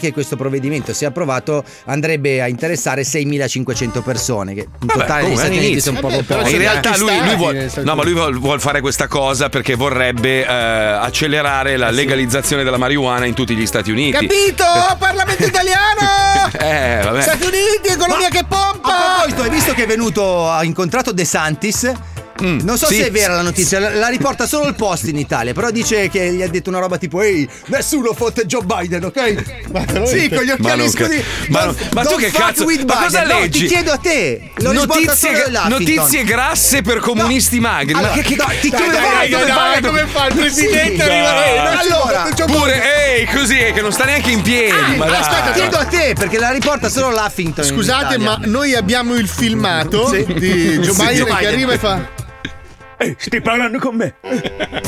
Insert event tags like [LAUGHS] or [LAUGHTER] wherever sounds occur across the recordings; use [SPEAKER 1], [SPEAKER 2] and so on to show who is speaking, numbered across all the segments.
[SPEAKER 1] che questo provvedimento sia approvato andrebbe a interessare 6.500 persone che in
[SPEAKER 2] Vabbè,
[SPEAKER 1] totale gli
[SPEAKER 2] comunque,
[SPEAKER 1] Stati Uniti
[SPEAKER 2] all'inizio.
[SPEAKER 1] sono poco
[SPEAKER 2] Però
[SPEAKER 1] pochi
[SPEAKER 2] in
[SPEAKER 3] Eh,
[SPEAKER 2] realtà lui, lui vuol, no, ma lui
[SPEAKER 1] vuole
[SPEAKER 2] vuol, vuol fare questa cosa perché vorrebbe eh, accelerare la legalizzazione della marijuana in tutti gli Stati Uniti. [LAUGHS]
[SPEAKER 4] Capito? Parlamento italiano!
[SPEAKER 2] Eh, vabbè.
[SPEAKER 4] Stati Uniti, economia che pompa!
[SPEAKER 1] A proposito, hai visto che è venuto, ha incontrato De Santis? non so
[SPEAKER 2] Mm, sì.
[SPEAKER 1] se è vera la notizia, la, la riporta solo il post in Italia, però dice che gli ha detto una roba tipo Ehi, nessuno fotte Joe Biden, ok? sì, con gli
[SPEAKER 2] Ma
[SPEAKER 1] occhiali
[SPEAKER 2] non ca-
[SPEAKER 1] scuri.
[SPEAKER 2] ma
[SPEAKER 1] Don't-
[SPEAKER 2] non- ma tu
[SPEAKER 1] don't
[SPEAKER 2] che
[SPEAKER 1] fuck
[SPEAKER 2] cazzo-
[SPEAKER 1] with
[SPEAKER 2] ma cosa
[SPEAKER 1] Biden. No,
[SPEAKER 2] leggi?
[SPEAKER 1] ti chiedo a te. Lo riporta
[SPEAKER 2] Notizie,
[SPEAKER 1] solo
[SPEAKER 2] gra-
[SPEAKER 1] l'Huffington.
[SPEAKER 2] notizie grasse per comunisti magri.
[SPEAKER 1] Allora,
[SPEAKER 2] ma che, che
[SPEAKER 1] dai, ti
[SPEAKER 2] dai,
[SPEAKER 1] chiedo-
[SPEAKER 2] dai,
[SPEAKER 1] dai,
[SPEAKER 2] dai,
[SPEAKER 1] dai,
[SPEAKER 2] dai,
[SPEAKER 1] come fa il presidente eh, a
[SPEAKER 2] Dai.
[SPEAKER 1] rimanere? Allora,
[SPEAKER 2] pure, ehi, così eh, che non sta neanche in piedi. ma dai.
[SPEAKER 1] Ah, Aspetta, chiedo a te perché la riporta solo l'Huffington. in
[SPEAKER 3] Scusate,
[SPEAKER 1] Italia.
[SPEAKER 3] ma noi abbiamo il filmato
[SPEAKER 1] Sì.
[SPEAKER 2] [LAUGHS]
[SPEAKER 3] di Joe
[SPEAKER 1] Sì,
[SPEAKER 3] Biden
[SPEAKER 1] Joe
[SPEAKER 3] che
[SPEAKER 1] Biden.
[SPEAKER 3] arriva e fa.
[SPEAKER 5] Ehi, stai parlando con me?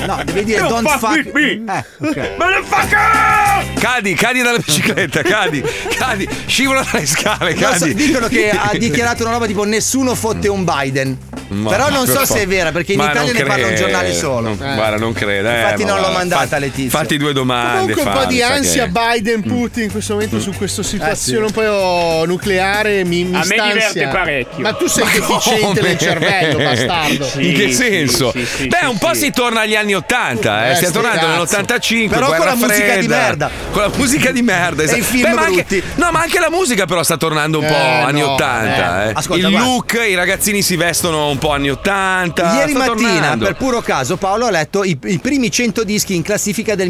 [SPEAKER 1] No, devi dire
[SPEAKER 5] Don't
[SPEAKER 1] don't
[SPEAKER 5] fuck
[SPEAKER 1] fuck
[SPEAKER 5] with me.
[SPEAKER 1] Eh, ok.
[SPEAKER 5] Motherfucker!
[SPEAKER 2] Cadi, cadi dalla bicicletta, cadi, cadi, scivola dalle scale,
[SPEAKER 1] Non so,
[SPEAKER 2] cadi.
[SPEAKER 1] dicono
[SPEAKER 2] [LAUGHS]
[SPEAKER 1] che ha dichiarato una roba tipo nessuno fotte un Biden.
[SPEAKER 2] Ma-
[SPEAKER 1] Però non
[SPEAKER 2] per
[SPEAKER 1] so
[SPEAKER 2] fa-
[SPEAKER 1] se è vera perché in
[SPEAKER 2] Ma
[SPEAKER 1] Italia
[SPEAKER 2] non
[SPEAKER 1] ne parla un
[SPEAKER 2] credo,
[SPEAKER 1] giornale solo.
[SPEAKER 2] non- Guarda, non credo. eh,
[SPEAKER 1] Infatti
[SPEAKER 2] ma
[SPEAKER 1] non l'ho
[SPEAKER 2] guarda,
[SPEAKER 1] mandata,
[SPEAKER 2] fatti-
[SPEAKER 1] Letizia.
[SPEAKER 2] Fatti due domande.
[SPEAKER 3] Comunque un po' di
[SPEAKER 2] Fanta,
[SPEAKER 3] ansia
[SPEAKER 2] che- Mm.
[SPEAKER 3] Biden-Putin in questo momento su
[SPEAKER 2] Ah,
[SPEAKER 3] questa situazione un po' nucleare mi, mi
[SPEAKER 5] A me diverte
[SPEAKER 3] stanzia.
[SPEAKER 5] parecchio.
[SPEAKER 3] Ma tu sei deficiente
[SPEAKER 2] Come? [LAUGHS]
[SPEAKER 3] nel cervello, bastardo.
[SPEAKER 5] Sì.
[SPEAKER 2] In che
[SPEAKER 5] sì,
[SPEAKER 2] senso?
[SPEAKER 5] sì, sì,
[SPEAKER 2] Beh,
[SPEAKER 5] sì,
[SPEAKER 2] un po'
[SPEAKER 5] sì.
[SPEAKER 2] si torna agli anni 80, eh.
[SPEAKER 3] Eh,
[SPEAKER 2] Stiamo
[SPEAKER 3] sti
[SPEAKER 2] tornando
[SPEAKER 3] cazzo.
[SPEAKER 2] nell'85.
[SPEAKER 1] Però con la musica di merda.
[SPEAKER 2] Con la musica di merda, esatto.
[SPEAKER 1] i film
[SPEAKER 2] ma anche-
[SPEAKER 1] brutti.
[SPEAKER 2] no, ma anche la musica, però, sta tornando un po'
[SPEAKER 3] Eh,
[SPEAKER 2] anni
[SPEAKER 3] no,
[SPEAKER 2] 80. eh.
[SPEAKER 1] Ascolta,
[SPEAKER 2] Il
[SPEAKER 1] guarda.
[SPEAKER 2] look, i ragazzini si vestono un po' anni 80.
[SPEAKER 1] Ieri
[SPEAKER 2] sta
[SPEAKER 1] mattina,
[SPEAKER 2] tornando.
[SPEAKER 1] per puro caso, Paolo ha letto i, i primi 100 dischi in classifica del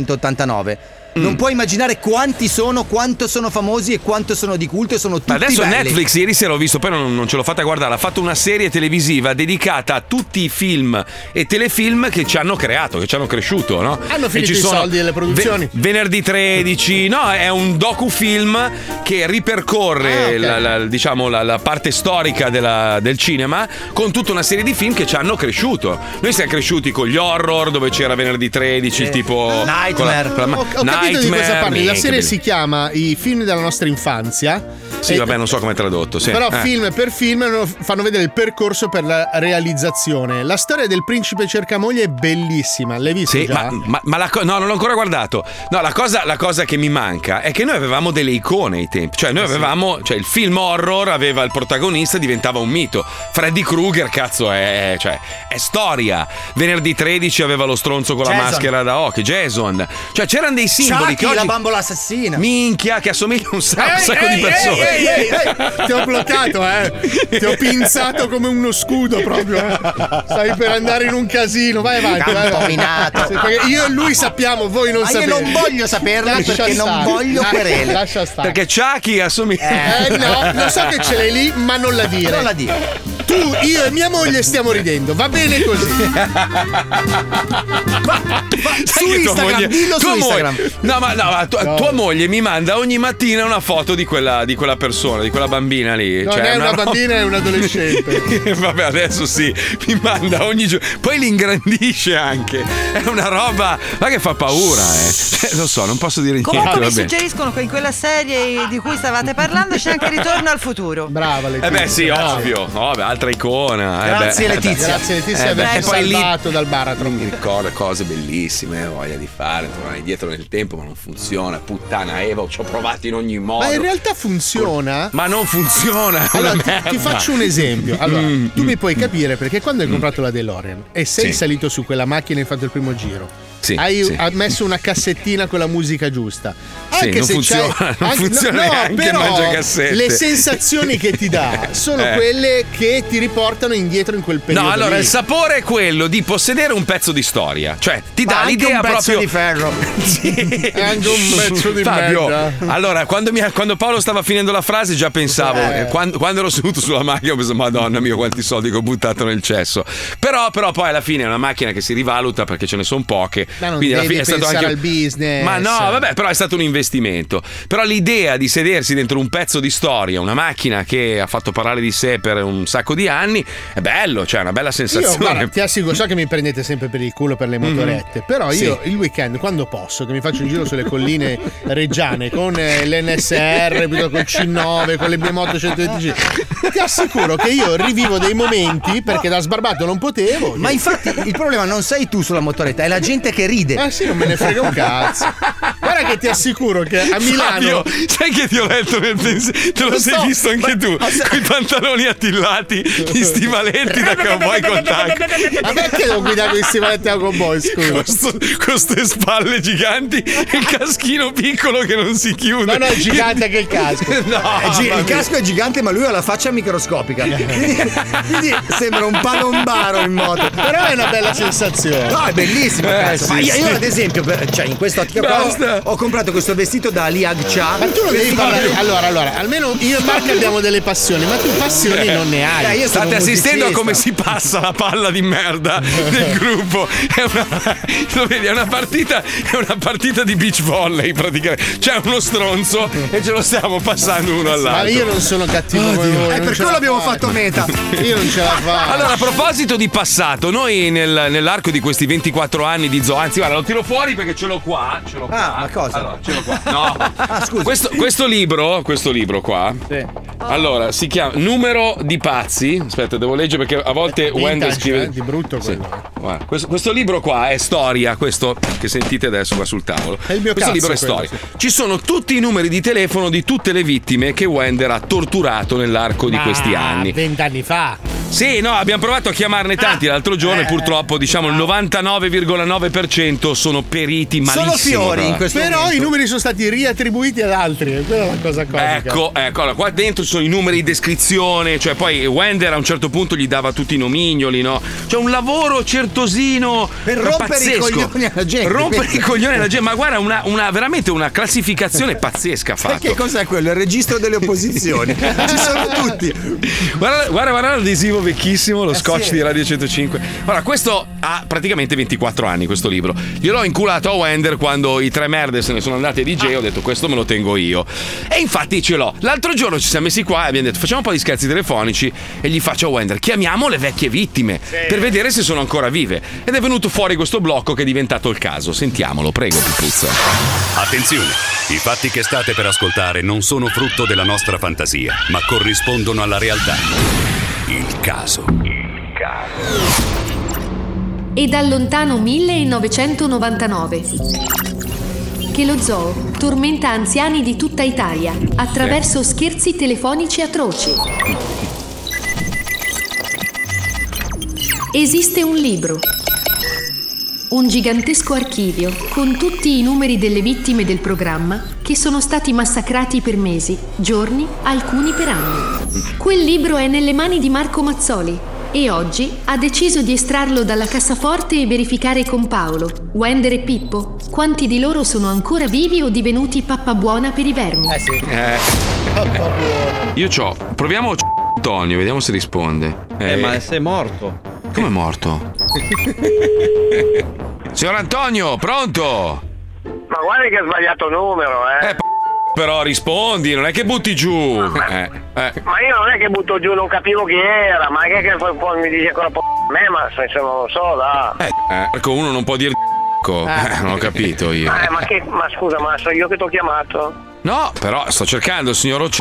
[SPEAKER 1] 1989. Non puoi immaginare quanti sono, quanto sono famosi e quanto sono di culto e sono tutti
[SPEAKER 2] Ma adesso
[SPEAKER 1] belli.
[SPEAKER 2] Netflix, ieri sera l'ho visto, poi non, non ce l'ho fatta guardare, ha fatto una serie televisiva dedicata a tutti i film e telefilm che ci hanno creato, che ci hanno cresciuto, no?
[SPEAKER 3] Hanno
[SPEAKER 2] E
[SPEAKER 3] finito
[SPEAKER 2] ci
[SPEAKER 3] i
[SPEAKER 2] sono
[SPEAKER 3] soldi e le produzioni.
[SPEAKER 2] ve- venerdì 13, no, è un docufilm che ripercorre
[SPEAKER 3] Ah, ok.
[SPEAKER 2] la, la- diciamo, la, la parte storica della- del cinema con tutta una serie di film che ci hanno cresciuto. Noi siamo cresciuti con gli horror, dove c'era venerdì 13, il tipo...
[SPEAKER 1] Nightmare.
[SPEAKER 2] con con
[SPEAKER 3] Eh. Ho, ho capito di cosa
[SPEAKER 2] Nightmare,
[SPEAKER 3] parli. La
[SPEAKER 2] minchia,
[SPEAKER 3] serie
[SPEAKER 2] bellissimo.
[SPEAKER 3] si chiama I film della nostra infanzia.
[SPEAKER 2] Sì,
[SPEAKER 3] E-
[SPEAKER 2] vabbè, non so come è tradotto. sì.
[SPEAKER 3] Però
[SPEAKER 2] Eh.
[SPEAKER 3] film per film no- fanno vedere il percorso per la realizzazione. La storia del principe cercamoglie è bellissima, l'hai vista
[SPEAKER 2] Sì,
[SPEAKER 3] già?
[SPEAKER 2] ma, ma- ma la co- no, non l'ho ancora guardato. No, la cosa, la cosa che mi manca è che noi avevamo delle icone ai tempi. Cioè,
[SPEAKER 3] Eh
[SPEAKER 2] noi avevamo. Cioè, il film horror aveva il protagonista, diventava un mito. Freddy Krueger, cazzo, è. Cioè, è storia. Venerdì 13 aveva lo stronzo con la
[SPEAKER 1] Jason.
[SPEAKER 2] maschera da hockey, Jason. Cioè, c'erano dei simboli
[SPEAKER 1] Chucky,
[SPEAKER 2] che
[SPEAKER 1] la
[SPEAKER 2] oggi.
[SPEAKER 1] bambola assassina.
[SPEAKER 2] Minchia, che assomiglia a un sa-
[SPEAKER 1] Eh,
[SPEAKER 2] un sacco di persone.
[SPEAKER 3] Ehi, ehi, ehi, ti ho bloccato, eh. Ti ho pinzato come uno scudo proprio. eh. Stai per andare in un casino, vai avanti. Vai,
[SPEAKER 1] Campo
[SPEAKER 3] vai.
[SPEAKER 1] minato.
[SPEAKER 3] Sì, perché io e lui sappiamo, voi non
[SPEAKER 1] Ma io
[SPEAKER 3] sapete.
[SPEAKER 1] non voglio saperla
[SPEAKER 3] Lascia
[SPEAKER 1] perché non
[SPEAKER 3] stare,
[SPEAKER 1] voglio
[SPEAKER 3] lascia-
[SPEAKER 1] querele.
[SPEAKER 3] Lascia stare.
[SPEAKER 2] Perché Chucky assomiglia.
[SPEAKER 3] Eh no, lo so che ce l'hai lì, ma non la dire.
[SPEAKER 1] Non la dire.
[SPEAKER 3] Tu, io e mia moglie stiamo ridendo, va bene
[SPEAKER 1] [LAUGHS]
[SPEAKER 3] così.
[SPEAKER 2] Sai
[SPEAKER 1] Su
[SPEAKER 2] che tua
[SPEAKER 1] Instagram,
[SPEAKER 2] moglie-
[SPEAKER 1] dillo su
[SPEAKER 2] tua moglie-
[SPEAKER 1] Instagram.
[SPEAKER 2] No, ma, no, ma tua, tua moglie mi manda ogni mattina una foto di quella, di quella persona, di quella bambina lì.
[SPEAKER 3] Non
[SPEAKER 2] Cioè,
[SPEAKER 3] è una
[SPEAKER 2] roba-
[SPEAKER 3] bambina, è un
[SPEAKER 2] [LAUGHS]
[SPEAKER 3] adolescente.
[SPEAKER 2] Vabbè, adesso sì, mi manda ogni giorno. Poi li ingrandisce anche. È una roba. Ma che fa paura, eh. Cioè, lo so, non posso dire
[SPEAKER 6] Comunque
[SPEAKER 2] niente.
[SPEAKER 6] mi
[SPEAKER 2] va bene.
[SPEAKER 6] suggeriscono che in quella serie di cui stavate parlando c'è anche Ritorno al futuro.
[SPEAKER 3] Brava Letizia.
[SPEAKER 2] Eh beh, sì,
[SPEAKER 3] brava.
[SPEAKER 2] ovvio. Oh, beh, altra icona. eh
[SPEAKER 1] Grazie,
[SPEAKER 2] beh, eh
[SPEAKER 1] Letizia.
[SPEAKER 3] Grazie Letizia
[SPEAKER 2] Eh,
[SPEAKER 3] per
[SPEAKER 2] beh,
[SPEAKER 3] averci
[SPEAKER 2] poi lì-
[SPEAKER 3] salvato dal baratro.
[SPEAKER 2] Mi ricordo cose bellissime, eh, voglia di fare, tornare indietro nel tempo, ma non funziona. Puttana Eva, ci ho provato in ogni modo.
[SPEAKER 3] Ma in realtà funziona.
[SPEAKER 2] Ma non funziona. è una
[SPEAKER 3] Allora, ti-
[SPEAKER 2] merda. Mm.
[SPEAKER 3] ti faccio un esempio. Allora, tu mi puoi capire perché quando hai comprato la DeLorean e sei
[SPEAKER 2] Sì.
[SPEAKER 3] salito su quella macchina e hai fatto il primo giro.
[SPEAKER 2] Sì,
[SPEAKER 3] hai
[SPEAKER 2] sì.
[SPEAKER 3] ha messo una cassettina con la musica giusta. Anche
[SPEAKER 2] non
[SPEAKER 3] se
[SPEAKER 2] funziona,
[SPEAKER 3] c'hai-
[SPEAKER 2] non funziona neanche il
[SPEAKER 3] però
[SPEAKER 2] mangiacassette.
[SPEAKER 3] Le sensazioni che ti dà sono
[SPEAKER 2] [LAUGHS] Eh.
[SPEAKER 3] quelle che ti riportano indietro in quel periodo.
[SPEAKER 2] No, allora
[SPEAKER 3] lì.
[SPEAKER 2] il sapore è quello di possedere un pezzo di storia. Cioè, ti
[SPEAKER 1] Ma
[SPEAKER 2] dà
[SPEAKER 1] anche
[SPEAKER 2] l'idea
[SPEAKER 1] un pezzo
[SPEAKER 2] proprio.
[SPEAKER 1] di ferro.
[SPEAKER 2] [LAUGHS] Sì.
[SPEAKER 3] È anche un pezzo di
[SPEAKER 2] Fabio,
[SPEAKER 3] merda.
[SPEAKER 2] allora, quando, mi- quando Paolo stava finendo la frase, già pensavo.
[SPEAKER 3] Eh.
[SPEAKER 2] eh, Quando, quando ero seduto sulla macchina, ho pensato, Madonna mia, quanti soldi che ho buttato nel cesso. Però, però, poi alla fine è una macchina che si rivaluta perché ce ne sono poche.
[SPEAKER 3] Ma non
[SPEAKER 2] alla
[SPEAKER 3] devi
[SPEAKER 2] fine
[SPEAKER 3] pensare al business.
[SPEAKER 2] Ma no, vabbè, però è stato un investimento. Però l'idea di sedersi dentro un pezzo di storia, una macchina che ha fatto parlare di sé per un sacco di anni, è bello, cioè, è una bella sensazione. Mm-hmm.
[SPEAKER 3] Io guarda,
[SPEAKER 2] [LAUGHS]
[SPEAKER 3] ti assicuro, so che mi prendete sempre per il culo per le motorette, però io il weekend quando posso, che mi faccio un giro sulle colline reggiane con eh, l'NSR, piuttosto col C9, con le BMW 125, ti assicuro che io rivivo dei momenti perché da sbarbato non potevo.
[SPEAKER 1] Ma infatti il problema non sei tu sulla motoretta, è la gente che ride.
[SPEAKER 3] Eh sì, non me ne frega un cazzo. Guarda Sai che ti assicuro che Eh, a
[SPEAKER 2] Fabio,
[SPEAKER 3] Milano.
[SPEAKER 2] sai che ti ho letto nel pensiero? Te lo, sei visto anche tu, con i pantaloni attillati, gli stivaletti da cowboy con tacco.
[SPEAKER 3] Ma perché devo guidare questi
[SPEAKER 2] [LAUGHS]
[SPEAKER 3] valetti a cowboy? Scusa.
[SPEAKER 2] Questo- queste spalle giganti e il caschino piccolo che non si chiude.
[SPEAKER 3] No, no, è gigante anche il casco.
[SPEAKER 2] [LAUGHS] No,
[SPEAKER 1] Eh, gi-
[SPEAKER 2] mamma
[SPEAKER 1] il
[SPEAKER 2] mia.
[SPEAKER 1] casco è gigante, ma lui ha la
[SPEAKER 3] [LAUGHS]
[SPEAKER 1] faccia microscopica. Quindi, quindi sembra un palombaro in moto.
[SPEAKER 3] Però è una bella sensazione.
[SPEAKER 1] No, è bellissimo.
[SPEAKER 2] Eh,
[SPEAKER 1] cazzo.
[SPEAKER 2] sì,
[SPEAKER 1] Ma io,
[SPEAKER 2] sì.
[SPEAKER 1] io, ad esempio, per- cioè, in quest'ottica qua,
[SPEAKER 2] Basta.
[SPEAKER 1] ho, ho comprato questo vestito da Ali Agcha.
[SPEAKER 3] Ma tu non devi parlare. Allora, allora, almeno io e Marco abbiamo delle passioni, ma tu passioni non ne hai.
[SPEAKER 1] Ah, io sono
[SPEAKER 2] Eh. State
[SPEAKER 1] un
[SPEAKER 2] assistendo a
[SPEAKER 1] musicista.
[SPEAKER 2] come si passa la palla di merda
[SPEAKER 3] [LAUGHS]
[SPEAKER 2] del gruppo. È una, [LAUGHS] lo vedi, è una partita, è una partita di beach volley praticamente. C'è uno stronzo e ce lo stiamo passando uno
[SPEAKER 3] Ma
[SPEAKER 2] all'altro.
[SPEAKER 3] io non sono cattivo come voi.
[SPEAKER 1] Eh,
[SPEAKER 3] non
[SPEAKER 1] per
[SPEAKER 3] ce
[SPEAKER 1] quello
[SPEAKER 3] la
[SPEAKER 1] abbiamo
[SPEAKER 3] faccio.
[SPEAKER 1] fatto meta.
[SPEAKER 3] Io
[SPEAKER 2] [LAUGHS]
[SPEAKER 3] non ce la faccio.
[SPEAKER 2] Allora, a proposito di passato, noi nel- nell'arco di questi 24 anni di zoo, anzi, guarda, lo tiro fuori perché ce l'ho qua. Ce l'ho qua.
[SPEAKER 1] Ah, ma cosa?
[SPEAKER 2] Allora, ce l'ho qua. No.
[SPEAKER 1] Ah, scusa.
[SPEAKER 2] Questo, questo libro, questo libro qua, allora si chiama Numero di pazzi. Aspetta, devo leggere perché a volte
[SPEAKER 3] Vintage,
[SPEAKER 2] Wender scrive.
[SPEAKER 3] eh, di brutto quello.
[SPEAKER 2] Guarda, questo, questo libro qua è storia, questo che sentite adesso qua sul tavolo.
[SPEAKER 3] È il mio
[SPEAKER 2] questo
[SPEAKER 3] cazzo
[SPEAKER 2] libro è
[SPEAKER 3] quello,
[SPEAKER 2] storia. Ci sono tutti i numeri di telefono di tutte le vittime che Wender ha torturato nell'arco di questi anni.
[SPEAKER 3] Vent'anni fa.
[SPEAKER 2] Sì, no, abbiamo provato a chiamarne tanti
[SPEAKER 3] Ah.
[SPEAKER 2] l'altro
[SPEAKER 3] Eh.
[SPEAKER 2] giorno e purtroppo diciamo il 99,9% sono periti malissimo.
[SPEAKER 1] Solo fiori in
[SPEAKER 2] tra
[SPEAKER 1] questo
[SPEAKER 3] Però
[SPEAKER 1] momento.
[SPEAKER 3] i numeri sono stati riattribuiti ad altri, e quella è la cosa comica.
[SPEAKER 2] Ecco, ecco, allora, qua dentro ci sono i numeri di descrizione, cioè poi Wender a un certo punto gli dava tutti i nomignoli, no? C'è un lavoro certosino
[SPEAKER 1] Per rompere i
[SPEAKER 2] pazzesco.
[SPEAKER 1] coglioni alla gente,
[SPEAKER 2] Rompere
[SPEAKER 1] questo.
[SPEAKER 2] i coglioni alla gente, ma guarda, una, una- veramente una classificazione pazzesca ha
[SPEAKER 1] Sai
[SPEAKER 2] fatto.
[SPEAKER 1] che cos'è quello? Il registro
[SPEAKER 2] [LAUGHS]
[SPEAKER 1] delle opposizioni. Ci sono tutti.
[SPEAKER 2] Guarda, guarda, guarda l'adesivo vecchissimo, lo scotch
[SPEAKER 1] sì.
[SPEAKER 2] di Radio 105. Allora, questo ha praticamente 24 anni, questo libro. Gliel'ho inculato a Wender quando i tre merde se ne sono andati a DJ, ho detto questo me lo tengo io. E infatti ce l'ho. L'altro giorno ci siamo messi qua e abbiamo detto facciamo un po' di scherzi telefonici e gli faccio a Wender, chiamiamo le vecchie vittime per vedere se sono ancora vive. Ed è venuto fuori questo blocco che è diventato il caso. Sentiamolo, prego, Pipuzza.
[SPEAKER 7] Attenzione! I fatti che state per ascoltare non sono frutto della nostra fantasia, ma corrispondono alla realtà. Il caso. Il caso.
[SPEAKER 8] E dal lontano 1999. Che lo zoo tormenta anziani di tutta Italia attraverso scherzi telefonici atroci. Esiste un libro. Un gigantesco archivio con tutti i numeri delle vittime del programma che sono stati massacrati per mesi, giorni, alcuni per anni. Quel libro è nelle mani di Marco Mazzoli e oggi ha deciso di estrarlo dalla cassaforte e verificare con Paolo, Wender e Pippo quanti di loro sono ancora vivi o divenuti pappa buona per i vermi.
[SPEAKER 2] Eh, io c'ho. Proviamo Antonio, vediamo se risponde. Eh,
[SPEAKER 9] sei morto.
[SPEAKER 2] Come è morto? Signor Antonio, pronto?
[SPEAKER 10] Ma guarda che ha sbagliato numero, eh.
[SPEAKER 2] Eh, p- però rispondi, non è che butti giù. Eh, eh.
[SPEAKER 10] Ma io non è che butto giù, non capivo chi era, ma che, che poi, poi mi dice ancora po' a me, ma se, se non lo so, da.
[SPEAKER 2] Eh, Marco, uno non può dire c***o. Eh, non ho capito io.
[SPEAKER 10] Eh, ma, che, ma scusa, ma so io che ti ho chiamato?
[SPEAKER 2] No, però sto cercando il signor Oc...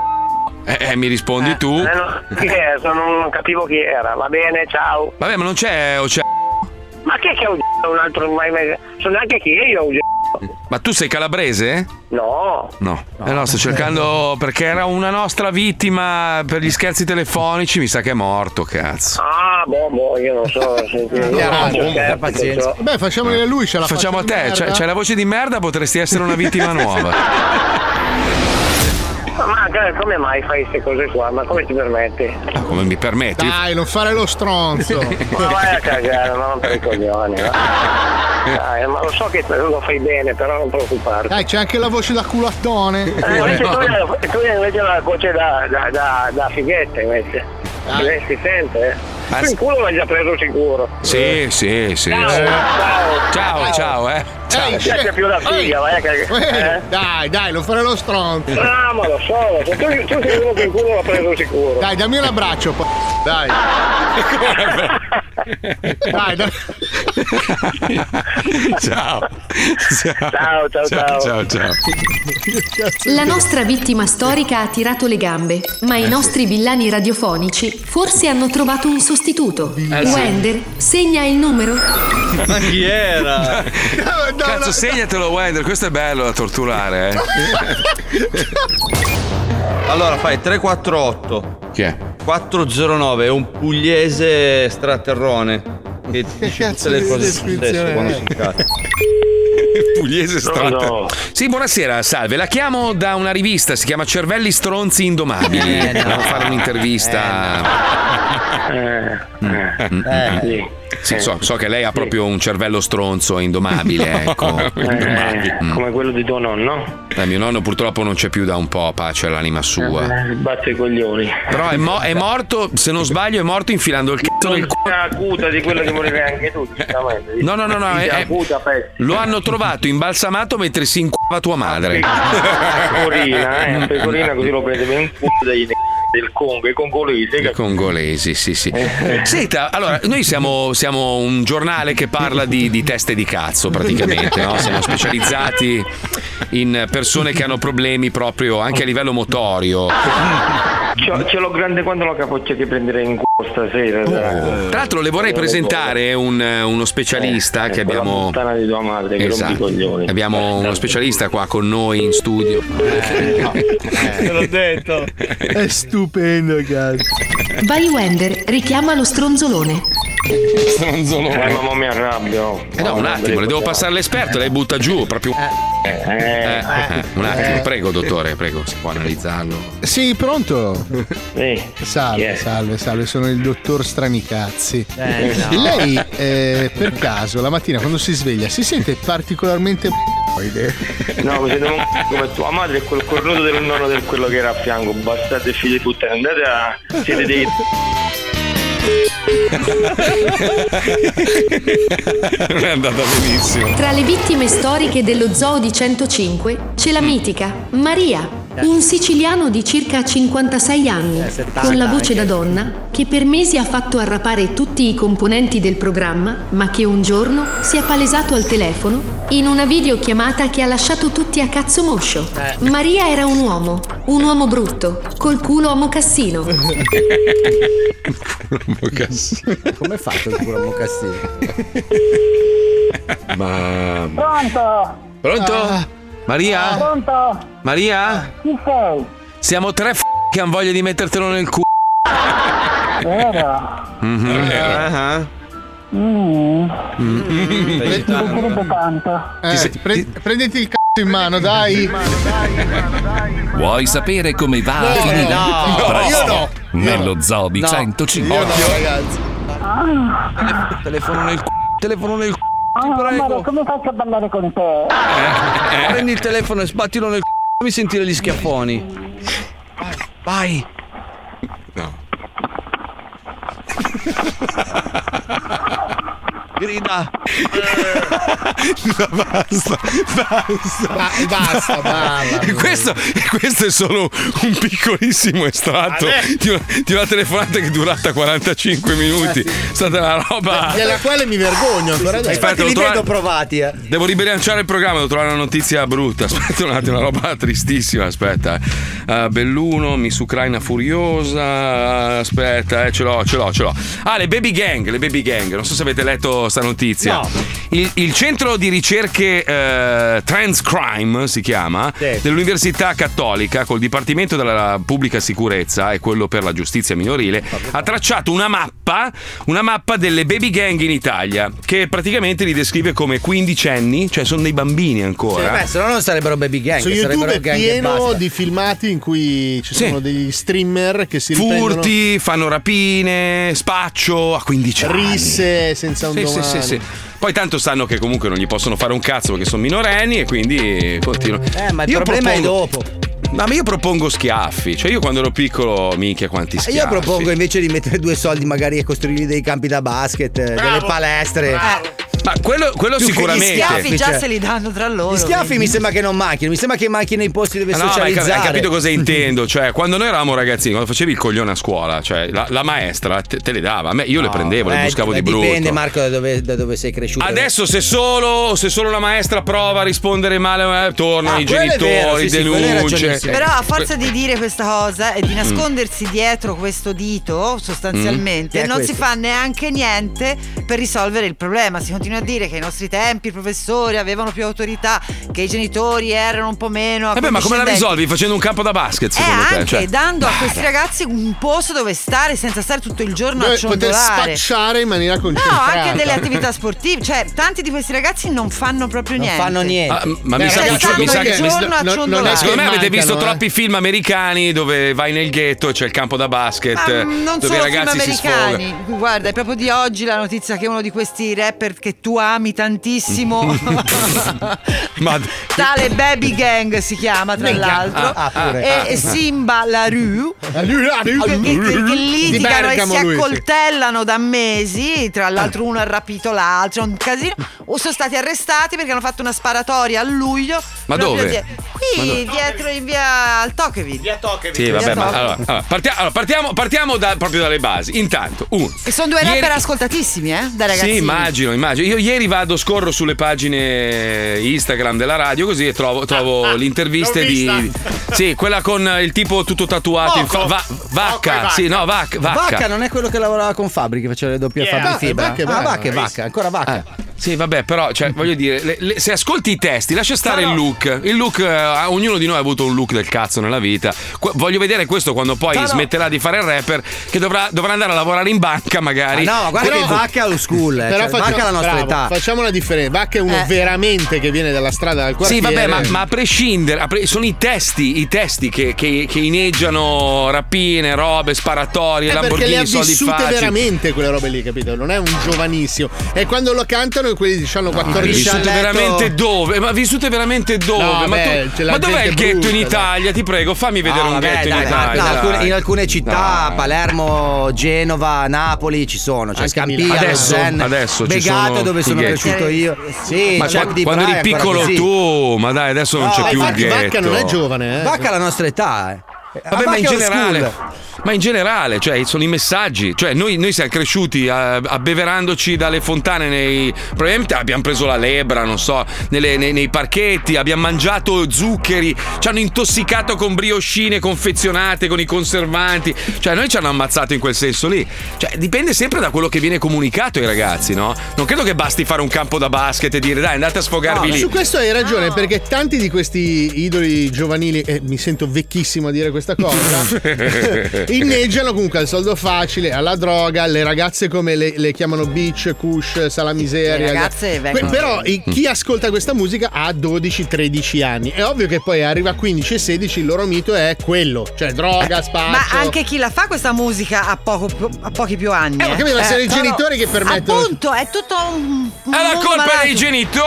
[SPEAKER 2] Eh, eh, mi rispondi tu.
[SPEAKER 10] Eh, no, chi è? So- non, non capivo chi era, va bene, ciao.
[SPEAKER 2] Vabbè, ma non c'è Oc...
[SPEAKER 10] Ma che che ho un [LAUGHS] altro mai mai- Sono neanche chi io ho
[SPEAKER 2] Ma tu sei calabrese?
[SPEAKER 10] [LAUGHS] No.
[SPEAKER 2] No. Eh no, sto cercando perché era una nostra vittima per gli scherzi telefonici, mi sa che è morto, cazzo.
[SPEAKER 10] Ah, boh, boh, io non so. senti, io non
[SPEAKER 3] Ah,
[SPEAKER 10] faccio
[SPEAKER 3] boh,
[SPEAKER 10] scherzi,
[SPEAKER 1] pazienza.
[SPEAKER 10] so.
[SPEAKER 3] Beh, facciamole a lui, ce la
[SPEAKER 2] Facciamo a
[SPEAKER 3] faccio
[SPEAKER 2] te,
[SPEAKER 3] di
[SPEAKER 2] c'è,
[SPEAKER 3] merda.
[SPEAKER 2] c'è la voce di merda, potresti essere una vittima
[SPEAKER 3] [LAUGHS]
[SPEAKER 2] nuova.
[SPEAKER 10] Ma che- come mai fai queste cose qua? Ma come ti permetti?
[SPEAKER 2] Ah, Come mi permetti?
[SPEAKER 3] Dai, non fare lo
[SPEAKER 2] [LAUGHS]
[SPEAKER 3] stronzo.
[SPEAKER 10] Ma vai a cagare, ma non per i coglioni. va. Dai, ma lo so
[SPEAKER 2] [LAUGHS]
[SPEAKER 10] che lo fai bene, però non preoccuparti.
[SPEAKER 3] Dai, c'è anche la voce da culattone.
[SPEAKER 10] Eh, invece tu, hai- tu hai invece la voce da, da, da, da fighetta invece. Lei si sente? eh.
[SPEAKER 2] Ah,
[SPEAKER 10] Tu
[SPEAKER 2] sì.
[SPEAKER 10] in culo l'hai già preso sicuro.
[SPEAKER 2] Sì, sì, sì.
[SPEAKER 10] Ciao,
[SPEAKER 2] sì.
[SPEAKER 10] ciao.
[SPEAKER 2] Ciao, ciao, eh. Ciao.
[SPEAKER 3] Ehi,
[SPEAKER 10] Ti piace
[SPEAKER 3] scemo.
[SPEAKER 10] più la
[SPEAKER 3] Ehi,
[SPEAKER 10] figa, vai a cagare.
[SPEAKER 3] eh,
[SPEAKER 10] Eh?
[SPEAKER 3] Dai, dai, non fare lo stronzo.
[SPEAKER 10] Ah, ma lo so, lo so. Tu, tu sei uno che in culo l'ha preso sicuro.
[SPEAKER 3] Dai, dammi un abbraccio, po-
[SPEAKER 10] [LAUGHS]
[SPEAKER 3] Dai. Dai, dai.
[SPEAKER 2] ciao.
[SPEAKER 10] Ciao, ciao, ciao.
[SPEAKER 2] ciao, ciao.
[SPEAKER 8] La nostra vittima storica ha tirato le gambe, ma i nostri villani radiofonici forse hanno trovato un dell'istituto.
[SPEAKER 2] sì.
[SPEAKER 8] Wender segna il numero.
[SPEAKER 10] eh?
[SPEAKER 2] Ma chi era? Cazzo, segnatelo, Wender. Questo è bello da torturare. eh.
[SPEAKER 10] [LAUGHS]
[SPEAKER 9] Allora fai 348
[SPEAKER 2] Chi è?
[SPEAKER 9] 409 è un
[SPEAKER 2] [LAUGHS]
[SPEAKER 9] pugliese straterrone che ti dice tutte le
[SPEAKER 2] di
[SPEAKER 9] cose su se
[SPEAKER 2] descrizione
[SPEAKER 9] stesso quando
[SPEAKER 2] è?
[SPEAKER 9] si incazza.
[SPEAKER 2] [LAUGHS] Pugliese stronzo. Sì, buonasera, salve. La chiamo da una rivista, si chiama Cervelli Stronzi Indomabili.
[SPEAKER 9] Eh, no. Eh,
[SPEAKER 2] Devo fare
[SPEAKER 10] Eh,
[SPEAKER 2] un'intervista. Mm, mm, mm. Sì, so, so che lei ha proprio un cervello stronzo
[SPEAKER 10] [LAUGHS]
[SPEAKER 2] indomabile, ecco.
[SPEAKER 10] Eh,
[SPEAKER 2] Mm.
[SPEAKER 10] come quello di tuo nonno.
[SPEAKER 2] Eh, mio nonno purtroppo non c'è più da un po', pace l'anima sua.
[SPEAKER 10] Eh, Batte i coglioni.
[SPEAKER 2] Però è, mo- è morto, se non sbaglio, è morto infilando il cazzo nel culo.
[SPEAKER 10] Una acuta di quella che morirai anche tu, giustamente.
[SPEAKER 2] No, no, no, no,
[SPEAKER 10] Sì,
[SPEAKER 2] è- è-
[SPEAKER 10] acuta, pezzi.
[SPEAKER 2] Lo hanno trovato imbalsamato mentre si incuva tua [LAUGHS] madre.
[SPEAKER 10] Pecorina, eh, pecorina così lo prende per un culo dei n- del Congo, i congolesi.
[SPEAKER 2] I congolesi, sì, sì.
[SPEAKER 10] Eh.
[SPEAKER 2] Senta, allora, noi siamo, siamo un giornale che parla di, di teste di cazzo, praticamente, no? Siamo specializzati in persone che hanno problemi proprio anche a livello motorio.
[SPEAKER 10] Ce, ce l'ho grande quando la capoccia che prenderei in culo stasera.
[SPEAKER 2] Oh. Tra l'altro le vorrei presentare un- uno specialista che
[SPEAKER 10] quella
[SPEAKER 2] abbiamo...
[SPEAKER 10] eh,
[SPEAKER 2] Esatto.
[SPEAKER 10] puttana di tua madre, che rompi i coglioni.
[SPEAKER 2] Abbiamo uno specialista qua con noi in studio.
[SPEAKER 10] Eh,
[SPEAKER 2] Eh.
[SPEAKER 10] Te l'ho detto. Eh,
[SPEAKER 3] È stupendo, cazzo.
[SPEAKER 8] Vai Wender, richiama lo stronzolone.
[SPEAKER 2] Stronzolone.
[SPEAKER 10] Eh, mamma mi arrabbio.
[SPEAKER 2] Eh no, un attimo, le devo passare l'esperto, lei butta giù proprio. Eh, eh, un attimo,
[SPEAKER 3] Eh.
[SPEAKER 2] prego, dottore, prego, si può analizzarlo.
[SPEAKER 3] Sì, pronto? Salve,
[SPEAKER 2] Chi è?
[SPEAKER 3] salve, salve, sono il dottor Stranicazzi.
[SPEAKER 2] Eh, no.
[SPEAKER 3] Lei, eh, per caso, la mattina quando si sveglia si sente particolarmente...
[SPEAKER 10] No, mi siete un come tua madre e quel cornuto del nonno del quello che era a fianco. Bastate figli di puttana, andate a.
[SPEAKER 5] [LAUGHS]
[SPEAKER 10] siete dei.
[SPEAKER 2] Non è andata benissimo.
[SPEAKER 8] Tra le vittime storiche dello zoo di 105 c'è la mitica Maria, un siciliano di circa 56 anni, con la voce da donna che per mesi ha fatto arrapare tutti i componenti del programma, ma che un giorno si è palesato al telefono in una videochiamata che ha lasciato tutti a cazzo moscio. Maria era un uomo, un uomo brutto, col culo a mocassino.
[SPEAKER 1] Come hai fatto il culo a mocassino?
[SPEAKER 2] Ma.
[SPEAKER 11] Pronto?
[SPEAKER 2] Pronto?
[SPEAKER 3] Ah.
[SPEAKER 5] eh.
[SPEAKER 2] Maria?
[SPEAKER 11] Pronto?
[SPEAKER 2] Maria?
[SPEAKER 11] Chi sei?
[SPEAKER 2] Siamo tre f che hanno voglia di mettertelo nel culo.
[SPEAKER 11] Vero?
[SPEAKER 2] Mhm.
[SPEAKER 11] Mm.
[SPEAKER 2] Mm.
[SPEAKER 11] Mi piacerebbe tanto.
[SPEAKER 3] Eh, pre- prenditi il cazzo in mano, dai.
[SPEAKER 12] Vuoi sapere come va a
[SPEAKER 9] Eh,
[SPEAKER 3] No,
[SPEAKER 12] finire?
[SPEAKER 3] no, no,
[SPEAKER 12] Presto,
[SPEAKER 3] io no,
[SPEAKER 12] nello zoo di
[SPEAKER 3] No.
[SPEAKER 12] 105.
[SPEAKER 3] ragazzi.
[SPEAKER 12] Telefono nel c***o, telefono nel c***o.
[SPEAKER 11] Ah, Mario, come faccio a ballare con te?
[SPEAKER 9] Prendi il telefono e sbattilo nel c***o, fammi sentire gli schiaffoni.
[SPEAKER 11] Vai.
[SPEAKER 2] [LAUGHS]
[SPEAKER 9] Grida.
[SPEAKER 2] [LAUGHS] basta, basta. [LAUGHS]
[SPEAKER 3] basta, basta.
[SPEAKER 2] Questo, questo è solo un piccolissimo estratto di una, di una telefonata che è durata 45 minuti. È stata una roba.
[SPEAKER 3] Della quale mi vergogno ancora adesso.
[SPEAKER 2] Infatti, li vedo
[SPEAKER 1] provati. Eh.
[SPEAKER 2] Devo ribilanciare il programma, devo trovare una notizia brutta. [LAUGHS] Aspetta un attimo, una roba tristissima. Aspetta. Eh, Belluno, Miss Ucraina Furiosa. Aspetta, eh, ce l'ho, ce l'ho, ce l'ho. Ah, le baby gang, le baby gang. Non so se avete letto sta notizia.
[SPEAKER 13] No.
[SPEAKER 2] Il, il centro di ricerche eh, Transcrime si chiama
[SPEAKER 13] Sì.
[SPEAKER 2] dell'Università Cattolica col Dipartimento della Pubblica Sicurezza e quello per la giustizia minorile ha tracciato una mappa, una mappa delle baby gang in Italia che praticamente li descrive come quindicenni, cioè sono dei bambini ancora.
[SPEAKER 1] Beh, se no non sarebbero baby gang,
[SPEAKER 3] Su
[SPEAKER 1] sarebbero
[SPEAKER 3] YouTube è
[SPEAKER 1] gang e
[SPEAKER 3] pieno
[SPEAKER 1] basta.
[SPEAKER 3] di filmati in cui ci sono degli streamer che si riprendono
[SPEAKER 2] Furti, fanno rapine, spaccio a 15 anni.
[SPEAKER 3] risse senza un
[SPEAKER 2] Sì, sì,
[SPEAKER 3] domani.
[SPEAKER 2] sì, sì. Poi tanto sanno che comunque non gli possono fare un cazzo perché sono minorenni e quindi continuano.
[SPEAKER 1] Eh, ma il
[SPEAKER 2] Io
[SPEAKER 1] problema è
[SPEAKER 2] propongo-
[SPEAKER 1] dopo.
[SPEAKER 2] Ma io propongo schiaffi. Cioè, io quando ero piccolo, minchia, quanti
[SPEAKER 1] Eh,
[SPEAKER 2] schiaffi.
[SPEAKER 1] Io propongo invece di mettere due soldi magari a costruire dei campi da basket, eh, delle palestre. Eh,
[SPEAKER 2] Ma quello, quello
[SPEAKER 1] Più che gli
[SPEAKER 2] sicuramente.
[SPEAKER 6] Gli schiaffi già se li danno tra loro.
[SPEAKER 1] Gli schiaffi mi
[SPEAKER 6] quindi.
[SPEAKER 1] sembra che non manchino, mi sembra che manchino i posti dove
[SPEAKER 2] Ah, No, ma hai, cap-
[SPEAKER 1] socializzare.
[SPEAKER 2] hai capito cosa intendo? Cioè, quando noi eravamo ragazzini, quando facevi il coglione a scuola, cioè, la, la maestra te, te le dava. A me, io le prendevo, le
[SPEAKER 1] Eh,
[SPEAKER 2] buscavo di
[SPEAKER 1] beh,
[SPEAKER 2] brutto.
[SPEAKER 1] Dipende, Marco, da dove, da dove sei cresciuto.
[SPEAKER 2] Adesso se solo, se solo la maestra prova a rispondere male, eh, tornano
[SPEAKER 1] Ah,
[SPEAKER 2] i
[SPEAKER 1] quello è
[SPEAKER 2] genitori, Cioè,
[SPEAKER 1] vero, sì, sì, quello è
[SPEAKER 2] denunce.
[SPEAKER 1] ragionissimo.
[SPEAKER 6] Però a forza di dire questa cosa
[SPEAKER 2] Mm.
[SPEAKER 6] e di nascondersi dietro questo dito,
[SPEAKER 1] Mm.
[SPEAKER 6] sostanzialmente,
[SPEAKER 1] Che è
[SPEAKER 6] non si
[SPEAKER 1] questo?
[SPEAKER 6] fa neanche niente per risolvere il problema. Si continua a dire che ai nostri tempi i professori avevano più autorità, che i genitori erano un po' meno.
[SPEAKER 2] Vabbè, Eh ma come la
[SPEAKER 6] accondiscendenti.
[SPEAKER 2] risolvi? Facendo un campo da basket,
[SPEAKER 6] Eh,
[SPEAKER 2] secondo
[SPEAKER 6] anche
[SPEAKER 2] te? Cioè,
[SPEAKER 6] dando a questi ragazzi un posto dove stare senza stare tutto il giorno a
[SPEAKER 3] Dove poter
[SPEAKER 6] ciondolare.
[SPEAKER 3] spacciare in maniera
[SPEAKER 6] No,
[SPEAKER 3] concentrata.
[SPEAKER 6] anche
[SPEAKER 3] [LAUGHS]
[SPEAKER 6] delle attività sportive. Cioè, tanti di questi ragazzi non fanno proprio niente.
[SPEAKER 2] Ah, ma mi sa,
[SPEAKER 6] Cioè,
[SPEAKER 2] che-
[SPEAKER 6] stanno
[SPEAKER 2] mi sa
[SPEAKER 6] il
[SPEAKER 2] che
[SPEAKER 6] giorno a ciondolare.
[SPEAKER 2] secondo me avete visto
[SPEAKER 3] mancano, eh.
[SPEAKER 2] troppi film americani dove vai nel ghetto e c'è il campo da basket
[SPEAKER 6] Non
[SPEAKER 2] dove
[SPEAKER 6] solo
[SPEAKER 2] i
[SPEAKER 6] film
[SPEAKER 2] ragazzi si sfogano.
[SPEAKER 6] americani. Guarda, è proprio di oggi la notizia che uno di questi rapper che tu
[SPEAKER 2] [LAUGHS]
[SPEAKER 6] ami tantissimo, [LAUGHS]
[SPEAKER 2] Ma
[SPEAKER 6] tale Baby Gang si chiama tra
[SPEAKER 2] Minchia.
[SPEAKER 6] l'altro,
[SPEAKER 2] Ah, ah, pure.
[SPEAKER 6] e, e Simba la Rue, che, che- che
[SPEAKER 3] Di
[SPEAKER 6] litigano e
[SPEAKER 3] Bergamo
[SPEAKER 6] si
[SPEAKER 3] lui, sì.
[SPEAKER 6] accoltellano da mesi, tra l'altro uno ha rapito l'altro, è un casino, o sono stati arrestati perché hanno fatto una sparatoria a luglio.
[SPEAKER 2] Ma
[SPEAKER 6] proprio
[SPEAKER 2] dove?
[SPEAKER 6] die-
[SPEAKER 2] Ma
[SPEAKER 6] Sì,
[SPEAKER 2] dove?
[SPEAKER 6] dietro in via al Tocqueville. Via Tocqueville.
[SPEAKER 2] Sì, vabbè, ma allora, allora, partia- allora, partiamo, partiamo da- proprio dalle basi. Intanto, uno.
[SPEAKER 6] E sono due rapper ascoltatissimi, eh, da ragazzi.
[SPEAKER 2] Sì, immagino, immagino. Io ieri vado, scorro sulle pagine Instagram della radio così e trovo, trovo l'intervista
[SPEAKER 13] l'ho
[SPEAKER 2] di... Sì, quella con il tipo tutto tatuato. in fa- va- vacca, sì, no, vac- vacca.
[SPEAKER 1] Vacca non è quello che lavorava con Fabri, che faceva le doppie a
[SPEAKER 2] Yeah.
[SPEAKER 1] Fabri
[SPEAKER 2] Ah,
[SPEAKER 1] Fibra.
[SPEAKER 2] Vacca è
[SPEAKER 1] ah,
[SPEAKER 2] bravo.
[SPEAKER 1] vacca, è vacca, ancora
[SPEAKER 2] Eh,
[SPEAKER 1] vacca.
[SPEAKER 2] Sì, vabbè, però, cioè, voglio dire, le- le- se ascolti i testi, lascia stare il look. Il look, eh, ognuno di noi ha avuto un look del cazzo nella vita. Qu- voglio vedere questo quando poi smetterà di fare il rapper, che dovrà, dovrà andare a lavorare in banca magari.
[SPEAKER 1] Ah, no, ma guarda che Vacca è lo school, eh,
[SPEAKER 3] Però
[SPEAKER 1] cioè, Vacca è la nostra
[SPEAKER 3] bravo,
[SPEAKER 1] età.
[SPEAKER 3] Facciamo la differenza. Vacca è uno
[SPEAKER 1] Eh.
[SPEAKER 3] veramente che viene dalla strada, dal
[SPEAKER 2] Sì, vabbè,
[SPEAKER 3] quartiere.
[SPEAKER 2] ma, ma a prescindere, a pre- sono i testi, i testi che, che- che ineggiano rapine, robe, sparatorie,
[SPEAKER 3] Eh, perché
[SPEAKER 2] Lamborghini,
[SPEAKER 3] le ha
[SPEAKER 2] soldi
[SPEAKER 3] vissute
[SPEAKER 2] facili.
[SPEAKER 3] veramente quelle robe lì, capito? Non è un giovanissimo. E quando lo cantano quelli che hanno 14
[SPEAKER 2] Ma
[SPEAKER 3] anni.
[SPEAKER 2] vissute veramente dove? Ma vissute veramente dove?
[SPEAKER 3] No,
[SPEAKER 2] ma,
[SPEAKER 3] vabbè,
[SPEAKER 2] tu-
[SPEAKER 3] c'è la
[SPEAKER 2] ma dov'è il
[SPEAKER 3] gente
[SPEAKER 2] ghetto in
[SPEAKER 3] brutta,
[SPEAKER 2] Italia? Ti prego, fammi vedere
[SPEAKER 1] No,
[SPEAKER 2] un
[SPEAKER 1] Ah, vabbè,
[SPEAKER 2] ghetto in
[SPEAKER 1] dai, ma
[SPEAKER 2] Italia.
[SPEAKER 1] in, alcune,
[SPEAKER 2] dai.
[SPEAKER 1] in alcune città, Palermo, Genova, Napoli ci sono, cioè
[SPEAKER 2] Anche
[SPEAKER 1] Scampia,
[SPEAKER 2] Milano. Eh, Adesso-
[SPEAKER 1] Rosen,
[SPEAKER 2] adesso ci
[SPEAKER 1] Begate,
[SPEAKER 2] sono
[SPEAKER 1] dove
[SPEAKER 2] i
[SPEAKER 1] sono
[SPEAKER 2] ghetti.
[SPEAKER 1] cresciuto io. Sì,
[SPEAKER 2] Ma
[SPEAKER 1] Jack
[SPEAKER 2] qua-
[SPEAKER 1] di
[SPEAKER 2] quando
[SPEAKER 1] Braia
[SPEAKER 2] eri
[SPEAKER 1] è ancora
[SPEAKER 2] piccolo
[SPEAKER 1] così.
[SPEAKER 2] tu, ma dai, adesso non
[SPEAKER 1] No,
[SPEAKER 2] c'è più il
[SPEAKER 1] infatti
[SPEAKER 2] ghetto.
[SPEAKER 1] Vacca non è
[SPEAKER 3] giovane,
[SPEAKER 1] Vacca è la nostra età, eh.
[SPEAKER 2] Vabbè,
[SPEAKER 1] Vacca
[SPEAKER 2] ma in
[SPEAKER 1] è old
[SPEAKER 2] generale,
[SPEAKER 1] school.
[SPEAKER 2] ma in generale, cioè, sono i messaggi. Cioè, noi, noi siamo cresciuti eh, abbeverandoci dalle fontane nei. Probabilmente abbiamo preso la lebra, non so, nelle- nei, nei parchetti, abbiamo mangiato zuccheri, ci hanno intossicato con brioscine confezionate, con i conservanti. Cioè, noi ci hanno ammazzato in quel senso lì. Cioè, dipende sempre da quello che viene comunicato ai ragazzi, no? Non credo che basti fare un campo da basket e dire dai, andate a
[SPEAKER 3] No,
[SPEAKER 2] sfogarvi lì.
[SPEAKER 3] su questo hai ragione perché tanti di questi idoli giovanili, e mi sento vecchissimo a dire questa
[SPEAKER 2] [LAUGHS]
[SPEAKER 3] cosa, inneggiano comunque al soldo facile, alla droga, le ragazze come le, le chiamano bitch, cush, salamiseria.
[SPEAKER 6] Le ragazze
[SPEAKER 3] Que-
[SPEAKER 6] vengono-
[SPEAKER 3] Però i- chi ascolta questa musica ha 12-13 anni. È ovvio che poi arriva a 15-16 il loro mito è quello, cioè droga, spazio.
[SPEAKER 6] Ma anche chi la fa questa musica ha, poco, ha pochi più anni.
[SPEAKER 3] Eh, ma
[SPEAKER 6] eh.
[SPEAKER 3] capito, ma sono i
[SPEAKER 6] no, no.
[SPEAKER 3] genitori che permettono-
[SPEAKER 6] Appunto, è tutto un. un
[SPEAKER 2] È Ah, la
[SPEAKER 6] mondo
[SPEAKER 2] colpa
[SPEAKER 6] malato.
[SPEAKER 2] dei genitori,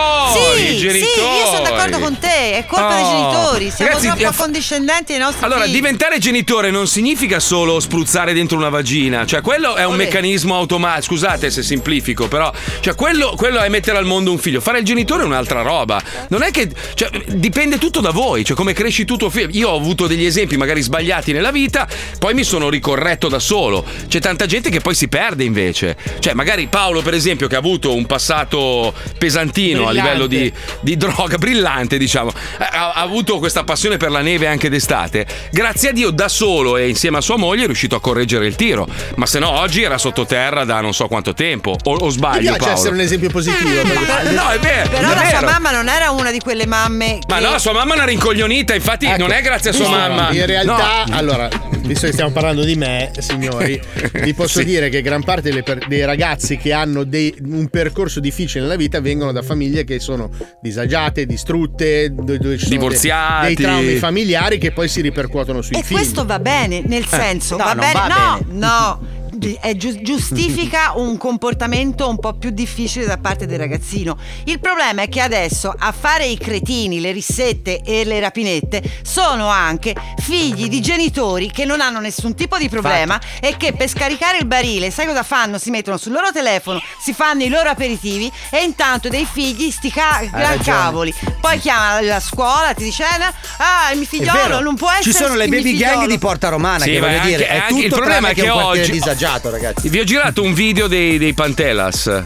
[SPEAKER 6] Sì,
[SPEAKER 2] i genitori.
[SPEAKER 6] sì, io sono d'accordo con te. È colpa dei
[SPEAKER 2] Oh.
[SPEAKER 6] genitori. Siamo
[SPEAKER 2] Ragazzi,
[SPEAKER 6] troppo
[SPEAKER 2] eh, fa-
[SPEAKER 6] accondiscendenti ai nostri
[SPEAKER 2] Allora,
[SPEAKER 6] figli.
[SPEAKER 2] diventare genitore non significa solo spruzzare dentro una vagina, cioè quello è un
[SPEAKER 6] Olè.
[SPEAKER 2] meccanismo automatico, scusate se semplifico, però, cioè quello, quello è mettere al mondo un figlio, fare il genitore è un'altra roba, non è che, cioè, dipende tutto da voi, cioè come cresci tu tuo figlio, io ho avuto degli esempi magari sbagliati nella vita, poi mi sono ricorretto da solo, c'è tanta gente che poi si perde invece, cioè magari Paolo per esempio che ha avuto un passato pesantino a
[SPEAKER 14] Brillante.
[SPEAKER 2] livello di, di droga brillante, diciamo. Ha, ha avuto questa passione per la neve anche d'estate. Grazie a Dio, da solo e insieme a sua moglie è riuscito a correggere il tiro. Ma se no, oggi era sottoterra da non so quanto tempo. O, o
[SPEAKER 3] Mi
[SPEAKER 2] sbaglio,
[SPEAKER 3] piace
[SPEAKER 2] Paolo.
[SPEAKER 3] essere un esempio
[SPEAKER 6] [LAUGHS]
[SPEAKER 3] positivo. perché-
[SPEAKER 2] No, è vero.
[SPEAKER 6] Però
[SPEAKER 2] è
[SPEAKER 6] la sua
[SPEAKER 2] vero.
[SPEAKER 6] mamma non era una di quelle mamme.
[SPEAKER 2] eh, Ma no, sua mamma è una rincoglionita, infatti
[SPEAKER 3] Ecco,
[SPEAKER 2] non è grazie a sua
[SPEAKER 3] visto,
[SPEAKER 2] mamma.
[SPEAKER 3] In realtà,
[SPEAKER 2] No.
[SPEAKER 3] allora, visto che stiamo parlando di me, signori, vi posso
[SPEAKER 2] Sì.
[SPEAKER 3] dire che gran parte delle per- dei ragazzi che hanno dei- un percorso difficile nella vita vengono da famiglie che sono disagiate, distrutte, do- dove ci sono dei-
[SPEAKER 2] Divorziati.
[SPEAKER 3] dei, traumi familiari che poi si ripercuotono sui
[SPEAKER 6] E
[SPEAKER 3] figli.
[SPEAKER 6] questo va bene, nel
[SPEAKER 3] Eh.
[SPEAKER 6] senso,
[SPEAKER 3] No,
[SPEAKER 6] va
[SPEAKER 3] non
[SPEAKER 6] bene.
[SPEAKER 3] va
[SPEAKER 6] no,
[SPEAKER 3] bene.
[SPEAKER 6] no. gi- è giu-
[SPEAKER 3] [LAUGHS]
[SPEAKER 6] giustifica un comportamento un po' più difficile da parte del ragazzino. Il problema è che adesso a fare i cretini, le rissette e le rapinette sono anche figli di genitori che non hanno nessun tipo di problema e che per scaricare il barile, sai cosa fanno? Si mettono sul loro telefono, si fanno i loro aperitivi e intanto dei figli sti ca- gran
[SPEAKER 1] ragione.
[SPEAKER 6] cavoli. Poi chiama la scuola, ti dice "Eh, no, ah, il mio figliolo non può essere
[SPEAKER 1] Ci sono le
[SPEAKER 6] il
[SPEAKER 1] baby gang
[SPEAKER 6] figliolo".
[SPEAKER 1] di Porta Romana,
[SPEAKER 2] Sì,
[SPEAKER 1] che
[SPEAKER 2] ma
[SPEAKER 1] voglio
[SPEAKER 2] anche-
[SPEAKER 1] dire, è
[SPEAKER 2] anche-
[SPEAKER 1] tutto
[SPEAKER 2] il problema
[SPEAKER 1] tranne
[SPEAKER 2] è
[SPEAKER 1] che
[SPEAKER 2] che
[SPEAKER 1] un quartiere
[SPEAKER 2] oggi-
[SPEAKER 1] disagiato, ragazzi.
[SPEAKER 2] Eh, Vi ho girato un video dei, dei Pantelas, eh,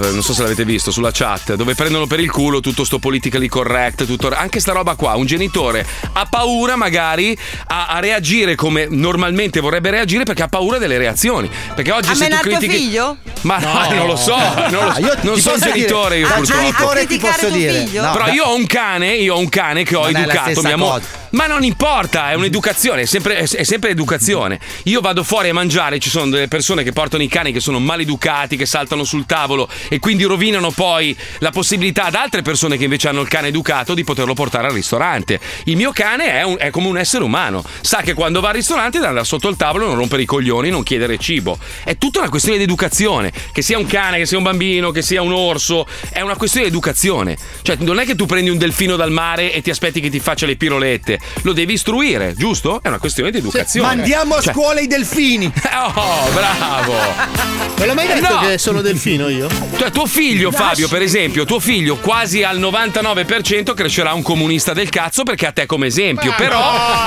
[SPEAKER 2] non so se l'avete visto, sulla chat, dove prendono per il culo tutto sto politically correct, tutto, anche sta roba qua. Un genitore ha paura magari a, a reagire come normalmente vorrebbe reagire perché ha paura delle reazioni. Perché oggi
[SPEAKER 6] Ha
[SPEAKER 2] se tu
[SPEAKER 6] menato
[SPEAKER 2] critichi...
[SPEAKER 6] figlio?
[SPEAKER 2] Ma no, [LAUGHS] non lo so, non, lo so.
[SPEAKER 1] Ah, io ti
[SPEAKER 2] non sono
[SPEAKER 1] posso dire-
[SPEAKER 2] genitore io
[SPEAKER 1] da
[SPEAKER 2] purtroppo.
[SPEAKER 1] genitore ti posso dire. no,
[SPEAKER 2] Però
[SPEAKER 1] da-
[SPEAKER 2] io ho un cane, io ho un cane che ho
[SPEAKER 1] Non è la
[SPEAKER 2] educato
[SPEAKER 1] stessa
[SPEAKER 2] mia moglie.
[SPEAKER 1] cosa.
[SPEAKER 2] Ma non importa, è un'educazione, è sempre, è- è sempre educazione. Io vado fuori a mangiare, ci sono delle persone che portano i cani che sono maleducati, che saltano sul tavolo e quindi rovinano poi la possibilità ad altre persone che invece hanno il cane educato di poterlo portare al ristorante. Il mio cane è, un- è come un essere umano, sa che quando va al ristorante deve andare sotto il tavolo, non rompere i coglioni, non chiedere cibo. È tutta una questione di educazione, che sia un cane, che sia un bambino, che sia un orso, è una questione di educazione. Cioè, non è che tu prendi un delfino dal mare e ti aspetti che ti faccia le pirolette, lo devi istruire, giusto? È una questione di educazione.
[SPEAKER 1] Mandiamo a
[SPEAKER 2] Cioè-
[SPEAKER 1] scuola i delfini.
[SPEAKER 2] [LAUGHS] Oh, bravo!
[SPEAKER 3] Non l'ho mai detto
[SPEAKER 2] No.
[SPEAKER 3] che sono delfino io?
[SPEAKER 2] Cioè, tuo figlio, Fabio, per esempio, tuo figlio quasi al 99% crescerà un comunista del cazzo perché ha te come esempio. Però,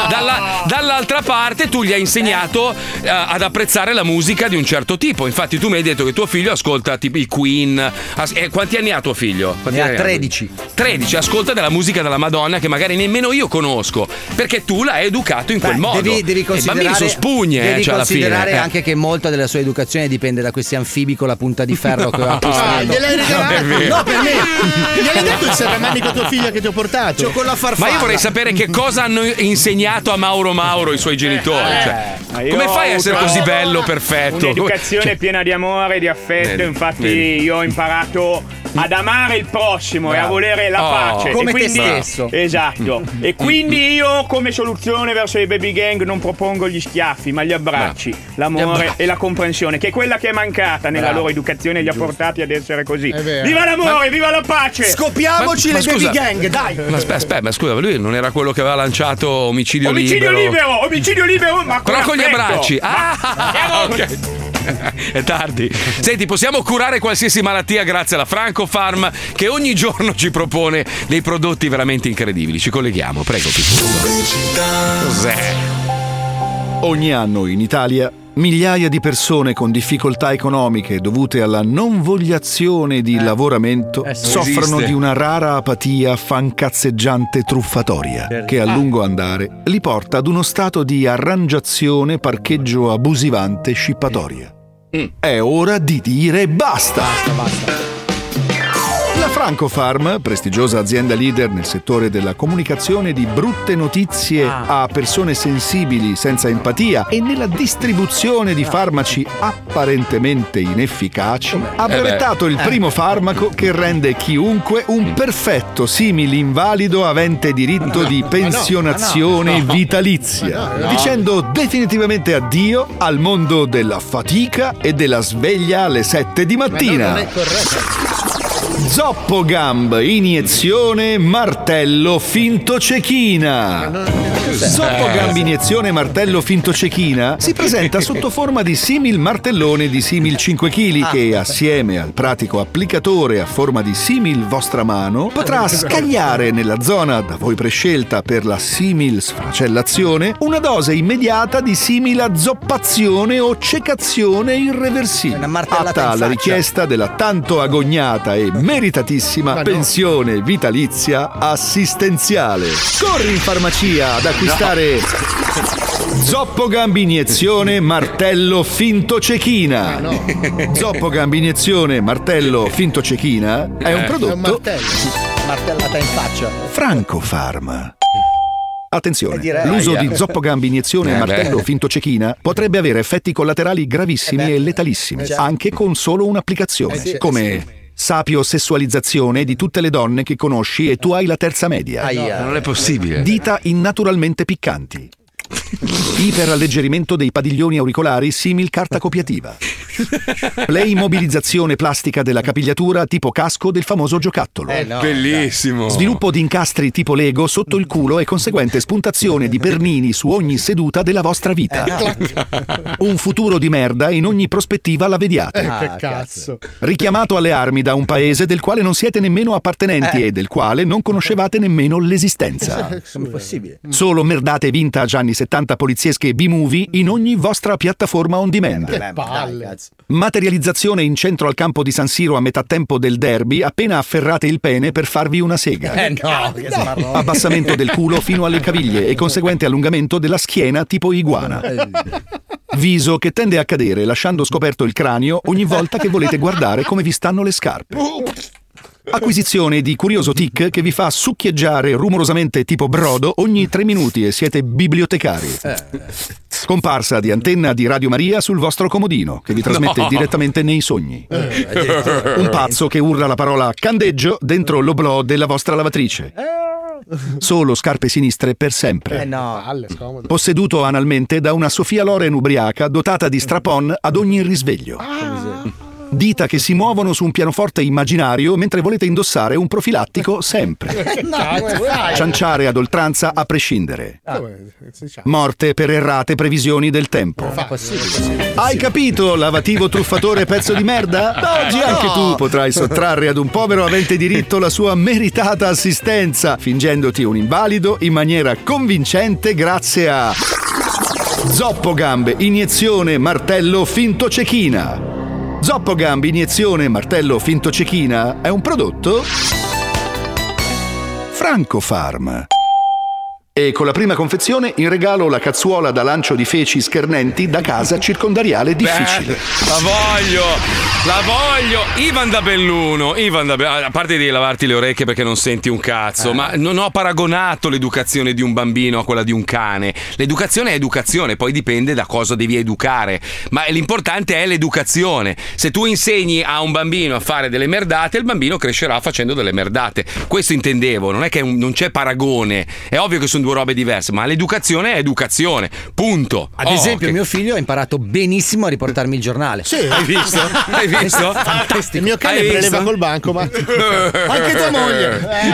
[SPEAKER 2] dalla- dall'altra parte, tu gli hai insegnato eh, ad apprezzare la musica di un certo tipo. Infatti, tu mi hai detto che tuo figlio ascolta tipo i Queen. as- eh, quanti anni ha tuo figlio? Quanti
[SPEAKER 1] Ne ha
[SPEAKER 2] anni
[SPEAKER 1] 13.
[SPEAKER 2] 13, ascolta della musica della Madonna che magari nemmeno io conosco perché tu l'hai educato in quel
[SPEAKER 1] Beh,
[SPEAKER 2] modo. Eh,
[SPEAKER 1] Devi, devi
[SPEAKER 2] I
[SPEAKER 1] considerare,
[SPEAKER 2] bambini sono spugne, eh,
[SPEAKER 1] devi
[SPEAKER 2] cioè, alla fine.
[SPEAKER 1] considerare
[SPEAKER 2] eh.
[SPEAKER 1] anche che molta della sua educazione dipende da questi anfibi con la punta di ferro che aveva
[SPEAKER 2] No.
[SPEAKER 1] apposta.
[SPEAKER 2] [LAUGHS] Ah, gliel'hai regalato?
[SPEAKER 3] No, per me. Gliel'hai detto il serramanico tuo figlio che ti ho portato?
[SPEAKER 13] Cioè,
[SPEAKER 1] Cioè,
[SPEAKER 3] C'ho con la
[SPEAKER 2] Certo. Ma io vorrei sapere che cosa hanno insegnato a Mauro Mauro i suoi genitori.
[SPEAKER 13] eh,
[SPEAKER 2] cioè,
[SPEAKER 13] ma io
[SPEAKER 2] come fai
[SPEAKER 13] ho
[SPEAKER 2] a essere
[SPEAKER 13] avuto
[SPEAKER 2] così bello, perfetto?
[SPEAKER 13] Un'educazione
[SPEAKER 2] Cioè,
[SPEAKER 13] piena di amore, di affetto,
[SPEAKER 2] Vedi,
[SPEAKER 13] infatti
[SPEAKER 2] vedi.
[SPEAKER 13] io ho imparato ad amare il prossimo e a
[SPEAKER 2] Bravo.
[SPEAKER 13] volere la
[SPEAKER 2] Oh,
[SPEAKER 13] pace.
[SPEAKER 2] come
[SPEAKER 13] e
[SPEAKER 2] te
[SPEAKER 13] quindi,
[SPEAKER 2] stesso.
[SPEAKER 13] Esatto. e quindi io come soluzione verso i baby gang non propongo gli schiaffi, ma gli abbracci, l'amore e la comprensione, che è quella che è mancata nella
[SPEAKER 2] Bravo.
[SPEAKER 13] loro educazione e li ha portati ad essere così.
[SPEAKER 2] vero.
[SPEAKER 13] Viva l'amore,
[SPEAKER 2] Ma-
[SPEAKER 13] viva la pace!
[SPEAKER 1] Scopiamoci
[SPEAKER 2] Ma- ma
[SPEAKER 1] le baby
[SPEAKER 2] scusa-
[SPEAKER 1] gang, dai!
[SPEAKER 2] Cioè, Ma aspetta, aspetta, ma scusa, lui non era quello che aveva lanciato omicidio,
[SPEAKER 13] Omicidio libero. omicidio libero, ma
[SPEAKER 2] Però con gli
[SPEAKER 13] affetto.
[SPEAKER 2] abbracci.
[SPEAKER 13] Ma-
[SPEAKER 2] Ah, ok. [LAUGHS] È tardi. Senti, possiamo curare qualsiasi malattia grazie alla Francofarm che ogni giorno ci propone dei prodotti veramente incredibili. Ci colleghiamo, prego. Pippo. Cos'è?
[SPEAKER 14] Ogni anno in Italia migliaia di persone con difficoltà economiche dovute alla non vogliazione di lavoramento
[SPEAKER 15] eh sì.
[SPEAKER 14] soffrono
[SPEAKER 15] Esiste.
[SPEAKER 14] di una rara apatia fancazzeggiante truffatoria che a lungo andare li porta ad uno stato di arrangiazione parcheggio abusivante scippatoria.
[SPEAKER 15] Mm.
[SPEAKER 14] È ora di dire basta! La Francofarm, prestigiosa azienda leader nel settore della comunicazione di brutte notizie
[SPEAKER 15] Ah.
[SPEAKER 14] a persone sensibili senza empatia e nella distribuzione di farmaci apparentemente inefficaci, ha
[SPEAKER 15] Ah. Eh beh.
[SPEAKER 14] brevettato il
[SPEAKER 15] Eh.
[SPEAKER 14] primo farmaco che rende chiunque un perfetto simili invalido avente diritto di pensionazione vitalizia,
[SPEAKER 15] no.
[SPEAKER 14] dicendo definitivamente addio al mondo della fatica e della sveglia alle 7 di mattina.
[SPEAKER 3] non è corretto.
[SPEAKER 14] Zoppo Gamb, iniezione, martello, finto cecchina. Zoppo Gamb, iniezione, martello, finto cecchina si presenta
[SPEAKER 1] [LAUGHS]
[SPEAKER 14] sotto forma di simil martellone di simil 5
[SPEAKER 1] Ah,
[SPEAKER 14] kg che assieme al pratico applicatore a forma di simil vostra mano
[SPEAKER 1] Ah,
[SPEAKER 14] potrà scagliare nella zona da voi prescelta per la simil sfracellazione una dose immediata di simila zoppazione o cecazione irreversibile.
[SPEAKER 1] in
[SPEAKER 14] Atta alla
[SPEAKER 1] faccia.
[SPEAKER 14] richiesta della tanto agognata e meritatissima pensione vitalizia assistenziale. Corri in farmacia ad acquistare Zoppo gambi iniezione, martello finto cecchina. Zoppo gambi iniezione, martello finto cecchina è un
[SPEAKER 3] È un
[SPEAKER 14] prodotto
[SPEAKER 3] martello.
[SPEAKER 1] Martellata in faccia.
[SPEAKER 14] Franco Farm. Attenzione,
[SPEAKER 1] direi.
[SPEAKER 14] l'uso
[SPEAKER 1] Aia.
[SPEAKER 14] di zoppogambi, iniezione
[SPEAKER 1] Eh
[SPEAKER 14] e
[SPEAKER 1] beh.
[SPEAKER 14] martello finto cecchina potrebbe avere effetti collaterali gravissimi e letalissimi,
[SPEAKER 15] Eh già.
[SPEAKER 14] anche con solo un'applicazione,
[SPEAKER 15] Eh sì, eh
[SPEAKER 14] come sapiosessualizzazione di tutte le donne che conosci e tu hai la terza media.
[SPEAKER 2] Non è possibile.
[SPEAKER 14] Dita innaturalmente piccanti. Iperalleggerimento dei padiglioni auricolari simil carta copiativa. Playmobilizzazione plastica della capigliatura tipo casco del famoso giocattolo.
[SPEAKER 2] Eh no, Bellissimo. dai.
[SPEAKER 14] Oh. Sviluppo di incastri tipo Lego sotto il culo e conseguente spuntazione di pernini su ogni seduta della vostra vita.
[SPEAKER 3] Eh,
[SPEAKER 14] Un futuro di merda in ogni prospettiva la vediate.
[SPEAKER 3] Eh, che Ah, cazzo.
[SPEAKER 14] Richiamato alle armi da un paese del quale non siete nemmeno appartenenti
[SPEAKER 3] Eh.
[SPEAKER 14] e del quale non conoscevate nemmeno l'esistenza.
[SPEAKER 1] Come possibile?
[SPEAKER 14] Solo merdate vintage anni 70 poliziesche e B-movie in ogni vostra piattaforma on
[SPEAKER 3] Eh.
[SPEAKER 14] demand.
[SPEAKER 1] Vabbè, ma dai, cazzo.
[SPEAKER 14] Materializzazione in centro al campo di San Siro a metà tempo del derby appena afferrate il pene per farvi una sega.
[SPEAKER 1] Eh no, che smarrone.
[SPEAKER 14] Abbassamento del
[SPEAKER 1] [LAUGHS]
[SPEAKER 14] culo fino alle caviglie e conseguente allungamento della schiena tipo iguana. Viso che tende a cadere lasciando scoperto il cranio ogni volta che volete guardare come vi stanno le scarpe. Acquisizione di curioso tic che vi fa succhieggiare rumorosamente tipo brodo ogni tre minuti e siete bibliotecari. Scomparsa di antenna di Radio Maria sul vostro comodino che vi trasmette
[SPEAKER 15] No.
[SPEAKER 14] direttamente nei sogni.
[SPEAKER 2] [LAUGHS]
[SPEAKER 15] Eh.
[SPEAKER 14] Un pazzo che urla la parola candeggio dentro l'oblò della vostra lavatrice. Solo scarpe sinistre per sempre.
[SPEAKER 1] Eh no.
[SPEAKER 14] Posseduto analmente da una Sofia Loren ubriaca dotata di strapon ad ogni risveglio. Dita che si muovono su un pianoforte immaginario mentre volete indossare un profilattico sempre. Cianciare ad oltranza a prescindere. Morte per errate previsioni del tempo. Hai capito, lavativo truffatore pezzo di merda? Da oggi anche tu potrai sottrarre ad un povero avente diritto la sua meritata assistenza, fingendoti un invalido in maniera convincente grazie a Zoppogambe, iniezione, martello, finto cecchina. Zoppogambe, iniezione, martello, finto cecchina è un prodotto Francofarm. E con la prima confezione in regalo la cazzuola da lancio di feci schernenti da casa circondariale difficile.
[SPEAKER 2] Beh, la voglio, la voglio. Ivan da Belluno, Ivan da Be- a parte di lavarti le orecchie perché non senti un
[SPEAKER 1] Eh.
[SPEAKER 2] cazzo, ma non ho paragonato l'educazione di un bambino a quella di un cane. L'educazione è educazione, poi dipende da cosa devi educare, ma l'importante è l'educazione. Se tu insegni a un bambino a fare delle merdate, il bambino crescerà facendo delle merdate. Questo intendevo, non è che è un- non c'è paragone. È ovvio che sono due robe diverse, ma l'educazione è educazione. Punto.
[SPEAKER 1] Ad
[SPEAKER 2] Oh,
[SPEAKER 1] esempio,
[SPEAKER 2] che-
[SPEAKER 1] mio figlio ha imparato benissimo a riportarmi il giornale.
[SPEAKER 3] Sì.
[SPEAKER 2] Hai visto?
[SPEAKER 1] [LAUGHS]
[SPEAKER 2] Hai visto?
[SPEAKER 1] Fantastico.
[SPEAKER 3] Il mio cane
[SPEAKER 1] Hai
[SPEAKER 3] preleva
[SPEAKER 1] visto?
[SPEAKER 3] col banco, ma.
[SPEAKER 2] [LAUGHS]
[SPEAKER 3] Anche tua moglie.
[SPEAKER 1] Eh.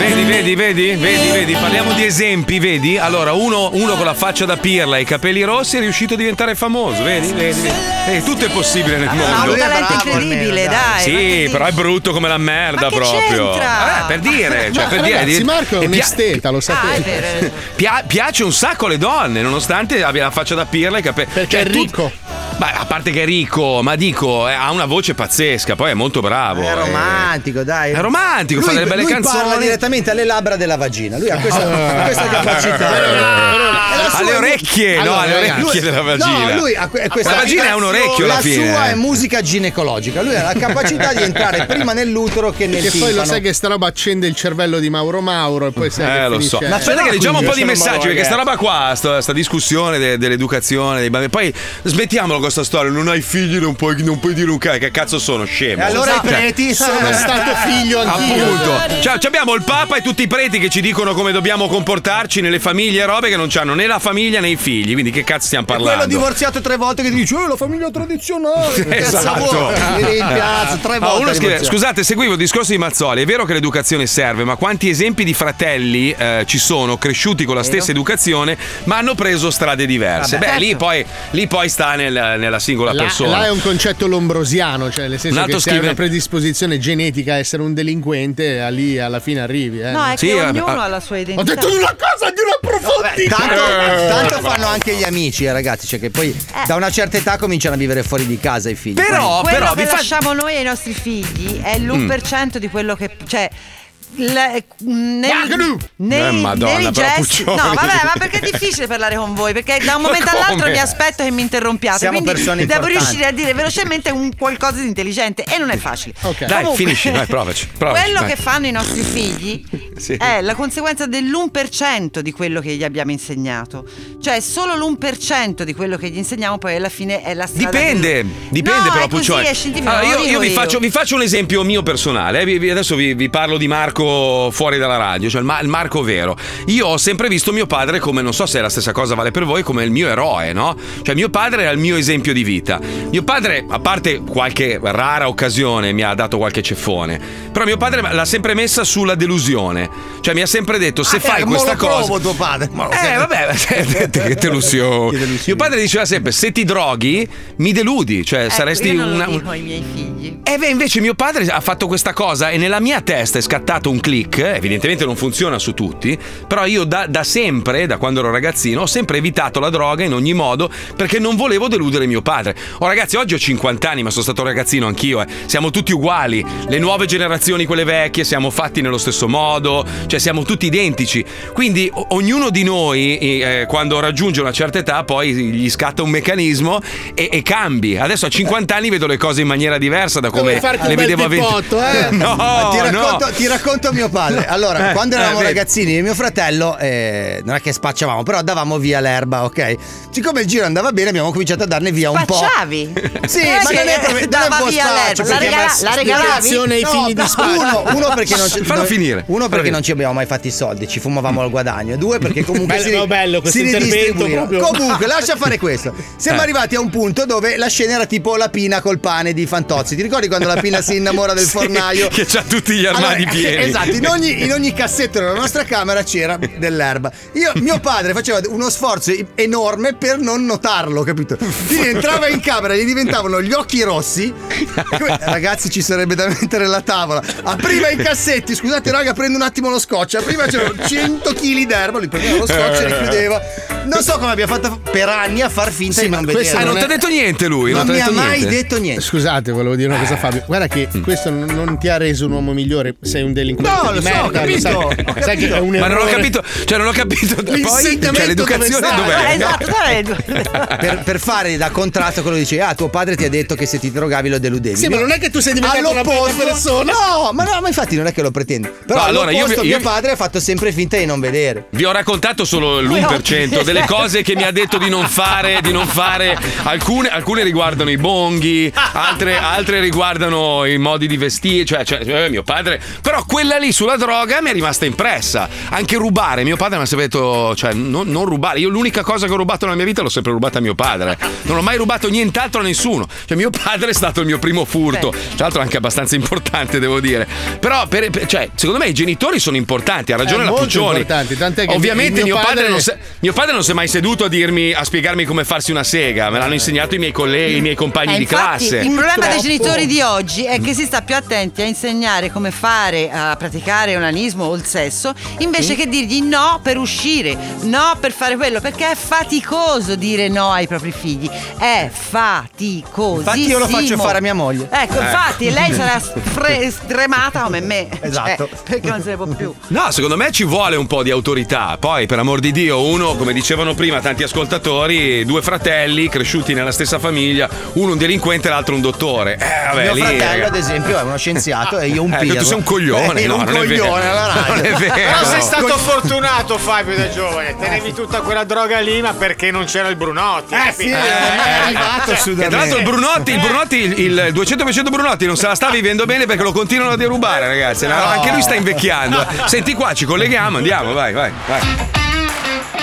[SPEAKER 2] Vedi, vedi, vedi, vedi, vedi, parliamo di esempi, vedi? Allora, uno, uno con la faccia da pirla e i capelli rossi è riuscito a diventare famoso, vedi? vedi, vedi. Eh, tutto è possibile
[SPEAKER 3] Ah,
[SPEAKER 2] nel mondo.
[SPEAKER 6] Ha un talento incredibile, dai.
[SPEAKER 2] Sì, però è brutto come la merda proprio. Eh,
[SPEAKER 6] c'entra?
[SPEAKER 2] per dire, cioè,
[SPEAKER 3] Ma,
[SPEAKER 2] per dire.
[SPEAKER 3] ragazzi,
[SPEAKER 2] di-
[SPEAKER 3] Marco è
[SPEAKER 2] e
[SPEAKER 3] un
[SPEAKER 2] pia-
[SPEAKER 3] esteta, lo
[SPEAKER 6] Ah,
[SPEAKER 3] sapete.
[SPEAKER 2] [LAUGHS] pia- piace un sacco alle donne, nonostante abbia la faccia da pirla e i capelli. Perché
[SPEAKER 3] è ricco.
[SPEAKER 2] Ma a parte che è ricco, ma dico, eh, ha una voce pazzesca, poi è molto bravo.
[SPEAKER 1] È
[SPEAKER 2] eh.
[SPEAKER 1] romantico, dai.
[SPEAKER 2] È romantico,
[SPEAKER 1] lui,
[SPEAKER 2] fa delle belle
[SPEAKER 1] lui parla
[SPEAKER 2] canzoni.
[SPEAKER 1] direttamente alle labbra della vagina. Lui ha questa, ha questa capacità.
[SPEAKER 2] Ah, alle orecchie, no,
[SPEAKER 1] Allora,
[SPEAKER 2] alle
[SPEAKER 1] ragazzi,
[SPEAKER 2] orecchie della vagina.
[SPEAKER 1] No, lui ha que- questa
[SPEAKER 2] la vagina è un orecchio alla
[SPEAKER 1] La
[SPEAKER 2] fine.
[SPEAKER 1] sua è
[SPEAKER 2] eh.
[SPEAKER 1] musica ginecologica. Lui ha la capacità di entrare prima nell'utero che nel
[SPEAKER 3] Che poi lo
[SPEAKER 1] timpano.
[SPEAKER 3] sai che sta roba accende il cervello di Mauro Mauro e poi sai
[SPEAKER 2] Eh,
[SPEAKER 3] che
[SPEAKER 2] lo so.
[SPEAKER 3] finisce-
[SPEAKER 2] Aspetta, che leggiamo un po' di
[SPEAKER 3] Quindi,
[SPEAKER 2] messaggi,
[SPEAKER 3] sono
[SPEAKER 2] perché sta
[SPEAKER 3] Mauro,
[SPEAKER 2] roba qua, sta, sta discussione de- dell'educazione dei bambini. Poi smettiamolo con questa storia: non hai figli, non puoi, non puoi dire un cazzo. Che cazzo sono? Scemo.
[SPEAKER 3] eh. E allora i
[SPEAKER 2] Cioè,
[SPEAKER 3] preti sono stato figlio anch'io.
[SPEAKER 2] Appunto, Cioè, abbiamo il Papa e tutti i preti che ci dicono come dobbiamo comportarci nelle famiglie e robe che non hanno né la famiglia né i figli. Quindi, che cazzo stiamo
[SPEAKER 1] Quello
[SPEAKER 2] parlando?
[SPEAKER 1] divorziato tre volte che ti dice: "Eh, la famiglia [LAUGHS] tradizionale. Che cazzo
[SPEAKER 2] Esatto.
[SPEAKER 1] vuoi? Vieni in piazza tre
[SPEAKER 2] Ah,
[SPEAKER 1] volte.
[SPEAKER 2] uno scrive,
[SPEAKER 1] divorziato.
[SPEAKER 2] scusate, seguivo il discorso di Mazzoli. È vero che l'educazione serve, ma quanti esempi di fratelli eh, ci sono cresciuti con la stessa educazione, ma hanno preso strade diverse?
[SPEAKER 3] Vabbè.
[SPEAKER 2] Beh, lì
[SPEAKER 1] Certo.
[SPEAKER 2] poi, lì poi sta nel- nella singola
[SPEAKER 3] Là,
[SPEAKER 2] persona.
[SPEAKER 3] là è un concetto lombrosiano, cioè nel senso
[SPEAKER 2] Un altro
[SPEAKER 3] che se hai
[SPEAKER 2] scrive-
[SPEAKER 3] una predisposizione genetica a essere un delinquente, a lì alla fine arrivi. Eh.
[SPEAKER 6] No, è
[SPEAKER 3] Sì,
[SPEAKER 6] che
[SPEAKER 3] eh,
[SPEAKER 6] ognuno
[SPEAKER 3] ah,
[SPEAKER 6] ha la sua identità.
[SPEAKER 3] detto una cosa di una profondità.
[SPEAKER 1] Tanto,
[SPEAKER 3] Eh.
[SPEAKER 1] tanto fanno anche gli amici, eh, ragazzi. Cioè, che poi da una certa età cominciano a vivere fuori di casa i figli.
[SPEAKER 6] Quello
[SPEAKER 1] Quindi-
[SPEAKER 6] che lasciamo noi ai nostri figli
[SPEAKER 2] Mm.
[SPEAKER 6] è l'1% di quello che. Cioè, le- nel, nei,
[SPEAKER 2] Eh, Madonna, però,
[SPEAKER 6] nei gesti no
[SPEAKER 2] Puccioni.
[SPEAKER 6] vabbè ma perché è difficile parlare con voi perché da un
[SPEAKER 2] Ma
[SPEAKER 6] momento
[SPEAKER 2] come?
[SPEAKER 6] all'altro mi aspetto che mi interrompiate
[SPEAKER 2] Siamo
[SPEAKER 6] quindi
[SPEAKER 2] persone
[SPEAKER 6] devo
[SPEAKER 2] importanti.
[SPEAKER 6] riuscire a dire velocemente un qualcosa di intelligente e non è facile
[SPEAKER 2] Dai,
[SPEAKER 6] Comunque,
[SPEAKER 2] finisci, vai, provaci. provaci,
[SPEAKER 6] quello
[SPEAKER 2] vai.
[SPEAKER 6] che fanno i nostri figli
[SPEAKER 2] Sì.
[SPEAKER 6] è la conseguenza dell'1% di quello che gli abbiamo insegnato. Cioè, solo l'1% di quello che gli insegniamo, poi alla fine è la strada.
[SPEAKER 2] Dipende,
[SPEAKER 6] che-
[SPEAKER 2] dipende
[SPEAKER 6] No,
[SPEAKER 2] però,
[SPEAKER 6] è così,
[SPEAKER 2] Puccioni.
[SPEAKER 6] è scientifico,
[SPEAKER 2] Allora,
[SPEAKER 6] non
[SPEAKER 2] io,
[SPEAKER 6] lo
[SPEAKER 2] io
[SPEAKER 6] dico
[SPEAKER 2] vi, faccio, vi faccio un esempio mio personale. eh. Vi- vi- Adesso vi, vi parlo di Marco Marco fuori dalla radio, cioè il, Ma- il Marco vero. Io ho sempre visto mio padre come, non so se la stessa cosa vale per voi, come il mio eroe, no? Cioè mio padre era il mio esempio di vita. Mio padre, a parte qualche rara occasione, mi ha dato qualche ceffone, però mio padre l'ha sempre messa sulla delusione. Cioè mi ha sempre detto,
[SPEAKER 6] Ah,
[SPEAKER 2] se
[SPEAKER 1] Eh,
[SPEAKER 2] fai questa cosa...
[SPEAKER 1] tuo padre. ma lo
[SPEAKER 2] Eh,
[SPEAKER 1] provo.
[SPEAKER 2] vabbè, [LAUGHS] che delusione. Mio padre diceva sempre: se ti droghi, mi deludi. Cioè, saresti
[SPEAKER 6] Ecco, io non
[SPEAKER 2] una.
[SPEAKER 6] lo dico ai miei figli.
[SPEAKER 2] E beh, invece mio padre ha fatto questa cosa e nella mia testa è scattato un click, evidentemente non funziona su tutti, però io da, da sempre, da quando ero ragazzino, ho sempre evitato la droga in ogni modo perché non volevo deludere mio padre. Oh ragazzi, oggi ho 50 anni, ma sono stato ragazzino anch'io, eh. siamo tutti uguali, le nuove generazioni, quelle vecchie, siamo fatti nello stesso modo, cioè siamo tutti identici. Quindi o- ognuno di noi, eh, quando raggiunge una certa età, poi gli scatta un meccanismo e, e cambi. Adesso a 50 anni vedo le cose in maniera diversa da come
[SPEAKER 1] Devo farti un
[SPEAKER 2] le
[SPEAKER 1] bel
[SPEAKER 2] vedevo a 20
[SPEAKER 1] pippotto, [LAUGHS] eh?
[SPEAKER 2] [LAUGHS] No,
[SPEAKER 1] Ma ti, racconto,
[SPEAKER 2] no.
[SPEAKER 1] ti racconto mio padre.
[SPEAKER 2] No.
[SPEAKER 1] Allora,
[SPEAKER 2] Eh,
[SPEAKER 1] quando eravamo
[SPEAKER 2] eh, vedi.
[SPEAKER 1] ragazzini, io e mio fratello, eh, non è che spacciavamo, però davamo via l'erba, ok? Siccome il giro andava bene, abbiamo cominciato a darne via un po'.
[SPEAKER 6] Spacciavi?
[SPEAKER 1] Sì,
[SPEAKER 6] Eh,
[SPEAKER 1] ma
[SPEAKER 6] sì,
[SPEAKER 1] non è
[SPEAKER 6] eh,
[SPEAKER 1] proprio non è
[SPEAKER 6] dava
[SPEAKER 1] un po'
[SPEAKER 6] via
[SPEAKER 1] spaccio,
[SPEAKER 6] l'erba. La
[SPEAKER 1] perché
[SPEAKER 6] regala-
[SPEAKER 1] ma-
[SPEAKER 6] la regalavi?
[SPEAKER 1] spiegazione ai
[SPEAKER 6] No,
[SPEAKER 1] figli di
[SPEAKER 6] no.
[SPEAKER 1] spaccio. uno, uno perché non
[SPEAKER 2] Fallo
[SPEAKER 1] noi-
[SPEAKER 2] finire.
[SPEAKER 1] Uno
[SPEAKER 2] Fallo
[SPEAKER 1] perché
[SPEAKER 2] finire.
[SPEAKER 1] non ci abbiamo mai fatti i soldi, ci fumavamo al guadagno. Due perché comunque
[SPEAKER 3] Bello,
[SPEAKER 1] si,
[SPEAKER 3] no, bello questo
[SPEAKER 1] si
[SPEAKER 3] intervento
[SPEAKER 1] ridistribuivano.
[SPEAKER 3] proprio.
[SPEAKER 1] Comunque, lascia fare questo. Siamo
[SPEAKER 3] Eh.
[SPEAKER 1] arrivati a un punto dove la scena era tipo la pina col pane di Fantozzi. Ti ricordi quando la pina si innamora
[SPEAKER 2] [LAUGHS]
[SPEAKER 1] del
[SPEAKER 2] Sì,
[SPEAKER 1] fornaio?
[SPEAKER 2] Che c'ha tutti gli armadi
[SPEAKER 1] Allora,
[SPEAKER 2] pieni.
[SPEAKER 1] [LAUGHS] Esatto, in ogni, in ogni cassetto della nostra camera c'era dell'erba. Io, mio padre faceva uno sforzo enorme per non notarlo, capito? Quindi entrava in camera, gli diventavano gli occhi rossi. Come- Ragazzi, ci sarebbe da mettere la tavola. Apriva i cassetti, scusate, raga, prendo un attimo lo scotch. Prima c'erano 100 kg d'erba, lui prendeva lo scotch e li chiudeva. Non so come abbia fatto per anni a far finta di non vedere.
[SPEAKER 2] Ah, non ti ha detto niente lui.
[SPEAKER 1] Non
[SPEAKER 2] t'ha
[SPEAKER 1] mi ha
[SPEAKER 2] detto
[SPEAKER 1] mai
[SPEAKER 2] niente. Eh. Mm.
[SPEAKER 1] detto niente.
[SPEAKER 3] Scusate, volevo dire una cosa, Fabio. Guarda che questo non- non ti ha reso un uomo migliore. Sei un delinquente.
[SPEAKER 2] No,
[SPEAKER 3] di
[SPEAKER 2] lo so,
[SPEAKER 3] merda,
[SPEAKER 2] ho capito,
[SPEAKER 3] sai-
[SPEAKER 2] ho
[SPEAKER 3] sai
[SPEAKER 2] capito.
[SPEAKER 3] che è un
[SPEAKER 2] Ma non ho
[SPEAKER 3] errore.
[SPEAKER 2] capito, cioè non ho capito poi
[SPEAKER 1] L'insegnamento
[SPEAKER 2] cioè,
[SPEAKER 1] dove
[SPEAKER 2] l'educazione
[SPEAKER 1] sta?
[SPEAKER 2] dov'è?
[SPEAKER 1] Eh, esatto, [LAUGHS] per, per fare da contratto quello che dice ah tuo padre ti ha detto che se ti drogavi lo deludevi
[SPEAKER 3] Sì, ma non è che tu sei diventato una
[SPEAKER 1] All'opposto-
[SPEAKER 3] bella persona.
[SPEAKER 1] no ma no ma infatti non è che lo pretendo però
[SPEAKER 2] No, allora, io
[SPEAKER 1] all'opposto
[SPEAKER 2] vi- io
[SPEAKER 1] mio
[SPEAKER 2] vi-
[SPEAKER 1] padre ha fatto sempre finta di non vedere
[SPEAKER 2] Vi ho raccontato solo l'1% delle cose che mi ha detto di non fare, di non fare. Alcune, alcune riguardano i bonghi, altre, altre riguardano i modi di vestire, cioè, cioè, eh, mio padre. Però quella lì sulla droga mi è rimasta impressa. Anche rubare, mio padre mi ha sempre detto, cioè, non, non rubare. Io l'unica cosa che ho rubato nella mia vita l'ho sempre rubata a mio padre. Non ho mai rubato nient'altro a nessuno. Cioè, mio padre è stato il mio primo furto. Tra l'altro anche abbastanza importante, devo dire. Però, per- per- cioè, secondo me i genitori sono importanti, ha ragione la
[SPEAKER 3] È Eh, molto
[SPEAKER 2] Puccioni.
[SPEAKER 3] importante, tant'è che
[SPEAKER 2] Ovviamente
[SPEAKER 3] il mio
[SPEAKER 2] mio, padre...
[SPEAKER 3] padre-
[SPEAKER 2] non si- mio padre non si è mai seduto a dirmi, a spiegarmi come farsi una sega, me l'hanno insegnato i miei colleghi, i miei compagni
[SPEAKER 6] Eh,
[SPEAKER 2] di
[SPEAKER 6] infatti,
[SPEAKER 2] classe.
[SPEAKER 6] Il problema dei genitori di oggi è che si sta più attenti a insegnare come fare a praticare onanismo o il sesso invece che dirgli no per uscire, no per fare quello, perché è faticoso dire no ai propri figli. È faticoso.
[SPEAKER 1] Infatti io lo faccio fare a mia moglie.
[SPEAKER 6] Ecco,
[SPEAKER 2] Eh.
[SPEAKER 6] infatti lei sarà stre- stremata come me.
[SPEAKER 1] [LAUGHS] Esatto.
[SPEAKER 6] Cioè, perché non se ne può più.
[SPEAKER 2] No, secondo me ci vuole un po' di autorità. Poi, per amor di Dio, uno, come dicevano prima tanti ascoltatori, due fratelli cresciuti nella stessa famiglia, uno un delinquente e l'altro un dottore. Eh, vabbè,
[SPEAKER 1] mio
[SPEAKER 2] lì,
[SPEAKER 1] fratello
[SPEAKER 2] raga.
[SPEAKER 1] ad esempio è uno scienziato e io un
[SPEAKER 2] Eh,
[SPEAKER 1] pirro
[SPEAKER 2] tu sei un coglione,
[SPEAKER 1] Eh,
[SPEAKER 2] no,
[SPEAKER 1] un
[SPEAKER 2] non è vero.
[SPEAKER 1] coglione alla radio
[SPEAKER 2] Non è vero. Eh.
[SPEAKER 15] Però sei
[SPEAKER 2] no.
[SPEAKER 15] stato fortunato Fabio da giovane, tenevi tutta quella droga lì, ma perché non c'era il Brunotti? capito?
[SPEAKER 2] Eh,
[SPEAKER 15] Eh,
[SPEAKER 2] eh,
[SPEAKER 15] cioè,
[SPEAKER 2] e tra l'altro il Brunotti,
[SPEAKER 3] Eh.
[SPEAKER 2] il Brunotti, il, il 200% Brunotti non se la sta vivendo bene perché lo continuano a derubare, ragazzi. No, Anche lui sta
[SPEAKER 3] [LAUGHS]
[SPEAKER 2] invecchiando. Senti qua, ci colleghiamo, andiamo, vai, vai, vai.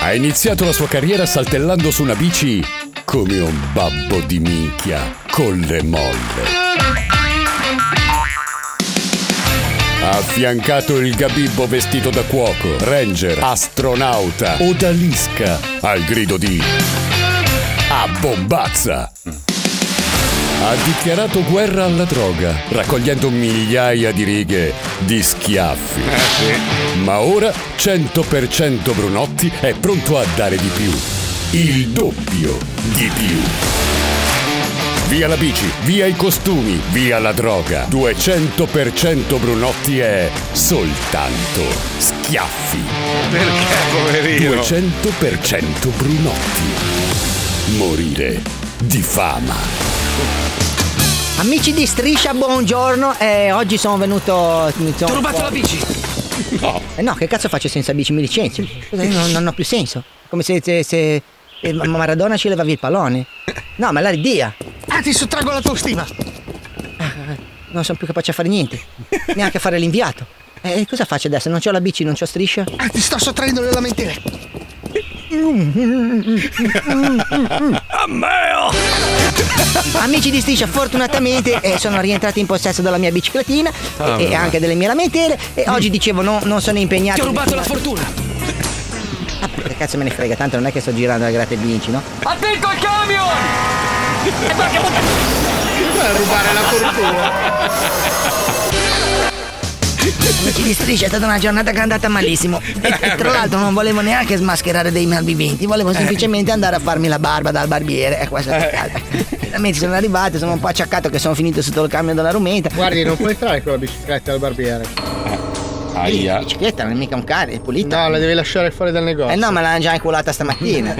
[SPEAKER 16] Ha iniziato la sua carriera saltellando su una bici come un babbo di minchia con le molle. Ha affiancato il gabibbo vestito da cuoco, ranger, astronauta, odalisca, al grido di A bombazza! Ha dichiarato guerra alla droga, raccogliendo migliaia di righe di schiaffi. Ma ora 100% Brunotti è pronto a dare di più. Il doppio di più. Via la bici, via i costumi, via la droga. 200% Brunotti è soltanto schiaffi.
[SPEAKER 2] Perché, poverino?
[SPEAKER 16] 200% Brunotti. Morire di fama.
[SPEAKER 17] Amici di Striscia, buongiorno. Eh, oggi sono venuto. Ti
[SPEAKER 2] ho rubato la bici. No.
[SPEAKER 17] Eh no, che cazzo faccio senza bici? Mi licenzio. Cosa, io Non, non ho più senso. Come se, se, se- eh, Ma- Maradona ci levavi il pallone. No, ma la ridia. Ah,
[SPEAKER 4] Ah, ti sottraggo la tua stima.
[SPEAKER 17] Non sono più capace a fare niente. Neanche a fare l'inviato.
[SPEAKER 11] E cosa faccio adesso? Non c'ho la bici, non c'ho striscia?
[SPEAKER 17] Eh, ti sto sottraendo le lamentele. Mm.
[SPEAKER 2] Mm.
[SPEAKER 11] Amici di Striscia, fortunatamente eh, sono rientrati in possesso della mia bicicletina e-
[SPEAKER 5] Ah,
[SPEAKER 11] e,
[SPEAKER 5] vabbè.
[SPEAKER 11] anche delle mie lamentele e oggi dicevo no- non sono impegnato.
[SPEAKER 5] Ti ho rubato la fortuna.
[SPEAKER 11] Ah, che cazzo me ne frega, tanto non è che sto girando a gratta e vinci, no?
[SPEAKER 5] Attento al camion! E perché
[SPEAKER 3] a rubare la
[SPEAKER 5] fortuna?
[SPEAKER 11] Amici di Striscia, è stata una giornata che è andata malissimo. E, e tra l'altro non volevo neanche smascherare dei malviventi,
[SPEAKER 5] Eh.
[SPEAKER 11] volevo semplicemente andare a farmi la barba dal barbiere. E questa è stata Finalmente sono arrivato, sono un po' acciaccato che sono finito sotto il camion della rumenta.
[SPEAKER 3] Guardi, non puoi entrare con la bicicletta al barbiere.
[SPEAKER 11] Eh, La bicicletta non è mica un carro, è pulita.
[SPEAKER 3] No, la devi lasciare fuori dal negozio.
[SPEAKER 11] Eh no, me l'hanno già inculata stamattina.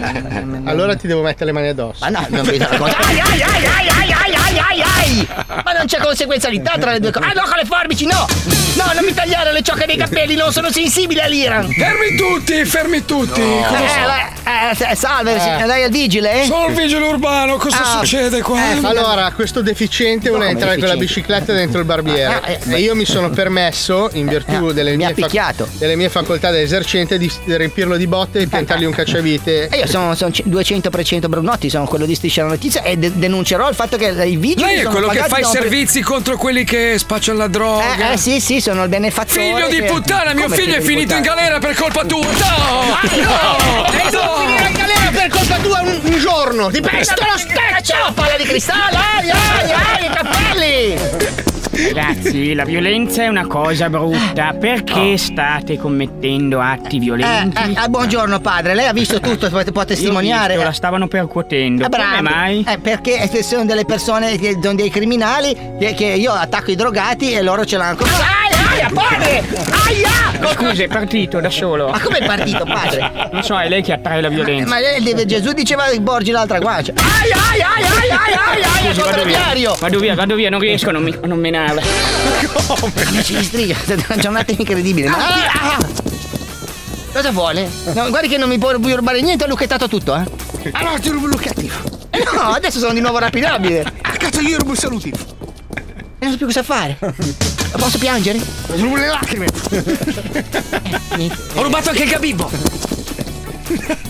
[SPEAKER 3] [LAUGHS] Allora ti devo mettere le mani addosso.
[SPEAKER 11] Ma no, non mi dà la cosa. Ai, ai, ai, ai, ai, ai, ai, ai, ai! Ma non c'è conseguenzialità tra le due cose. Ah no, con le forbici, no! No, non mi tagliare le ciocche dei capelli, non sono sensibile all'Iran!
[SPEAKER 2] Fermi tutti, fermi tutti!
[SPEAKER 11] Eh,
[SPEAKER 2] Cosa so?
[SPEAKER 11] eh, eh, salve,
[SPEAKER 3] Eh.
[SPEAKER 11] signor- lei è il vigile? eh?
[SPEAKER 3] Sono il vigile
[SPEAKER 2] urbano,
[SPEAKER 3] cosa
[SPEAKER 5] Ah,
[SPEAKER 3] succede
[SPEAKER 11] eh, fa-
[SPEAKER 3] allora, questo deficiente
[SPEAKER 11] No,
[SPEAKER 3] voleva
[SPEAKER 11] ma
[SPEAKER 3] entrare con la
[SPEAKER 11] deficiente.
[SPEAKER 3] bicicletta dentro il barbiere.
[SPEAKER 11] Ah, eh,
[SPEAKER 3] e io mi sono permesso, in virtù delle, mie fac- delle mie facoltà da esercente, di di riempirlo di botte e piantargli un cacciavite.
[SPEAKER 11] E Eh, io sono, sono c- 200% Brunotti, sono quello di Striscia la Notizia e de- denuncerò il fatto che i vigili
[SPEAKER 2] Lei è
[SPEAKER 11] sono
[SPEAKER 2] quello che
[SPEAKER 11] pagati
[SPEAKER 2] fa i
[SPEAKER 11] da un pre-
[SPEAKER 2] servizi contro quelli che spacciano la droga.
[SPEAKER 11] Eh, eh, sì, sì, sono il benefattore.
[SPEAKER 2] Figlio di
[SPEAKER 11] che-
[SPEAKER 2] puttana, mio
[SPEAKER 11] Come
[SPEAKER 2] figlio è
[SPEAKER 11] di
[SPEAKER 2] finito in
[SPEAKER 11] puttana?
[SPEAKER 2] galera per colpa tua. No!
[SPEAKER 11] E tu finirai in galera per colpa tua un, un giorno! Ti pesto lo steccio! Palla di cristallo! Ai, ai, ai, i capelli! [LAUGHS]
[SPEAKER 18] Ragazzi, la violenza è una cosa
[SPEAKER 11] Ah.
[SPEAKER 18] brutta. Perché state commettendo atti violenti?
[SPEAKER 11] Oh. Eh, eh, ah, buongiorno padre, lei ha visto tutto, può, può testimoniare.
[SPEAKER 18] Io ho visto, la stavano percuotendo.
[SPEAKER 11] Eh, bravi.
[SPEAKER 18] Come mai?
[SPEAKER 11] Eh, perché sono delle persone che sono dei criminali che, che io attacco i drogati e loro ce l'hanno ancora. Ai, ai, padre!
[SPEAKER 13] Ah,
[SPEAKER 11] Aia!
[SPEAKER 18] Scusi, è partito da solo.
[SPEAKER 11] Ma com'è partito, padre?
[SPEAKER 18] Non so, è lei che attrae
[SPEAKER 15] Eh,
[SPEAKER 18] la violenza.
[SPEAKER 11] Ma lei deve- Gesù diceva borgi l'altra guancia. Ai, ai, ai, ai, ai, ai, ai, al
[SPEAKER 18] Scusi, vado
[SPEAKER 11] contrario!
[SPEAKER 18] via. Vado via, vado via, non riesco a non, mi- a non menarla.
[SPEAKER 11] Amici di striscia, è stata una giornata incredibile. Ma- Ah, ah. Cosa vuole? No, guardi che non mi può più rubare niente, ho lucchettato tutto, eh. Allora ti rubo il lucchettivo. No, adesso sono di nuovo rapinabile. Ah, cazzo, io rubo il salutivo. E non so più cosa fare. Posso piangere? Eh, Rubo le lacrime.
[SPEAKER 5] Ho rubato anche il gabibbo!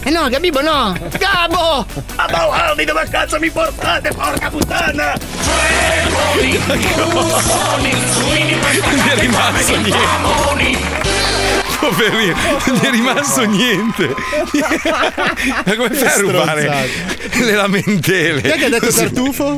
[SPEAKER 11] Eh no, Gabibo no! Gabo!
[SPEAKER 19] Ma Bauhaus, dove cazzo mi portate, porca puttana? Fremoni, buffoni, suini,
[SPEAKER 2] Non è rimasto niente. Poverino, non gli è rimasto niente. Ma come fai a rubare le lamentele?
[SPEAKER 3] Chi è che ha detto
[SPEAKER 2] Così.
[SPEAKER 3] tartufo?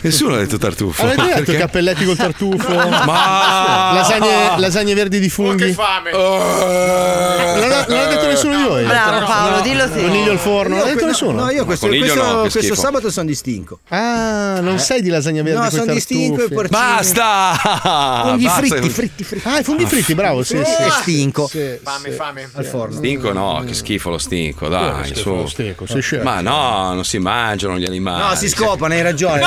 [SPEAKER 2] Nessuno ha detto tartufo.
[SPEAKER 3] Avete detto
[SPEAKER 2] Perché?
[SPEAKER 3] cappelletti col tartufo?
[SPEAKER 2] [LAUGHS] Ma-
[SPEAKER 3] Lasagne, lasagne verdi di funghi? Oh, che
[SPEAKER 10] Eh.
[SPEAKER 3] fame! Non l'ha non l'ha detto nessuno di voi?
[SPEAKER 20] Bravo,
[SPEAKER 3] No.
[SPEAKER 20] Paolo, dillo te.
[SPEAKER 3] Coniglio al forno? Non l'ha detto
[SPEAKER 20] no,
[SPEAKER 3] nessuno?
[SPEAKER 20] no, io questo,
[SPEAKER 2] coniglio
[SPEAKER 20] questo-
[SPEAKER 2] no, che
[SPEAKER 20] questo
[SPEAKER 2] schifo.
[SPEAKER 20] sabato sono distinto.
[SPEAKER 3] Ah, non
[SPEAKER 20] Eh.
[SPEAKER 3] sei di lasagna verde
[SPEAKER 20] No,
[SPEAKER 3] con i
[SPEAKER 20] sono distinto e
[SPEAKER 3] tartufi.
[SPEAKER 20] porcini.
[SPEAKER 2] Basta!
[SPEAKER 3] Funghi
[SPEAKER 2] Basta.
[SPEAKER 3] fritti, fritti, fritti. Ah, i funghi fritti, bravo, sì, sì.
[SPEAKER 20] Che stinco.
[SPEAKER 21] Fame, fame.
[SPEAKER 20] Al forno.
[SPEAKER 2] Stinco no, che schifo lo stinco, dai.
[SPEAKER 3] schifo
[SPEAKER 2] su.
[SPEAKER 3] lo stinco, sei scemo.
[SPEAKER 2] Ma no, non si mangiano gli animali.
[SPEAKER 20] No, si scopano, hai ragione.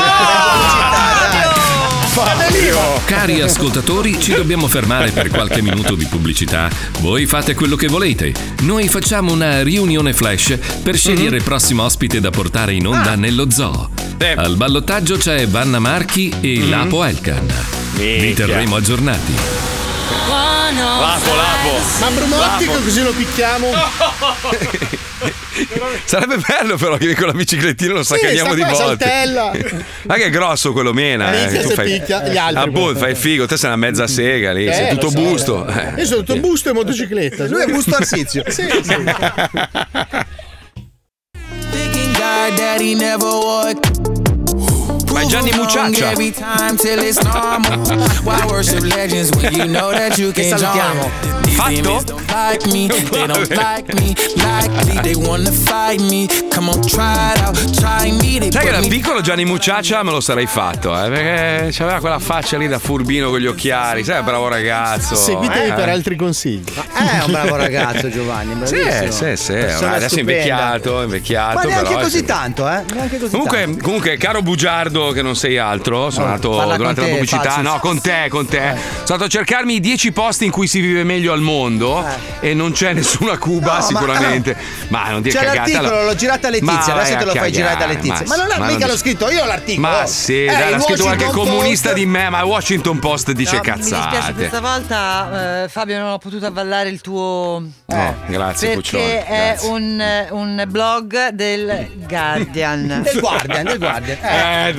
[SPEAKER 6] Cari ascoltatori, ci dobbiamo fermare per qualche minuto di pubblicità. Voi fate quello che volete. Noi facciamo una riunione flash
[SPEAKER 3] Mhm.
[SPEAKER 6] per scegliere il prossimo ospite da portare in
[SPEAKER 3] Ah.
[SPEAKER 6] onda nello zoo. Al ballottaggio c'è Vanna Marchi e
[SPEAKER 3] Mhm.
[SPEAKER 6] Lapo Elkan. Vi terremo aggiornati.
[SPEAKER 2] Lapo, lapo.
[SPEAKER 3] Ma Brunotti
[SPEAKER 2] Bravo.
[SPEAKER 3] così lo picchiamo.
[SPEAKER 2] Sarebbe bello però che con la biciclettina lo saccagliamo
[SPEAKER 3] sta
[SPEAKER 2] di
[SPEAKER 3] qua, saltella.
[SPEAKER 2] volte. [LAUGHS] Ma che è grosso quello mena.
[SPEAKER 3] Minchia,
[SPEAKER 2] Eh, tu
[SPEAKER 3] se
[SPEAKER 2] fai...
[SPEAKER 3] picchia gli altri.
[SPEAKER 2] Ah, boh, fai figo, te sei una mezza sega lì,
[SPEAKER 3] Eh,
[SPEAKER 2] sei
[SPEAKER 3] lo
[SPEAKER 2] tutto
[SPEAKER 3] so.
[SPEAKER 2] busto. Eh.
[SPEAKER 3] Io sono tutto busto e motocicletta.
[SPEAKER 20] Lui è busto arsizio.
[SPEAKER 3] sì,
[SPEAKER 20] [LAUGHS]
[SPEAKER 3] sì.
[SPEAKER 5] God that he never would.
[SPEAKER 2] Ma Gianni Mucciaccia.
[SPEAKER 5] Every time till it's normal. Why worship legends when you know that you
[SPEAKER 2] Che
[SPEAKER 5] can
[SPEAKER 2] salutiamo.
[SPEAKER 5] jump? These demons don't like me, they
[SPEAKER 2] [LAUGHS]
[SPEAKER 5] don't like me, likely they wanna fight me. Come on, try it out, try me. They
[SPEAKER 2] Sai che
[SPEAKER 5] put
[SPEAKER 2] da
[SPEAKER 5] me
[SPEAKER 2] piccolo Gianni Mucciaccia me lo sarei fatto, eh, perché c'aveva quella faccia lì da furbino con gli occhiali, sai, bravo ragazzo.
[SPEAKER 3] Seguitemi
[SPEAKER 2] eh.
[SPEAKER 3] per altri consigli.
[SPEAKER 20] Eh, è
[SPEAKER 2] [LAUGHS]
[SPEAKER 3] [LAUGHS]
[SPEAKER 20] un bravo ragazzo Giovanni,
[SPEAKER 2] Sì,
[SPEAKER 20] bravissimo.
[SPEAKER 2] sì, sì, ormai
[SPEAKER 20] Persona
[SPEAKER 2] adesso è
[SPEAKER 20] stupenda.
[SPEAKER 2] invecchiato, è invecchiato.
[SPEAKER 20] Ma neanche
[SPEAKER 2] però,
[SPEAKER 20] così
[SPEAKER 2] sì.
[SPEAKER 20] tanto, eh? Neanche così
[SPEAKER 2] Comunque, comunque, caro bugiardo che non sei altro, sono andato
[SPEAKER 5] parla con
[SPEAKER 2] durante la
[SPEAKER 5] te,
[SPEAKER 2] pubblicità,
[SPEAKER 5] facile.
[SPEAKER 2] no, con te, con te.
[SPEAKER 1] Eh.
[SPEAKER 2] Sono andato a cercarmi i 10 posti in cui si vive meglio al mondo e non c'è nessuna Cuba
[SPEAKER 1] Eh. No, ma-
[SPEAKER 2] sicuramente. Ma, non dire
[SPEAKER 1] C'è
[SPEAKER 2] cagata.
[SPEAKER 1] l'articolo, l'ho girato a Letizia,
[SPEAKER 2] Ma
[SPEAKER 1] adesso
[SPEAKER 2] vai
[SPEAKER 1] te lo
[SPEAKER 2] a
[SPEAKER 1] fai girare da
[SPEAKER 2] cagare,
[SPEAKER 1] Letizia. Ma non è- mica l'ho scritto io l'articolo.
[SPEAKER 2] Ma sì,
[SPEAKER 1] Eh,
[SPEAKER 2] dai, l'ha
[SPEAKER 1] il
[SPEAKER 2] scritto anche
[SPEAKER 1] Washington
[SPEAKER 2] comunista di me, ma Washington Post dice
[SPEAKER 6] No, Mi dispiace
[SPEAKER 2] cazzate.
[SPEAKER 6] questa volta, eh, Fabio, non ho potuto avvallare il tuo.
[SPEAKER 2] No, Eh, grazie Puccioni.
[SPEAKER 6] Perché
[SPEAKER 1] eh,
[SPEAKER 6] è
[SPEAKER 2] grazie.
[SPEAKER 6] un, un blog del [LAUGHS] Guardian.
[SPEAKER 2] Del Guardian, del Guardian. Eh,
[SPEAKER 6] Eh, ho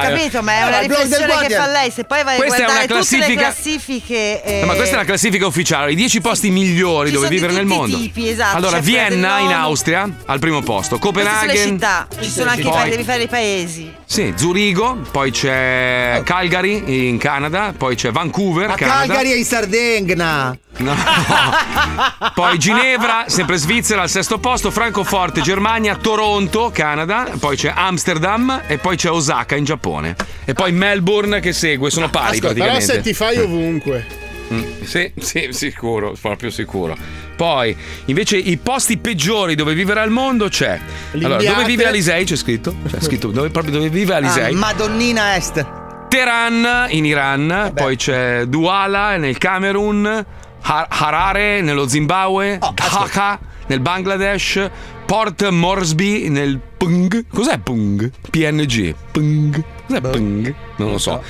[SPEAKER 2] dai.
[SPEAKER 6] capito, ma è
[SPEAKER 2] Eh,
[SPEAKER 6] una
[SPEAKER 2] ma il blog del
[SPEAKER 6] riflessione che
[SPEAKER 2] Guardian.
[SPEAKER 6] fa lei. Se poi vai
[SPEAKER 2] Questa è
[SPEAKER 6] a guardare
[SPEAKER 2] una
[SPEAKER 6] tutte le
[SPEAKER 2] classifica-
[SPEAKER 6] classifiche. eh,
[SPEAKER 2] No, ma questa è la classifica ufficiale, i 10 posti migliori
[SPEAKER 6] Ci
[SPEAKER 2] dove
[SPEAKER 6] sono di
[SPEAKER 2] vivere nel
[SPEAKER 6] tutti i
[SPEAKER 2] mondo.
[SPEAKER 6] tipi, esatto,
[SPEAKER 2] allora,
[SPEAKER 6] c'è quella
[SPEAKER 2] Vienna in
[SPEAKER 6] dell'ONU.
[SPEAKER 2] Austria al primo posto,
[SPEAKER 6] queste sono
[SPEAKER 2] Copenaghen.
[SPEAKER 6] le città, ci sono anche i
[SPEAKER 2] Poi-
[SPEAKER 6] pa- devi fare i paesi.
[SPEAKER 2] Sì, Zurigo, poi
[SPEAKER 6] Oh.
[SPEAKER 2] c'è Calgary in Canada, poi c'è Vancouver,
[SPEAKER 1] A
[SPEAKER 2] Canada.
[SPEAKER 1] Calgary e
[SPEAKER 2] [LAUGHS]
[SPEAKER 1] in Sardegna.
[SPEAKER 3] [LAUGHS]
[SPEAKER 2] No. Poi Ginevra, sempre Svizzera al sesto posto, Francoforte, Germania, Toronto, Canada, poi c'è Amsterdam e poi c'è Osaka in Giappone. E poi Melbourne che segue, sono pari
[SPEAKER 3] Ascolta, però
[SPEAKER 2] praticamente.
[SPEAKER 3] se ti fai ovunque.
[SPEAKER 2] Mm, Sì, sì, sicuro, proprio sicuro. Poi, invece, i posti peggiori dove vivere al mondo c'è. Allora, dove
[SPEAKER 1] L'Indiate.
[SPEAKER 2] vive Alisei? C'è scritto? C'è scritto dove, proprio dove vive Alisei.
[SPEAKER 1] Ah, Madonnina Est.
[SPEAKER 2] Teheran in Iran, poi c'è Douala nel Camerun, Har- Harare nello Zimbabwe, Dhaka nel Bangladesh, Port Moresby nel Pung. Cos'è Pung? PNG. Pung. Cos'è Pung? Non lo so.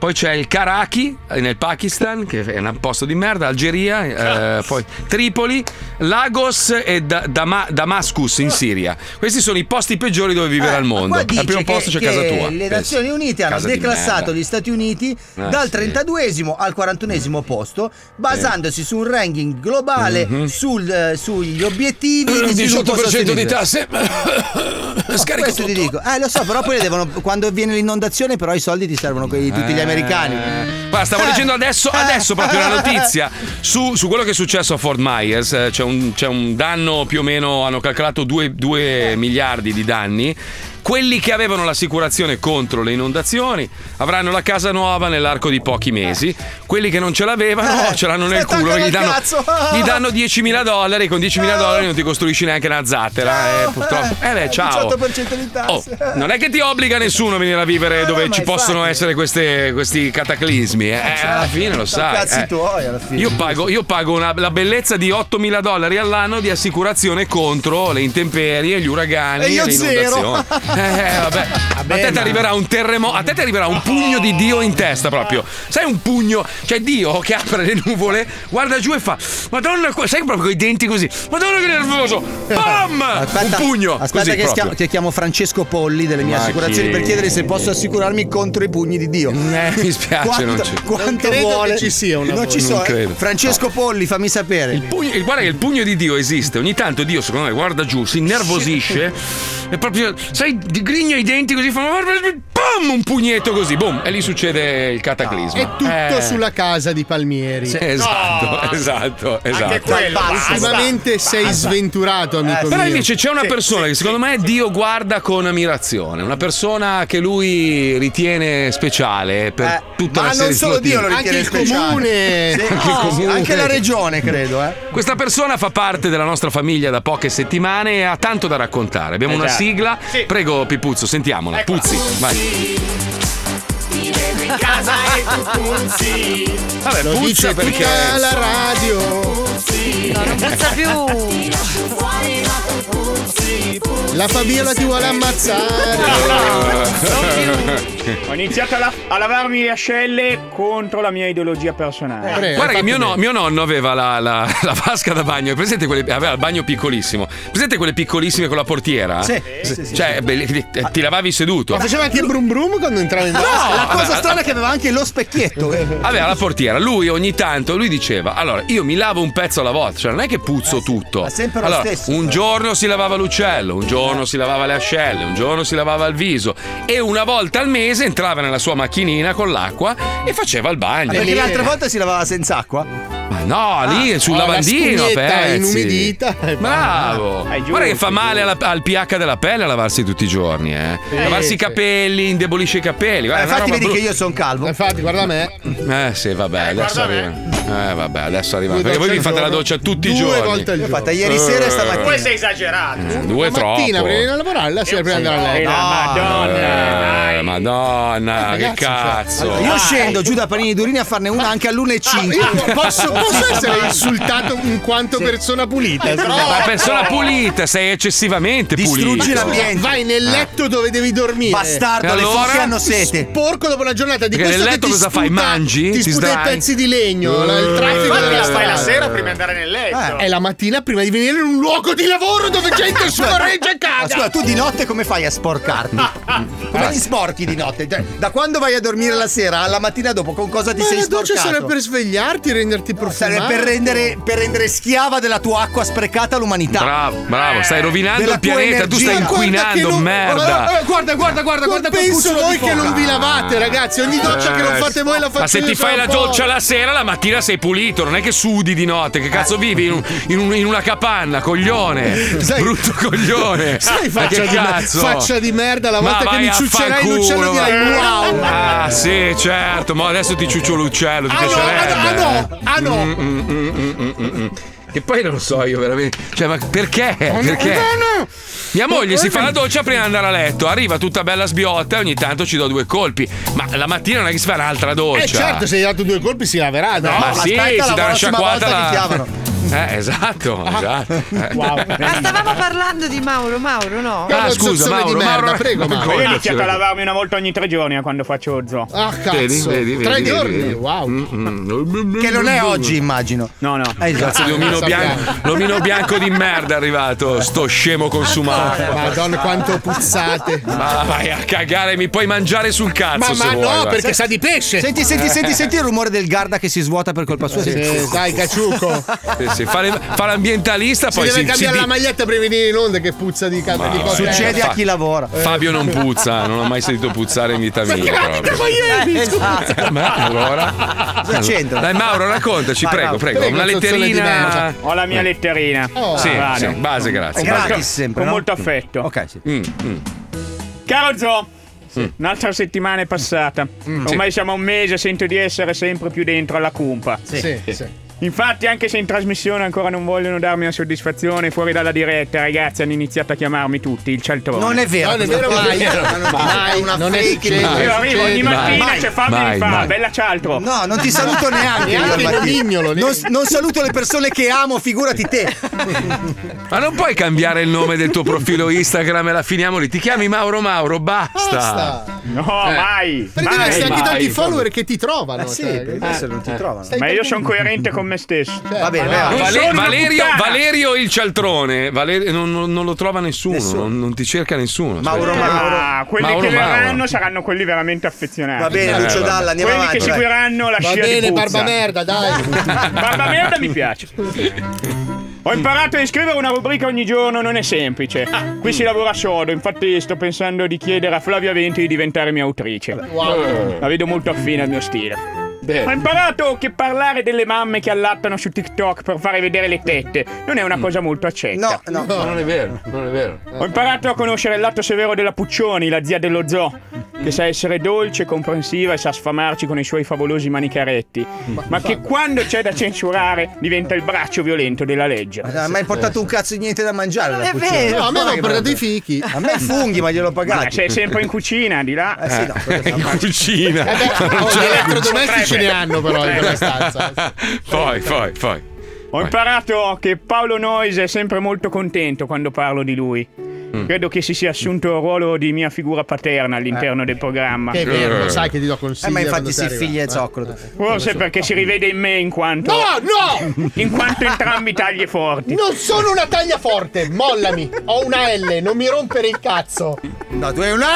[SPEAKER 2] Poi c'è il Karaki eh, nel Pakistan, che è un posto di merda, Algeria, eh, poi Tripoli, Lagos e Da- Dama- Damascus in Siria. Questi sono i posti peggiori dove vivere al mondo.
[SPEAKER 1] Qua
[SPEAKER 2] Al
[SPEAKER 1] dice
[SPEAKER 2] primo posto
[SPEAKER 1] che-
[SPEAKER 2] c'è casa
[SPEAKER 1] che
[SPEAKER 2] tua.
[SPEAKER 1] Le
[SPEAKER 2] Pensa.
[SPEAKER 1] Nazioni Unite hanno
[SPEAKER 2] Casa di
[SPEAKER 1] declassato
[SPEAKER 2] merda. Eh,
[SPEAKER 1] gli Stati Uniti dal
[SPEAKER 2] sì.
[SPEAKER 1] 32esimo al 41esimo posto, basandosi su un ranking globale
[SPEAKER 2] Mhm.
[SPEAKER 1] sul, eh, sugli obiettivi di sviluppo
[SPEAKER 12] 18% di
[SPEAKER 1] sostenibile.
[SPEAKER 12] tasse.
[SPEAKER 2] [LAUGHS]
[SPEAKER 1] Oh,
[SPEAKER 12] Scarico
[SPEAKER 1] questo ti dico. Eh, lo so, però poi le devono- quando viene l'inondazione, però i soldi ti servono quelli di tutti gli
[SPEAKER 2] Eh.
[SPEAKER 1] americani.
[SPEAKER 2] Guarda, stavo
[SPEAKER 1] Eh.
[SPEAKER 2] leggendo adesso, adesso proprio una notizia su, su quello che è successo a Fort Myers. eh, C'è un, c'è un danno più o meno, hanno calcolato 2,
[SPEAKER 1] Eh.
[SPEAKER 2] miliardi di danni. Quelli che avevano l'assicurazione contro le inondazioni avranno la casa nuova nell'arco di pochi
[SPEAKER 1] Eh.
[SPEAKER 2] mesi. Quelli che non ce l'avevano ce l'hanno nel
[SPEAKER 5] aspetta
[SPEAKER 2] culo.
[SPEAKER 5] ancora
[SPEAKER 2] Gli
[SPEAKER 5] il
[SPEAKER 2] danno,
[SPEAKER 5] cazzo.
[SPEAKER 2] gli danno 10.000 dollari. Con 10.000 dollari non ti costruisci neanche una zattera. eh, purtroppo. Eh beh, ciao.
[SPEAKER 1] 18% di
[SPEAKER 2] Oh,
[SPEAKER 1] tasse.
[SPEAKER 2] non è che ti obbliga nessuno a venire a vivere dove ci possono essere queste- questi cataclismi. eh. Eh, alla fine lo
[SPEAKER 1] Sono
[SPEAKER 2] sai.
[SPEAKER 1] cazzi
[SPEAKER 2] eh.
[SPEAKER 1] tuoi alla fine.
[SPEAKER 2] Io pago, io pago una- la bellezza di 8.000 dollari all'anno di assicurazione contro le intemperie, gli uragani
[SPEAKER 5] E io
[SPEAKER 2] le
[SPEAKER 5] zero.
[SPEAKER 2] inondazioni.
[SPEAKER 5] [LAUGHS]
[SPEAKER 2] Eh, vabbè.
[SPEAKER 5] Vabbè,
[SPEAKER 2] a te ti
[SPEAKER 5] ma-
[SPEAKER 2] arriverà un terremoto, a te ti arriverà un pugno di Dio in testa proprio. Sai un pugno, cioè Dio che apre le nuvole, guarda giù e fa "Madonna, qua-" sai proprio con i denti così. Madonna che nervoso!
[SPEAKER 5] [LAUGHS]
[SPEAKER 2] Bam!
[SPEAKER 1] Aspetta,
[SPEAKER 2] un pugno.
[SPEAKER 1] Aspetta,
[SPEAKER 2] così
[SPEAKER 1] che,
[SPEAKER 2] proprio.
[SPEAKER 1] schia- che chiamo Francesco Polli delle mie
[SPEAKER 2] Ma chi-
[SPEAKER 1] assicurazioni
[SPEAKER 2] Eh,
[SPEAKER 1] per chiedere se posso assicurarmi contro i pugni di Dio.
[SPEAKER 2] mi spiace,
[SPEAKER 1] quanto,
[SPEAKER 2] non c'è.
[SPEAKER 1] Quanto
[SPEAKER 3] Non credo
[SPEAKER 1] vuole?
[SPEAKER 3] che ci sia una
[SPEAKER 1] non ci
[SPEAKER 2] voce.
[SPEAKER 1] so,
[SPEAKER 2] Non
[SPEAKER 1] eh.
[SPEAKER 2] credo.
[SPEAKER 1] Francesco Polli, fammi sapere.
[SPEAKER 2] Il pugno- il- guarda che il pugno di Dio esiste. Ogni tanto Dio, secondo me, guarda giù, si innervosisce e proprio, sai, di- grigna i denti così, fa pam, un pugnetto così, boom, e lì succede il cataclisma.
[SPEAKER 3] È tutto
[SPEAKER 2] Eh,
[SPEAKER 3] sulla casa di Palmieri.
[SPEAKER 2] sì, Esatto, esatto, esatto.
[SPEAKER 3] Ultimamente sei sventurato,
[SPEAKER 1] Eh,
[SPEAKER 3] amico
[SPEAKER 2] Però
[SPEAKER 3] mio.
[SPEAKER 2] invece c'è una persona che secondo me Dio guarda con ammirazione, una persona che lui ritiene speciale per tutta
[SPEAKER 1] Eh, ma
[SPEAKER 2] la serie
[SPEAKER 1] non
[SPEAKER 2] di
[SPEAKER 1] solo
[SPEAKER 2] motivi.
[SPEAKER 1] Dio lo ritiene speciale. Sì,
[SPEAKER 2] Anche il
[SPEAKER 1] no,
[SPEAKER 2] comune.
[SPEAKER 1] anche la regione, credo, eh.
[SPEAKER 2] Questa persona fa parte della nostra famiglia da poche settimane e ha tanto da raccontare. Abbiamo una
[SPEAKER 5] Esatto.
[SPEAKER 2] sigla.
[SPEAKER 5] Sì.
[SPEAKER 2] Prego, Pipuzzo, sentiamola. Puzzi, vai.
[SPEAKER 5] In casa e tu puzzi.
[SPEAKER 2] Vabbè,
[SPEAKER 3] Lo
[SPEAKER 2] puzza
[SPEAKER 3] dice
[SPEAKER 2] perché.
[SPEAKER 3] tutta la radio.
[SPEAKER 6] No, non puzza più.
[SPEAKER 3] La Fabiola ti vuole ammazzare.
[SPEAKER 13] Ho iniziato a, la- a lavarmi le ascelle contro la mia ideologia personale.
[SPEAKER 2] Eh, Guarda che mio, no- mio nonno aveva la, la- [LAUGHS] la vasca da bagno, presente quelle, aveva il bagno piccolissimo. Presente quelle piccolissime con la portiera?
[SPEAKER 3] Sì,
[SPEAKER 2] sì, Cioè, beh, ti, ti lavavi seduto.
[SPEAKER 3] Ma faceva anche il brum brum quando entrava in
[SPEAKER 1] No, la
[SPEAKER 2] vabbè,
[SPEAKER 1] cosa
[SPEAKER 2] vabbè.
[SPEAKER 1] strana è che aveva anche lo specchietto. eh.
[SPEAKER 2] Aveva la portiera, lui ogni tanto lui diceva: Allora, io mi lavo un pezzo alla volta, cioè non è che puzzo
[SPEAKER 3] Eh,
[SPEAKER 2] tutto.
[SPEAKER 1] sempre lo
[SPEAKER 2] allora,
[SPEAKER 1] stesso,
[SPEAKER 3] cioè.
[SPEAKER 2] Un giorno si lavava l'uccello, un giorno si lavava le ascelle, un giorno si lavava il viso. E una volta al mese entrava nella sua macchinina con l'acqua e faceva il bagno.
[SPEAKER 1] Perché l'altra volta si lavava senza acqua. Ah,
[SPEAKER 2] Ma no, lì sul
[SPEAKER 3] Oh, la
[SPEAKER 2] lavandino a
[SPEAKER 3] spugnetta
[SPEAKER 2] pezzi.
[SPEAKER 3] inumidita.
[SPEAKER 2] [LAUGHS]
[SPEAKER 3] Eh,
[SPEAKER 2] Bravo.
[SPEAKER 3] eh,
[SPEAKER 2] Guarda che
[SPEAKER 3] giusto,
[SPEAKER 2] fa male alla- al pH della pelle a lavarsi tutti i giorni, eh.
[SPEAKER 3] Sì,
[SPEAKER 2] lavarsi
[SPEAKER 3] sì. Eh,
[SPEAKER 2] i capelli, indebolisce i capelli. Guarda, è una
[SPEAKER 3] infatti
[SPEAKER 2] roba
[SPEAKER 3] vedi che
[SPEAKER 2] brutta.
[SPEAKER 3] io
[SPEAKER 1] sono calvo.
[SPEAKER 3] Infatti, guarda me.
[SPEAKER 2] Eh sì, vabbè, adesso arriva. Eh vabbè, adesso arriva.
[SPEAKER 3] Due
[SPEAKER 2] Perché voi
[SPEAKER 3] docce
[SPEAKER 2] vi
[SPEAKER 3] al
[SPEAKER 2] fate la
[SPEAKER 3] giorno.
[SPEAKER 2] doccia tutti i
[SPEAKER 3] Due
[SPEAKER 2] giorni.
[SPEAKER 3] volte al L'ho giorno. fatta ieri
[SPEAKER 15] sera e
[SPEAKER 2] Eh,
[SPEAKER 15] stamattina. Poi sei esagerato.
[SPEAKER 2] eh, Due
[SPEAKER 3] La mattina
[SPEAKER 2] troppo.
[SPEAKER 3] prima di lavorare, la sera prima di andare a letto.
[SPEAKER 2] Eh, Madonna, Ah, che
[SPEAKER 3] cioè,
[SPEAKER 2] cazzo.
[SPEAKER 1] Allora, io scendo giù da Panini Durini a farne una anche all'1,5.
[SPEAKER 3] Ah, Io posso,
[SPEAKER 1] [LAUGHS]
[SPEAKER 3] posso essere insultato in quanto persona
[SPEAKER 1] Eh,
[SPEAKER 2] Eh,
[SPEAKER 3] pulita?
[SPEAKER 2] Una persona pulita, sei eccessivamente Eh. pulito.
[SPEAKER 3] Vai nel letto dove devi dormire.
[SPEAKER 2] Bastardo, E le allora? figlie hanno sete.
[SPEAKER 3] Sporco dopo una giornata di
[SPEAKER 2] Perché
[SPEAKER 3] questo
[SPEAKER 2] nel
[SPEAKER 3] che
[SPEAKER 2] letto
[SPEAKER 3] ti
[SPEAKER 2] cosa fai?
[SPEAKER 3] sputa-
[SPEAKER 2] Mangi?
[SPEAKER 3] Ti,
[SPEAKER 2] Ti
[SPEAKER 3] sputa i
[SPEAKER 2] sdrai? Eh.
[SPEAKER 3] pezzi di legno, la- il traffico
[SPEAKER 15] Infatti
[SPEAKER 3] della
[SPEAKER 15] la fai la
[SPEAKER 3] strada.
[SPEAKER 15] sera prima di andare nel letto.
[SPEAKER 3] Eh, È la mattina prima di venire in un luogo di lavoro dove
[SPEAKER 1] [LAUGHS]
[SPEAKER 3] gente scorreggia e
[SPEAKER 1] Ma scusa,
[SPEAKER 3] caga.
[SPEAKER 1] tu di notte come fai
[SPEAKER 3] [LAUGHS]
[SPEAKER 1] a sporcarti? Come ti sporchi di notte? Cioè, da quando vai a dormire la sera alla mattina dopo, con cosa ti
[SPEAKER 3] Ma
[SPEAKER 1] sei
[SPEAKER 3] la
[SPEAKER 1] sporcato?
[SPEAKER 3] doccia serve per svegliarti, renderti profumato.
[SPEAKER 1] Sarebbe per rendere, per rendere schiava della tua acqua sprecata l'umanità.
[SPEAKER 2] Bravo, bravo, stai rovinando
[SPEAKER 1] Della
[SPEAKER 2] il
[SPEAKER 1] tua
[SPEAKER 2] pianeta, tu stai
[SPEAKER 1] energia. Guarda che
[SPEAKER 2] inquinando,
[SPEAKER 1] non-
[SPEAKER 2] merda.
[SPEAKER 3] Eh, Guarda, guarda, guarda, guarda. quel
[SPEAKER 1] penso
[SPEAKER 3] cucciolo
[SPEAKER 1] voi
[SPEAKER 3] di
[SPEAKER 1] che
[SPEAKER 3] foca.
[SPEAKER 1] non vi lavate,
[SPEAKER 3] ragazzi.
[SPEAKER 2] Eh,
[SPEAKER 3] Ogni doccia che non fate voi la faccio
[SPEAKER 2] Ma se
[SPEAKER 3] io
[SPEAKER 2] ti
[SPEAKER 3] tra
[SPEAKER 2] fai la
[SPEAKER 3] un po'.
[SPEAKER 2] doccia la sera, la mattina sei pulito, non è che sudi di notte, che
[SPEAKER 3] Eh.
[SPEAKER 2] cazzo vivi in, un- in un- in una capanna, coglione.
[SPEAKER 3] Sai-
[SPEAKER 2] brutto coglione.
[SPEAKER 3] Sai
[SPEAKER 2] Ma [LAUGHS]
[SPEAKER 3] faccia
[SPEAKER 2] che
[SPEAKER 3] di, me-
[SPEAKER 2] cazzo?
[SPEAKER 3] faccia di merda la
[SPEAKER 2] Ma
[SPEAKER 3] volta che
[SPEAKER 2] vai
[SPEAKER 3] mi
[SPEAKER 2] a
[SPEAKER 3] ciuccerai l'uccello
[SPEAKER 2] fanculo,
[SPEAKER 3] direi
[SPEAKER 2] vai.
[SPEAKER 3] wow.
[SPEAKER 2] Ah, sì, certo, ma adesso ti ciuccio l'uccello, ti
[SPEAKER 3] Ah, no,
[SPEAKER 2] piacerebbe.
[SPEAKER 3] ah, no, ah, no, ah, no.
[SPEAKER 2] Mm, mm, mm, mm, mm, mm, mm. Che poi non lo so io veramente. Cioè, ma perché?
[SPEAKER 3] Oh,
[SPEAKER 2] Perché? Mia moglie si fa la doccia prima di andare a letto, arriva tutta bella sbiotta e ogni tanto ci do due colpi. Ma la mattina non è che si fa un'altra [LAUGHS] doccia.
[SPEAKER 3] Eh certo, se gli hai dato due colpi si laverà. dai.
[SPEAKER 2] ma sì, si dà una sciacquata
[SPEAKER 3] volta che
[SPEAKER 2] la... [LAUGHS]
[SPEAKER 3] chiamano. Ah.
[SPEAKER 2] Eh, esatto, esatto. Eh.
[SPEAKER 6] Ma stavamo parlando di Mauro, Mauro, no?
[SPEAKER 2] Ah, scusa, Mauro, Mauro,
[SPEAKER 13] Ma io ho iniziato a
[SPEAKER 2] Sì.
[SPEAKER 13] lavarmi una volta ogni tre giorni a quando faccio zoo.
[SPEAKER 3] Ah,
[SPEAKER 2] Vedi, vedi, vedi, vedi, vedi. Mm, mm.
[SPEAKER 1] Che non è oggi, immagino.
[SPEAKER 13] No, no.
[SPEAKER 1] Eh, esatto.
[SPEAKER 2] Cazzo di omino bianco, l'omino bianco di merda è arrivato, sto scemo consumato.
[SPEAKER 3] Madonna, quanto puzzate.
[SPEAKER 2] Ma vai a cagare, mi puoi mangiare sul
[SPEAKER 3] Ma,
[SPEAKER 2] cazzo.
[SPEAKER 3] ma
[SPEAKER 2] se
[SPEAKER 3] no,
[SPEAKER 2] vuoi, va.
[SPEAKER 3] perché sa di pesce.
[SPEAKER 1] Senti,
[SPEAKER 2] [LAUGHS]
[SPEAKER 1] senti, senti, senti il rumore del Garda che si svuota per colpa sua.
[SPEAKER 3] Sì, dai,
[SPEAKER 20] [LAUGHS]
[SPEAKER 3] caciucco.
[SPEAKER 2] Sì, sì, fa, le- fa l'ambientalista,
[SPEAKER 3] Si
[SPEAKER 2] Eh, poi
[SPEAKER 3] deve
[SPEAKER 2] si, si
[SPEAKER 3] cambiare
[SPEAKER 2] di-
[SPEAKER 3] la maglietta prima di venire in onda che puzza di cazzo di
[SPEAKER 2] Ma-
[SPEAKER 3] coca.
[SPEAKER 2] Fa- Fabio non puzza, non ho mai sentito puzzare in vita
[SPEAKER 3] Ma che
[SPEAKER 2] mia.
[SPEAKER 3] capita
[SPEAKER 2] proprio.
[SPEAKER 3] poi ieri,
[SPEAKER 1] esatto.
[SPEAKER 3] scusa.
[SPEAKER 2] [LAUGHS] Eh, Ma allora.
[SPEAKER 3] Cosa c'entra?
[SPEAKER 2] Dai, Mauro, raccontaci,
[SPEAKER 13] Vai,
[SPEAKER 2] prego,
[SPEAKER 13] Mauro.
[SPEAKER 2] prego.
[SPEAKER 13] Prego,
[SPEAKER 2] Una
[SPEAKER 13] zozzone di
[SPEAKER 2] letterina.
[SPEAKER 13] merda. Ho la mia
[SPEAKER 2] Eh.
[SPEAKER 13] letterina. Oh.
[SPEAKER 2] Sì,
[SPEAKER 18] Ah,
[SPEAKER 13] Vale.
[SPEAKER 2] sì, base, grazie.
[SPEAKER 13] È
[SPEAKER 2] base.
[SPEAKER 13] gratis sempre, Con no? molto affetto.
[SPEAKER 2] Mm. Ok, sì. Mm, mm.
[SPEAKER 13] Caro Zo, un'altra settimana è passata.
[SPEAKER 1] Mm,
[SPEAKER 13] Ormai siamo a un mese, sento di essere sempre più dentro alla cumpa.
[SPEAKER 3] Sì,
[SPEAKER 1] Eh,
[SPEAKER 3] sì.
[SPEAKER 13] Infatti, anche se in trasmissione ancora non vogliono darmi la soddisfazione, fuori dalla diretta, ragazzi, hanno iniziato a chiamarmi tutti il cialtrone.
[SPEAKER 1] Non è vero.
[SPEAKER 3] Non è vero mai.
[SPEAKER 1] Mai,
[SPEAKER 3] Mai,
[SPEAKER 1] una
[SPEAKER 3] non è
[SPEAKER 1] fake news.
[SPEAKER 3] successo.
[SPEAKER 13] Io arrivo ogni mattina,
[SPEAKER 1] Mai,
[SPEAKER 13] c'è Fabio
[SPEAKER 1] mai,
[SPEAKER 13] mi fa,
[SPEAKER 1] mai.
[SPEAKER 13] bella cialtro.
[SPEAKER 1] No, non ti
[SPEAKER 13] [LAUGHS]
[SPEAKER 1] saluto neanche. io al
[SPEAKER 3] Neanche
[SPEAKER 1] mattino.
[SPEAKER 3] nomignolo,
[SPEAKER 1] non, non saluto le persone che amo, figurati te.
[SPEAKER 2] Ma non puoi cambiare il nome del tuo profilo Instagram e la finiamo lì. Ti chiami Mauro Mauro, basta. Eh.
[SPEAKER 3] Basta.
[SPEAKER 13] No, mai.
[SPEAKER 3] Eh. Perché
[SPEAKER 2] Mai,
[SPEAKER 3] avresti anche
[SPEAKER 2] mai.
[SPEAKER 3] tanti follower che ti trovano.
[SPEAKER 1] Eh, sì,
[SPEAKER 3] cioè.
[SPEAKER 1] perché adesso non ti trovano.
[SPEAKER 3] Stai
[SPEAKER 13] Ma io sono
[SPEAKER 3] perdendo.
[SPEAKER 13] coerente con me stesso.
[SPEAKER 3] Va bene,
[SPEAKER 13] vai, vai.
[SPEAKER 2] Vale-
[SPEAKER 13] Non sono una
[SPEAKER 2] Valerio,
[SPEAKER 13] puttana.
[SPEAKER 2] Valerio il cialtrone, Valerio- non, non- non lo trova nessuno, Non, non ti cerca nessuno.
[SPEAKER 13] Ah,
[SPEAKER 2] Aspetta.
[SPEAKER 13] quelli
[SPEAKER 2] Mauro,
[SPEAKER 13] che
[SPEAKER 2] Mauro.
[SPEAKER 13] verranno saranno quelli veramente affezionati.
[SPEAKER 1] Va bene,
[SPEAKER 2] Eh,
[SPEAKER 1] Lucio
[SPEAKER 2] vabbè.
[SPEAKER 1] Dalla, andiamo
[SPEAKER 13] quelli
[SPEAKER 1] avanti.
[SPEAKER 13] che
[SPEAKER 1] vai.
[SPEAKER 13] seguiranno la
[SPEAKER 3] Va
[SPEAKER 13] scia di
[SPEAKER 3] bene,
[SPEAKER 13] puzza.
[SPEAKER 3] barba merda, dai.
[SPEAKER 13] [LAUGHS] Barba merda mi piace. Ho imparato a iscrivere una rubrica ogni giorno, non è semplice. Ah, Qui si lavora sodo, infatti sto pensando di chiedere a Flavia Venti di diventare mia autrice.
[SPEAKER 3] Wow.
[SPEAKER 13] La vedo molto affine al mio stile. Ho imparato che parlare delle mamme che allattano su TikTok per fare vedere le tette non è una cosa molto accetta.
[SPEAKER 1] No, no.
[SPEAKER 2] Non è vero, non è vero.
[SPEAKER 13] Ho imparato a conoscere il lato severo della Puccioni, la zia dello zoo, che sa essere dolce, comprensiva e sa sfamarci con i suoi favolosi manicaretti, ma che quando c'è da censurare diventa il braccio violento della legge.
[SPEAKER 1] Non ha mai portato un cazzo di niente da mangiare. la
[SPEAKER 6] è
[SPEAKER 1] cucina.
[SPEAKER 6] vero. No, a me
[SPEAKER 1] Guarda
[SPEAKER 6] non
[SPEAKER 1] che
[SPEAKER 6] ho portato
[SPEAKER 1] bravo.
[SPEAKER 6] i
[SPEAKER 3] fichi.
[SPEAKER 1] A me i funghi, ma gliel'ho
[SPEAKER 13] Ma
[SPEAKER 1] pagati.
[SPEAKER 13] sei sempre in cucina, di là.
[SPEAKER 1] Eh sì, no,
[SPEAKER 13] [LAUGHS]
[SPEAKER 2] In cucina.
[SPEAKER 3] Eh beh,
[SPEAKER 2] Non
[SPEAKER 3] oh,
[SPEAKER 2] c'è
[SPEAKER 3] gli
[SPEAKER 2] la
[SPEAKER 3] elettrodomestici
[SPEAKER 2] cucina.
[SPEAKER 3] ne hanno però in quella stanza.
[SPEAKER 2] poi, poi, poi.
[SPEAKER 13] Ho imparato che Paolo Noise è sempre molto contento quando parlo di lui. Credo che si sia assunto il ruolo di mia figura paterna all'interno del programma.
[SPEAKER 3] Che è vero, lo sai che ti do consigli.
[SPEAKER 1] Eh, ma
[SPEAKER 3] quando
[SPEAKER 1] infatti
[SPEAKER 3] sei
[SPEAKER 1] si
[SPEAKER 3] arrivato,
[SPEAKER 1] figlia
[SPEAKER 3] eh.
[SPEAKER 1] e zoccolo.
[SPEAKER 13] Forse perché si rivede in me in quanto.
[SPEAKER 3] No, no!
[SPEAKER 13] In quanto entrambi taglie forti.
[SPEAKER 3] Non sono una taglia forte, mollami. Ho una L, non mi rompere il cazzo.
[SPEAKER 1] No, tu hai una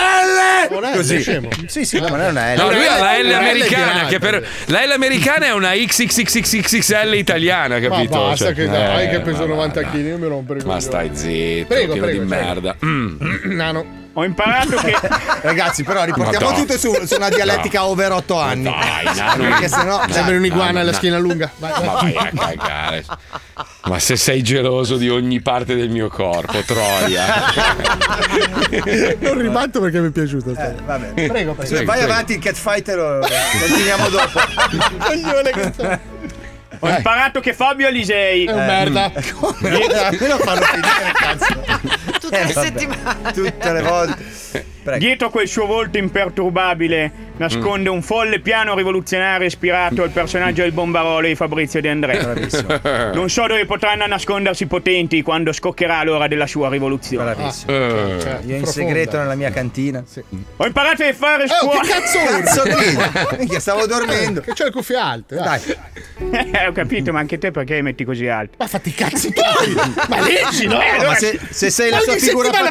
[SPEAKER 1] L!
[SPEAKER 3] Una L,
[SPEAKER 1] Così.
[SPEAKER 3] scemo.
[SPEAKER 1] Sì, sì, ma non è una L.
[SPEAKER 2] No, lui ha la L
[SPEAKER 3] Una Eh, L
[SPEAKER 2] americana,
[SPEAKER 3] bianca.
[SPEAKER 2] che per la L americana è una XXXXXL italiana,
[SPEAKER 3] Ma
[SPEAKER 2] capito?
[SPEAKER 3] basta
[SPEAKER 2] Cioè,
[SPEAKER 3] che dai,
[SPEAKER 2] eh,
[SPEAKER 3] che peso
[SPEAKER 2] ma-
[SPEAKER 3] 90 kg, non mi rompere il
[SPEAKER 2] Ma
[SPEAKER 3] coglione.
[SPEAKER 2] stai zitto,
[SPEAKER 3] Prego,
[SPEAKER 2] pieno
[SPEAKER 3] prego,
[SPEAKER 2] di
[SPEAKER 3] prego.
[SPEAKER 2] merda. Mm.
[SPEAKER 3] Nano.
[SPEAKER 13] Ho imparato che.
[SPEAKER 1] Ragazzi, però riportiamo
[SPEAKER 13] Ma dai.
[SPEAKER 1] tutto su, su una dialettica over 8 anni.
[SPEAKER 2] nano.
[SPEAKER 1] Perché sennò
[SPEAKER 2] Dai, Sembri un'iguana dai, alla dai. schiena
[SPEAKER 3] lunga.
[SPEAKER 2] Ma vai a cagare. Ma se sei geloso di ogni parte del mio corpo,
[SPEAKER 3] [LAUGHS]
[SPEAKER 2] Troia.
[SPEAKER 3] Non ribatto perché mi è
[SPEAKER 2] Eh,
[SPEAKER 3] piaciuto. Prego,
[SPEAKER 1] Vabbè. Se
[SPEAKER 3] prego.
[SPEAKER 1] vai
[SPEAKER 3] Prego.
[SPEAKER 1] avanti il catfighter lo- continuiamo dopo.
[SPEAKER 13] Ho imparato che Fabio Alisei.
[SPEAKER 1] È un merda. Eh, mm. Almeno fanno finire,
[SPEAKER 13] cazzo.
[SPEAKER 1] Tutte le vabbè. settimane. Tutte le volte.
[SPEAKER 13] Dietro quel suo volto imperturbabile nasconde un folle piano rivoluzionario ispirato al personaggio del bombarolo di Fabrizio De André.
[SPEAKER 5] Bravissimo.
[SPEAKER 13] Non so dove potranno nascondersi i potenti quando scoccherà l'ora della sua rivoluzione.
[SPEAKER 20] Bravissimo.
[SPEAKER 2] Ah, eh.
[SPEAKER 3] cioè,
[SPEAKER 20] Io in
[SPEAKER 13] profonda.
[SPEAKER 20] segreto nella mia cantina.
[SPEAKER 13] Ho imparato a fare
[SPEAKER 3] Oh,
[SPEAKER 13] scuola.
[SPEAKER 3] che cazzo urli?
[SPEAKER 1] Minchia, stavo dormendo.
[SPEAKER 3] Che c'ho le cuffie alte. Dai.
[SPEAKER 13] Eh, ho capito, ma anche te perché metti così alto?
[SPEAKER 3] Ma fatti i cazzi tuoi! Ma leggi, no?
[SPEAKER 13] Eh, allora-
[SPEAKER 3] Ma Ma ogni settimana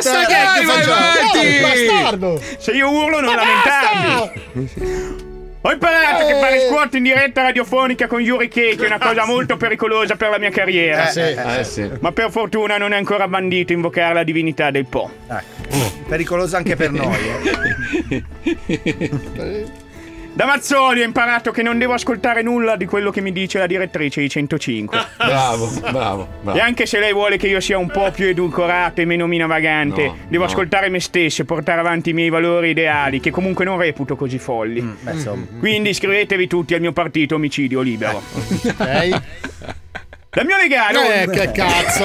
[SPEAKER 3] sta gag, faccio- Dai, bastardo!
[SPEAKER 13] Se io urlo non
[SPEAKER 3] Ma
[SPEAKER 13] lamentarmi! Ho imparato che fare
[SPEAKER 3] Eh.
[SPEAKER 13] squat in diretta radiofonica con Yuri Cake è una
[SPEAKER 3] Ah,
[SPEAKER 13] cosa molto pericolosa per la mia carriera.
[SPEAKER 5] Eh, sì, eh, sì.
[SPEAKER 13] Ma per fortuna non è ancora bandito invocare la divinità del Po.
[SPEAKER 20] Pericoloso anche per noi.
[SPEAKER 13] [LAUGHS] Da Mazzoli ho imparato che non devo ascoltare nulla di quello che mi dice la direttrice di
[SPEAKER 16] Ah,
[SPEAKER 13] 105.
[SPEAKER 5] Bravo, bravo,
[SPEAKER 13] E anche se lei vuole che io sia un po' più edulcorato e meno minavagante,
[SPEAKER 5] No,
[SPEAKER 13] devo
[SPEAKER 5] no.
[SPEAKER 13] ascoltare me stesso e portare avanti i miei valori ideali, che comunque non reputo così folli.
[SPEAKER 18] Mm,
[SPEAKER 13] Quindi iscrivetevi tutti al mio partito Omicidio Libero. Da mio legale.
[SPEAKER 3] Eh, che
[SPEAKER 13] [LAUGHS]
[SPEAKER 3] cazzo.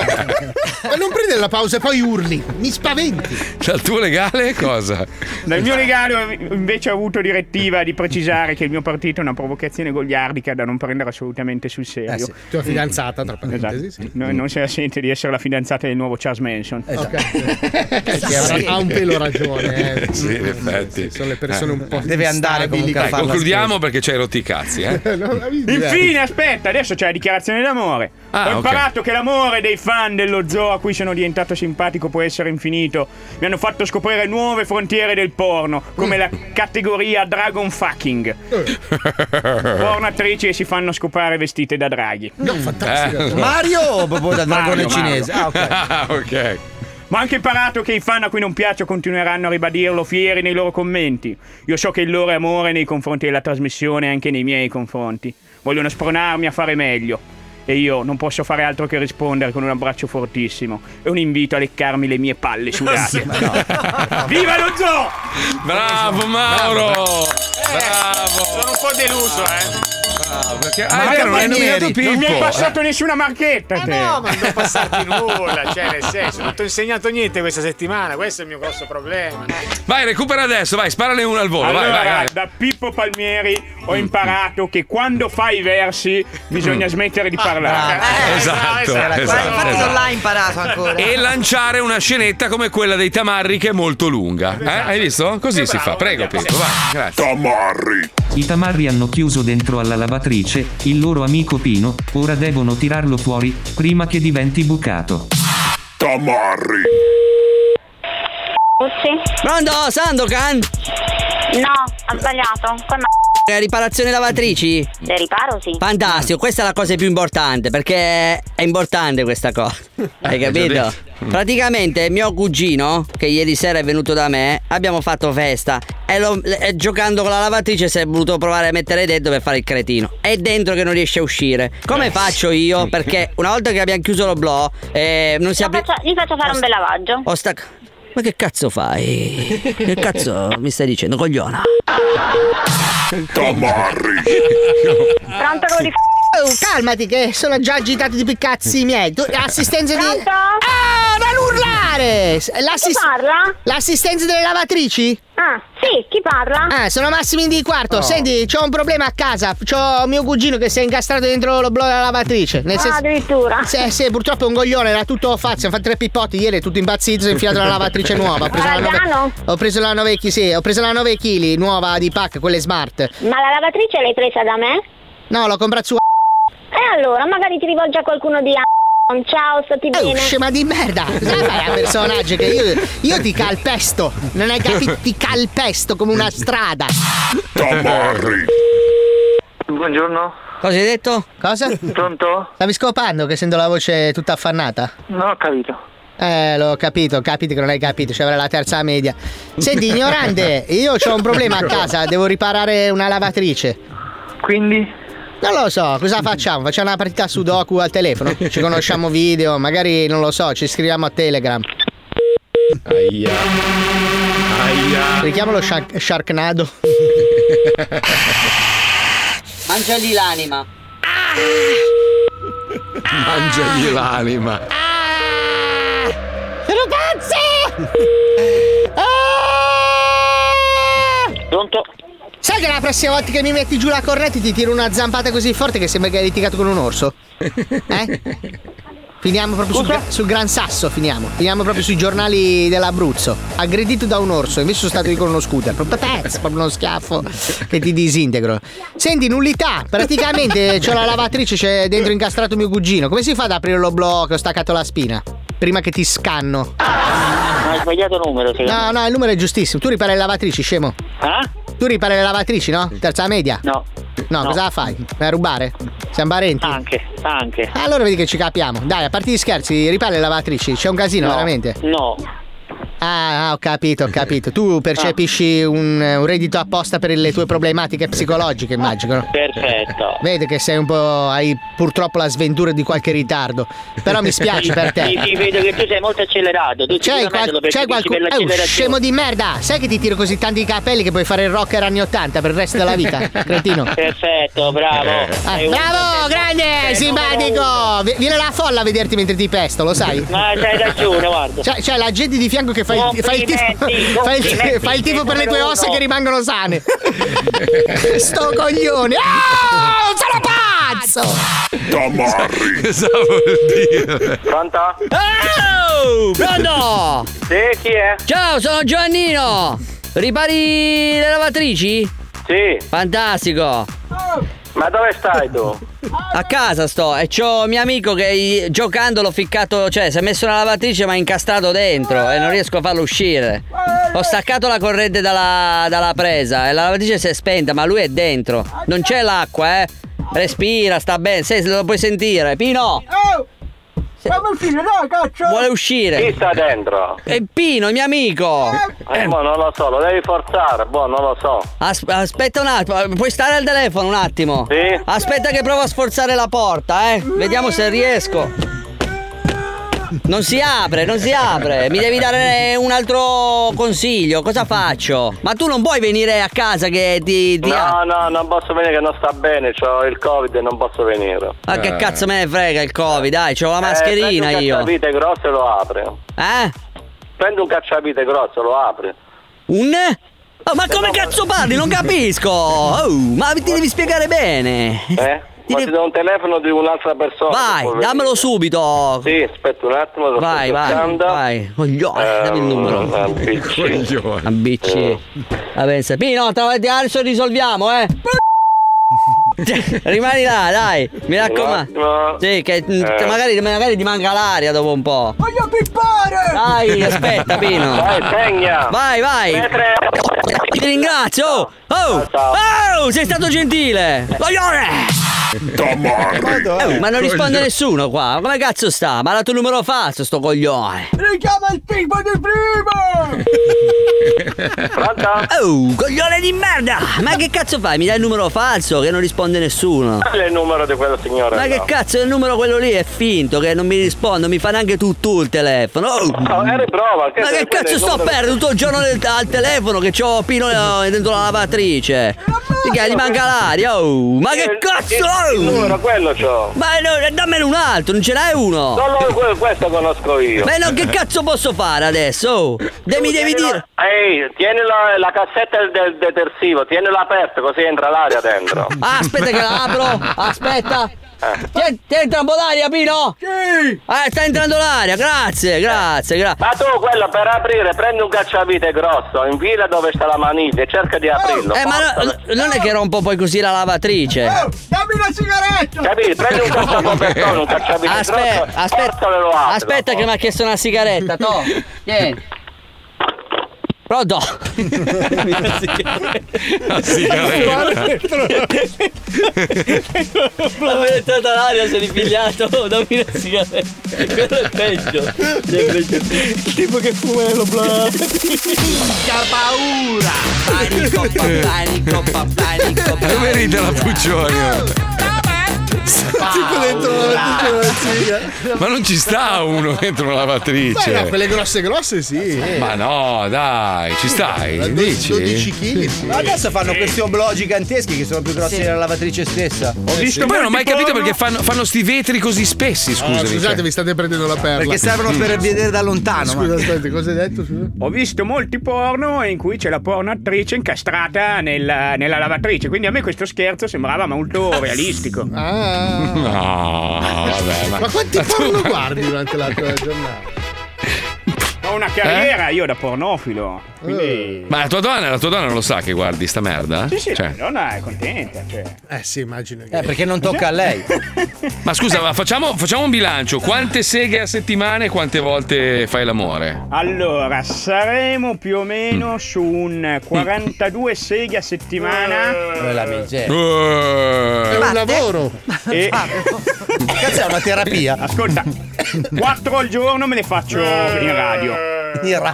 [SPEAKER 3] Ma non prendere la pausa e poi urli. Mi spaventi.
[SPEAKER 2] Dal Cioè, tuo legale cosa?
[SPEAKER 13] Dal mio legale invece ho avuto direttiva di precisare che il mio partito è una provocazione goliardica da non prendere assolutamente sul
[SPEAKER 3] Eh
[SPEAKER 13] serio. Esatto.
[SPEAKER 3] sì. Tua fidanzata, tra parentesi, sì. Eh
[SPEAKER 13] No, non se la sente di essere la fidanzata del nuovo Charles Manson.
[SPEAKER 3] [LAUGHS] Sì. Ha un pelo ragione. eh.
[SPEAKER 2] [LAUGHS] Sì, in effetti. Sono le
[SPEAKER 3] persone un po'
[SPEAKER 20] Deve andare
[SPEAKER 3] instabili.
[SPEAKER 20] comunque a farla
[SPEAKER 2] concludiamo perché c'hai rotti i cazzi, eh.
[SPEAKER 13] [LAUGHS] Infine, aspetta, adesso c'è la dichiarazione d'amore.
[SPEAKER 2] Ah,
[SPEAKER 13] Ho
[SPEAKER 2] ok.
[SPEAKER 13] imparato che l'amore dei fan dello zoo a cui sono diventato simpatico può essere infinito. Mi hanno fatto scoprire nuove frontiere del porno, come la categoria Dragon Fucking.
[SPEAKER 3] Eh.
[SPEAKER 13] Porno attrici che si fanno scopare vestite da draghi.
[SPEAKER 20] No,
[SPEAKER 13] Eh?
[SPEAKER 20] fantastico. Mario o proprio da dragone cinese? Ah, ok.
[SPEAKER 13] Ma ho anche imparato che i fan a cui non piaccio continueranno a ribadirlo fieri nei loro commenti. Io so che il loro è amore nei confronti della trasmissione e anche nei miei confronti. Vogliono spronarmi a fare meglio. E io non posso fare altro che rispondere con un abbraccio fortissimo e un invito a leccarmi le mie palle sudate. Viva lo zoo!
[SPEAKER 2] Bravo Mauro!
[SPEAKER 5] Eh,
[SPEAKER 2] Bravo!
[SPEAKER 15] Sono un po' deluso, eh.
[SPEAKER 2] Perché ah,
[SPEAKER 13] Ma
[SPEAKER 2] è vero, non hai nominato Pippo.
[SPEAKER 13] non mi hai
[SPEAKER 20] Eh.
[SPEAKER 13] passato nessuna marchetta, te.
[SPEAKER 15] Eh, No, ma non devo passarti nulla, cioè nel senso, non ti ho insegnato niente questa settimana, questo è il mio grosso problema.
[SPEAKER 2] Vai, recupera adesso, vai, sparane uno al volo,
[SPEAKER 13] Allora,
[SPEAKER 2] Boh, vai, vai, vai.
[SPEAKER 13] da Pippo Palmieri ho imparato che quando fai i versi bisogna smettere di parlare.
[SPEAKER 2] Mm.
[SPEAKER 20] Ah, eh,
[SPEAKER 2] Esatto,
[SPEAKER 6] Guarda,
[SPEAKER 2] esatto,
[SPEAKER 6] infatti non
[SPEAKER 2] esatto. Eh,
[SPEAKER 6] l'ha imparato ancora.
[SPEAKER 2] E lanciare una scenetta come quella dei Tamarri che è molto lunga. Eh,
[SPEAKER 3] Esatto.
[SPEAKER 2] Hai visto? Così si fa. Prego, Pippo, vai. Grazie. Tamarri.
[SPEAKER 22] I tamarri hanno chiuso dentro alla lavatrice il loro amico Pino, ora devono tirarlo fuori prima che diventi bucato.
[SPEAKER 5] Tamarri.
[SPEAKER 23] Oh,
[SPEAKER 24] Pronto, Sandokan?
[SPEAKER 23] No, ha sbagliato. Come
[SPEAKER 24] Eh, Riparazione lavatrici?
[SPEAKER 23] Le riparo, sì.
[SPEAKER 24] Fantastico,
[SPEAKER 25] Mm.
[SPEAKER 24] questa è la cosa più importante perché è importante questa
[SPEAKER 25] [LAUGHS]
[SPEAKER 24] cosa. Hai
[SPEAKER 25] già
[SPEAKER 24] capito?
[SPEAKER 25] detto. Mm.
[SPEAKER 24] Praticamente mio cugino, che ieri sera è venuto da me, abbiamo fatto festa e, lo- e giocando con la lavatrice si è voluto provare a mettere dentro per fare il cretino. È dentro che non riesce a uscire.
[SPEAKER 25] Eh.
[SPEAKER 24] Come faccio io? Perché una volta che abbiamo chiuso lo blog, eh, non si apre.
[SPEAKER 23] Gli faccio fare un bel lavaggio.
[SPEAKER 24] Ho staccato. Ma che cazzo fai? Che cazzo mi stai dicendo, cogliona?
[SPEAKER 5] Tamarri.
[SPEAKER 23] Pronto come di
[SPEAKER 17] Oh, calmati che sono già agitato di
[SPEAKER 23] Mm.
[SPEAKER 17] piccazzi miei. Tu, assistenza di. Pronto? Ah, non urlare!
[SPEAKER 23] Chi parla?
[SPEAKER 17] L'assistenza delle lavatrici?
[SPEAKER 23] Ah, sì, chi parla?
[SPEAKER 17] Ah, sono Massimi di quarto.
[SPEAKER 23] Oh.
[SPEAKER 17] Senti, c'ho un problema a casa. C'ho mio cugino che si è incastrato dentro lo blog della lavatrice. Nel
[SPEAKER 23] Ah,
[SPEAKER 17] senso...
[SPEAKER 23] addirittura.
[SPEAKER 17] Sì, sì, purtroppo è un coglione, era tutto fazio, ha fatto tre pippotti ieri, è tutto impazzito, si è infilato la lavatrice nuova. Ho preso la 9...
[SPEAKER 23] Paragano?
[SPEAKER 17] Ho preso la 9 chi- sì, ho preso la 9 kg nuova di pack, quelle smart.
[SPEAKER 23] Ma la lavatrice l'hai presa da me?
[SPEAKER 17] No, l'ho comprata su
[SPEAKER 23] E allora, magari ti rivolge a qualcuno di a- Ciao, sto
[SPEAKER 11] Eh,
[SPEAKER 23] ti
[SPEAKER 17] Oh,
[SPEAKER 23] bene.
[SPEAKER 17] scema di merda! Sai fai a personaggio che io, io ti calpesto! Non hai capito? Ti calpesto come una strada!
[SPEAKER 5] Tamarri.
[SPEAKER 23] Buongiorno.
[SPEAKER 17] Cosa hai detto? Cosa?
[SPEAKER 23] Pronto?
[SPEAKER 17] Stavi scopando che sento la voce tutta affannata?
[SPEAKER 23] Non ho capito.
[SPEAKER 17] Eh, l'ho capito, capiti che non hai capito, ci avrà la terza media. Senti, ignorante, io ho un problema a casa, devo riparare una lavatrice. Quindi? Non lo so, cosa facciamo? Facciamo una partita sudoku al telefono? Ci conosciamo video, magari non lo so, ci scriviamo a Telegram.
[SPEAKER 5] Aia. Aia.
[SPEAKER 17] Richiamalo Shark- Sharknado.
[SPEAKER 24] Mangiagli l'anima.
[SPEAKER 5] Mangiagli l'anima.
[SPEAKER 23] Sono pazzi!
[SPEAKER 17] Ah! Pronto? Sai che la prossima volta che mi metti giù la cornetta ti tiro una zampata così forte che sembra che hai litigato con un orso? Eh? Finiamo proprio sul, gra- sul gran sasso, finiamo. Finiamo proprio sui giornali dell'Abruzzo. Aggredito da un orso, invece sono stato io con uno scooter. Proprio pezzo, proprio uno schiaffo che ti disintegro. Senti, nullità. Praticamente c'ho la lavatrice, c'è dentro incastrato mio cugino. Come si fa ad aprire lo blocco? Ho staccato la spina. Prima che ti scanno.
[SPEAKER 7] Hai sbagliato numero, secondo
[SPEAKER 17] No, no, il numero è giustissimo. Tu ripari le lavatrici, scemo.
[SPEAKER 7] Eh?
[SPEAKER 17] Tu ripari le lavatrici, no? Terza media? No. No, cosa la fai? Vai a rubare? Siamo parenti? Anche,
[SPEAKER 7] anche.
[SPEAKER 17] Allora vedi che ci capiamo. Dai, a parte gli scherzi, ripari le lavatrici. C'è un casino,
[SPEAKER 7] No,
[SPEAKER 17] veramente.
[SPEAKER 7] No.
[SPEAKER 17] Ah, ah, ho capito, ho
[SPEAKER 7] [LAUGHS]
[SPEAKER 17] capito. Tu percepisci
[SPEAKER 7] Ah.
[SPEAKER 17] un, un reddito apposta per le tue problematiche psicologiche, immagino. no?
[SPEAKER 7] Perfetto.
[SPEAKER 5] [LAUGHS]
[SPEAKER 17] Vedi che sei un po'. hai purtroppo la sventura di qualche ritardo. Però mi spiace per te.
[SPEAKER 7] Sì, sì, vedo che tu sei molto accelerato. Tu
[SPEAKER 17] C'è,
[SPEAKER 7] sicuramente
[SPEAKER 17] qual- c'è
[SPEAKER 7] lo percepisci
[SPEAKER 17] qualcuno.
[SPEAKER 7] per
[SPEAKER 17] Eh,
[SPEAKER 7] l'accelerazione.
[SPEAKER 17] scemo di merda! Sai che ti tiro così tanti capelli che puoi fare il rocker anni 80 per il resto della
[SPEAKER 7] [LAUGHS]
[SPEAKER 17] vita, cretino.
[SPEAKER 7] Perfetto, bravo.
[SPEAKER 17] Ah,
[SPEAKER 7] Sei Eh, un- [LAUGHS] Eh,
[SPEAKER 17] bravo, grande, simpatico! Vi- Viene la folla a vederti mentre ti pesto, lo sai?
[SPEAKER 7] Ma c'hai ragione, guarda.
[SPEAKER 17] C'è, c'è la gente di fianco che fa il, fa il tifo,
[SPEAKER 7] Complimenti,
[SPEAKER 17] [LAUGHS] fa il-
[SPEAKER 7] complimenti,
[SPEAKER 17] fa il tifo per le
[SPEAKER 7] numero
[SPEAKER 17] tue ossa
[SPEAKER 7] uno.
[SPEAKER 17] che rimangono
[SPEAKER 7] [LAUGHS]
[SPEAKER 17] sane. Sto coglione! Ah, sono pazzo!
[SPEAKER 5] Tamarri. Cosa vuol dire?
[SPEAKER 7] Pronto?
[SPEAKER 24] Oh! Pronto?
[SPEAKER 7] Sì, chi è?
[SPEAKER 24] Ciao, sono Giovannino! Ripari le lavatrici?
[SPEAKER 7] Sì.
[SPEAKER 24] Fantastico!
[SPEAKER 7] Ma dove stai tu?
[SPEAKER 24] A casa sto e c'ho mio amico che i- giocando l'ho ficcato, cioè si è messo una lavatrice ma è incastrato dentro e non riesco a farlo uscire. Ho staccato la corrente dalla, dalla presa e la lavatrice si è spenta ma lui è dentro. Non c'è l'acqua eh. Respira, sta bene, se lo puoi sentire. Pino!
[SPEAKER 5] Fammi uscire, dai, caccio!
[SPEAKER 24] Vuole uscire.
[SPEAKER 7] Chi sta dentro?
[SPEAKER 24] E Pino, mio amico!
[SPEAKER 7] Eh, boh, non lo so, lo devi forzare, boh, non lo so.
[SPEAKER 24] As- aspetta un attimo, puoi stare al telefono un attimo? Sì. Aspetta che provo a sforzare la porta, eh. Vediamo se riesco. Non si apre, non si apre. Mi devi dare un altro consiglio. Cosa faccio? Ma tu non puoi venire a casa che ti. ti
[SPEAKER 7] No, no, non posso venire che non sta bene, ho il covid e non posso venire.
[SPEAKER 24] Ma Ah, che cazzo me ne frega il Covid, dai, c'ho la mascherina
[SPEAKER 7] eh, prendi un
[SPEAKER 24] io.
[SPEAKER 7] cacciavite grosso e lo apri.
[SPEAKER 24] Eh?
[SPEAKER 7] Prendi un cacciavite grosso e lo apri.
[SPEAKER 24] Un? Oh, ma come cazzo parli? Non capisco! Oh, ma ti devi spiegare bene!
[SPEAKER 7] Eh? Ma ti do un telefono di un'altra persona.
[SPEAKER 24] Vai, dammelo subito!
[SPEAKER 7] Sì, aspetta un attimo, lo sto
[SPEAKER 24] Vai, vai,
[SPEAKER 7] cercando.
[SPEAKER 24] vai. Coglione, dammi il
[SPEAKER 7] Eh,
[SPEAKER 24] numero. [LAUGHS]
[SPEAKER 7] Coglione.
[SPEAKER 24] ABC.
[SPEAKER 7] Eh.
[SPEAKER 24] La pensa. Pino, tra- adesso risolviamo,
[SPEAKER 7] [LAUGHS]
[SPEAKER 24] eh. Rimani là, dai, mi raccomando. Sì, che mm,
[SPEAKER 7] Eh.
[SPEAKER 24] magari, magari ti manca l'aria dopo un po'. Voglio pippare! Dai, aspetta, Pino.
[SPEAKER 7] Vai, segna.
[SPEAKER 24] Vai, vai.
[SPEAKER 7] Petre.
[SPEAKER 24] Ti ringrazio. Oh, oh, oh, sei stato gentile. Coglione! Eh, ma non risponde
[SPEAKER 5] Coglione.
[SPEAKER 24] nessuno qua. Ma Come cazzo sta? Ma ha dato il numero falso, sto coglione.
[SPEAKER 5] Richiama il tipo di prima!
[SPEAKER 24] Oh, coglione di merda! Ma che cazzo fai? Mi dai il numero falso che non risponde nessuno.
[SPEAKER 7] Qual è il numero di quella signora?
[SPEAKER 24] Ma che
[SPEAKER 7] là?
[SPEAKER 24] cazzo, il numero quello lì è finto che non mi risponde, mi fa neanche tu tu il telefono. Oh.
[SPEAKER 7] No, eh, riprova, che
[SPEAKER 24] Ma
[SPEAKER 7] se-
[SPEAKER 24] che
[SPEAKER 7] quello è
[SPEAKER 24] cazzo
[SPEAKER 7] il
[SPEAKER 24] sto a
[SPEAKER 7] numero-
[SPEAKER 24] perdere tutto il giorno nel- al telefono che c'ho Pino eh, dentro la lavatrice? Mica, gli manca l'aria, oh. Ma che cazzo!
[SPEAKER 7] Eh, Il numero
[SPEAKER 24] oh.
[SPEAKER 7] quello c'ho.
[SPEAKER 24] Ma no, dammene un altro, non ce n'hai uno!
[SPEAKER 7] Solo que- questo conosco io.
[SPEAKER 24] Ma no, che cazzo posso fare adesso? Oh, De- mi devi dire...
[SPEAKER 7] Ehi, tieni la, la cassetta del detersivo, tienila aperta così entra l'aria dentro. Eh.
[SPEAKER 24] [LAUGHS] Ah, aspetta che la apro! Aspetta! Ti, ti entra un po' d'aria, Pino? Sì! Eh, sta entrando l'aria, grazie, grazie, grazie.
[SPEAKER 7] Ma tu quello per aprire prendi un cacciavite grosso, infila dove sta la maniglia e cerca di aprirlo.
[SPEAKER 24] Eh, ma no-
[SPEAKER 7] forza.
[SPEAKER 24] non è che rompo poi così la
[SPEAKER 7] Eh,
[SPEAKER 24] lavatrice.
[SPEAKER 7] Dammi una sigaretta! Capito? Prendi un cacciacopertone, un cacciavite
[SPEAKER 24] Eh, Aspetta,
[SPEAKER 7] grosso,
[SPEAKER 24] aspetta,
[SPEAKER 7] forzalo e lo apri.
[SPEAKER 24] aspetta che mi ha chiesto una sigaretta, to. Tieni. Pronto?
[SPEAKER 5] La
[SPEAKER 24] [LAUGHS]
[SPEAKER 8] Appena è entrata l'aria si è ripigliato, dammi una sigaretta. Quello è peggio. Tipo che fumello, bla.
[SPEAKER 5] Minchia paura! Panico,
[SPEAKER 2] Eh.
[SPEAKER 5] panico, panico,
[SPEAKER 2] Dove ride la Puccioni?
[SPEAKER 5] Tipo dentro la
[SPEAKER 2] Ma non ci sta uno dentro la lavatrice.
[SPEAKER 3] Beh, no, quelle grosse grosse sì.
[SPEAKER 2] Ma no, dai, ci stai? Dici?
[SPEAKER 3] 12 kg.
[SPEAKER 20] Ma adesso fanno questi oblò giganteschi che sono più grossi della lavatrice stessa. Eh, Ho
[SPEAKER 2] Poi non ho mai capito perché fanno, fanno sti vetri così spessi, scusami.
[SPEAKER 3] Eh,
[SPEAKER 2] cioè. Mm.
[SPEAKER 3] Ah, scusate, vi state prendendo la perla.
[SPEAKER 20] Perché
[SPEAKER 2] Esatto.
[SPEAKER 20] servono per vedere da lontano.
[SPEAKER 3] Scusa, aspetta, cosa hai detto? Scusa.
[SPEAKER 13] Ho visto molti porno in cui c'è la porno attrice incastrata nella, nella lavatrice, quindi a me questo scherzo
[SPEAKER 20] [LAUGHS]
[SPEAKER 13] sembrava molto realistico.
[SPEAKER 3] Ah.
[SPEAKER 2] No, vabbè, ma,
[SPEAKER 3] Ma quanti
[SPEAKER 2] ma tu-
[SPEAKER 3] porno
[SPEAKER 2] ma-
[SPEAKER 3] guardi durante la tua giornata?
[SPEAKER 13] Ho una carriera
[SPEAKER 20] Eh?
[SPEAKER 13] io da pornofilo,
[SPEAKER 3] Eh.
[SPEAKER 13] quindi...
[SPEAKER 2] Ma la tua donna, la tua donna lo sa che guardi sta merda?
[SPEAKER 13] Sì, sì,
[SPEAKER 2] Cioè,
[SPEAKER 13] la donna è contenta, cioè.
[SPEAKER 3] Eh sì, immagino
[SPEAKER 20] Eh, perché non tocca a lei.
[SPEAKER 2] ma scusa, ma facciamo, facciamo un bilancio: quante seghe a settimana e quante volte fai l'amore?
[SPEAKER 13] Allora, saremo più o
[SPEAKER 3] Mm.
[SPEAKER 13] meno su un 42 seghe a settimana.
[SPEAKER 20] la
[SPEAKER 2] Eh.
[SPEAKER 3] lavoro.
[SPEAKER 13] E...
[SPEAKER 20] Cazzo, è una terapia.
[SPEAKER 13] Ascolta, 4 al giorno me ne faccio in radio.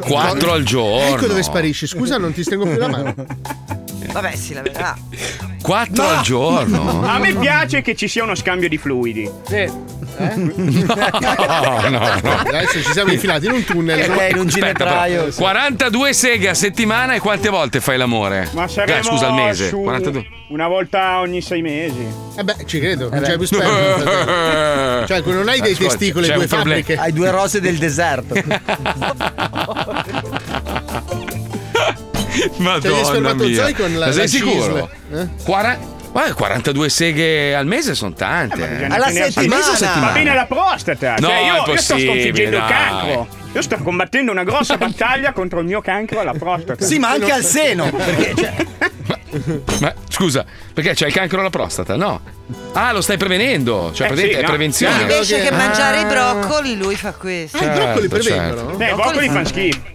[SPEAKER 2] Quattro al giorno.
[SPEAKER 3] Ecco dove sparisci. Scusa, non ti stringo più la mano.
[SPEAKER 2] [LAUGHS]
[SPEAKER 6] Vabbè, sì, la verità.
[SPEAKER 2] Quattro al giorno?
[SPEAKER 13] [LAUGHS] A me piace che ci sia uno scambio di fluidi.
[SPEAKER 3] Eh?
[SPEAKER 2] [LAUGHS] No, no, no.
[SPEAKER 3] Adesso ci siamo infilati in un tunnel.
[SPEAKER 2] Eh, Aspetta, però. 42 seghe a settimana e quante volte fai l'amore?
[SPEAKER 13] Ma saremo
[SPEAKER 2] Eh, scusa, al mese.
[SPEAKER 13] su
[SPEAKER 2] 42.
[SPEAKER 13] una volta ogni 6 mesi.
[SPEAKER 3] Eh beh, ci credo, non
[SPEAKER 13] beh.
[SPEAKER 3] c'è più sperma.
[SPEAKER 2] [LAUGHS]
[SPEAKER 3] fratello. cioè, non hai dei
[SPEAKER 20] Ascolta,
[SPEAKER 3] testicoli e
[SPEAKER 20] c'è
[SPEAKER 3] due
[SPEAKER 20] un problema.
[SPEAKER 3] fabbriche.
[SPEAKER 20] Hai due rose del deserto.
[SPEAKER 3] Cioè, gli
[SPEAKER 2] Madonna mia.
[SPEAKER 3] spermatozoi con la-
[SPEAKER 2] Ma sei
[SPEAKER 3] la
[SPEAKER 2] sicuro?
[SPEAKER 3] cisle, eh?
[SPEAKER 2] Quara- ma 42 seghe al mese sono tante. eh.
[SPEAKER 13] Bisogna tenersi-
[SPEAKER 2] Al mese o settimana?
[SPEAKER 13] Va bene la prostata.
[SPEAKER 2] No,
[SPEAKER 13] cioè,
[SPEAKER 2] è
[SPEAKER 13] io, io sto
[SPEAKER 2] possibile,
[SPEAKER 13] sconfiggendo il
[SPEAKER 2] dai.
[SPEAKER 13] cancro. Io sto combattendo
[SPEAKER 3] [LAUGHS]
[SPEAKER 13] una grossa battaglia contro il mio cancro alla prostata.
[SPEAKER 20] Sì, ma anche al seno.
[SPEAKER 2] Ma scusa, perché c'hai il cancro alla prostata? No. Ah, lo stai prevenendo. Cioè,
[SPEAKER 13] Eh,
[SPEAKER 2] praticamente
[SPEAKER 13] sì,
[SPEAKER 2] è
[SPEAKER 13] no.
[SPEAKER 2] prevenzione.
[SPEAKER 6] Invece che
[SPEAKER 2] Ah.
[SPEAKER 6] mangiare i broccoli, lui fa questo.
[SPEAKER 2] Ah, i broccoli Certo, prevengono? certo.
[SPEAKER 13] Beh, i broccoli fanno schifo.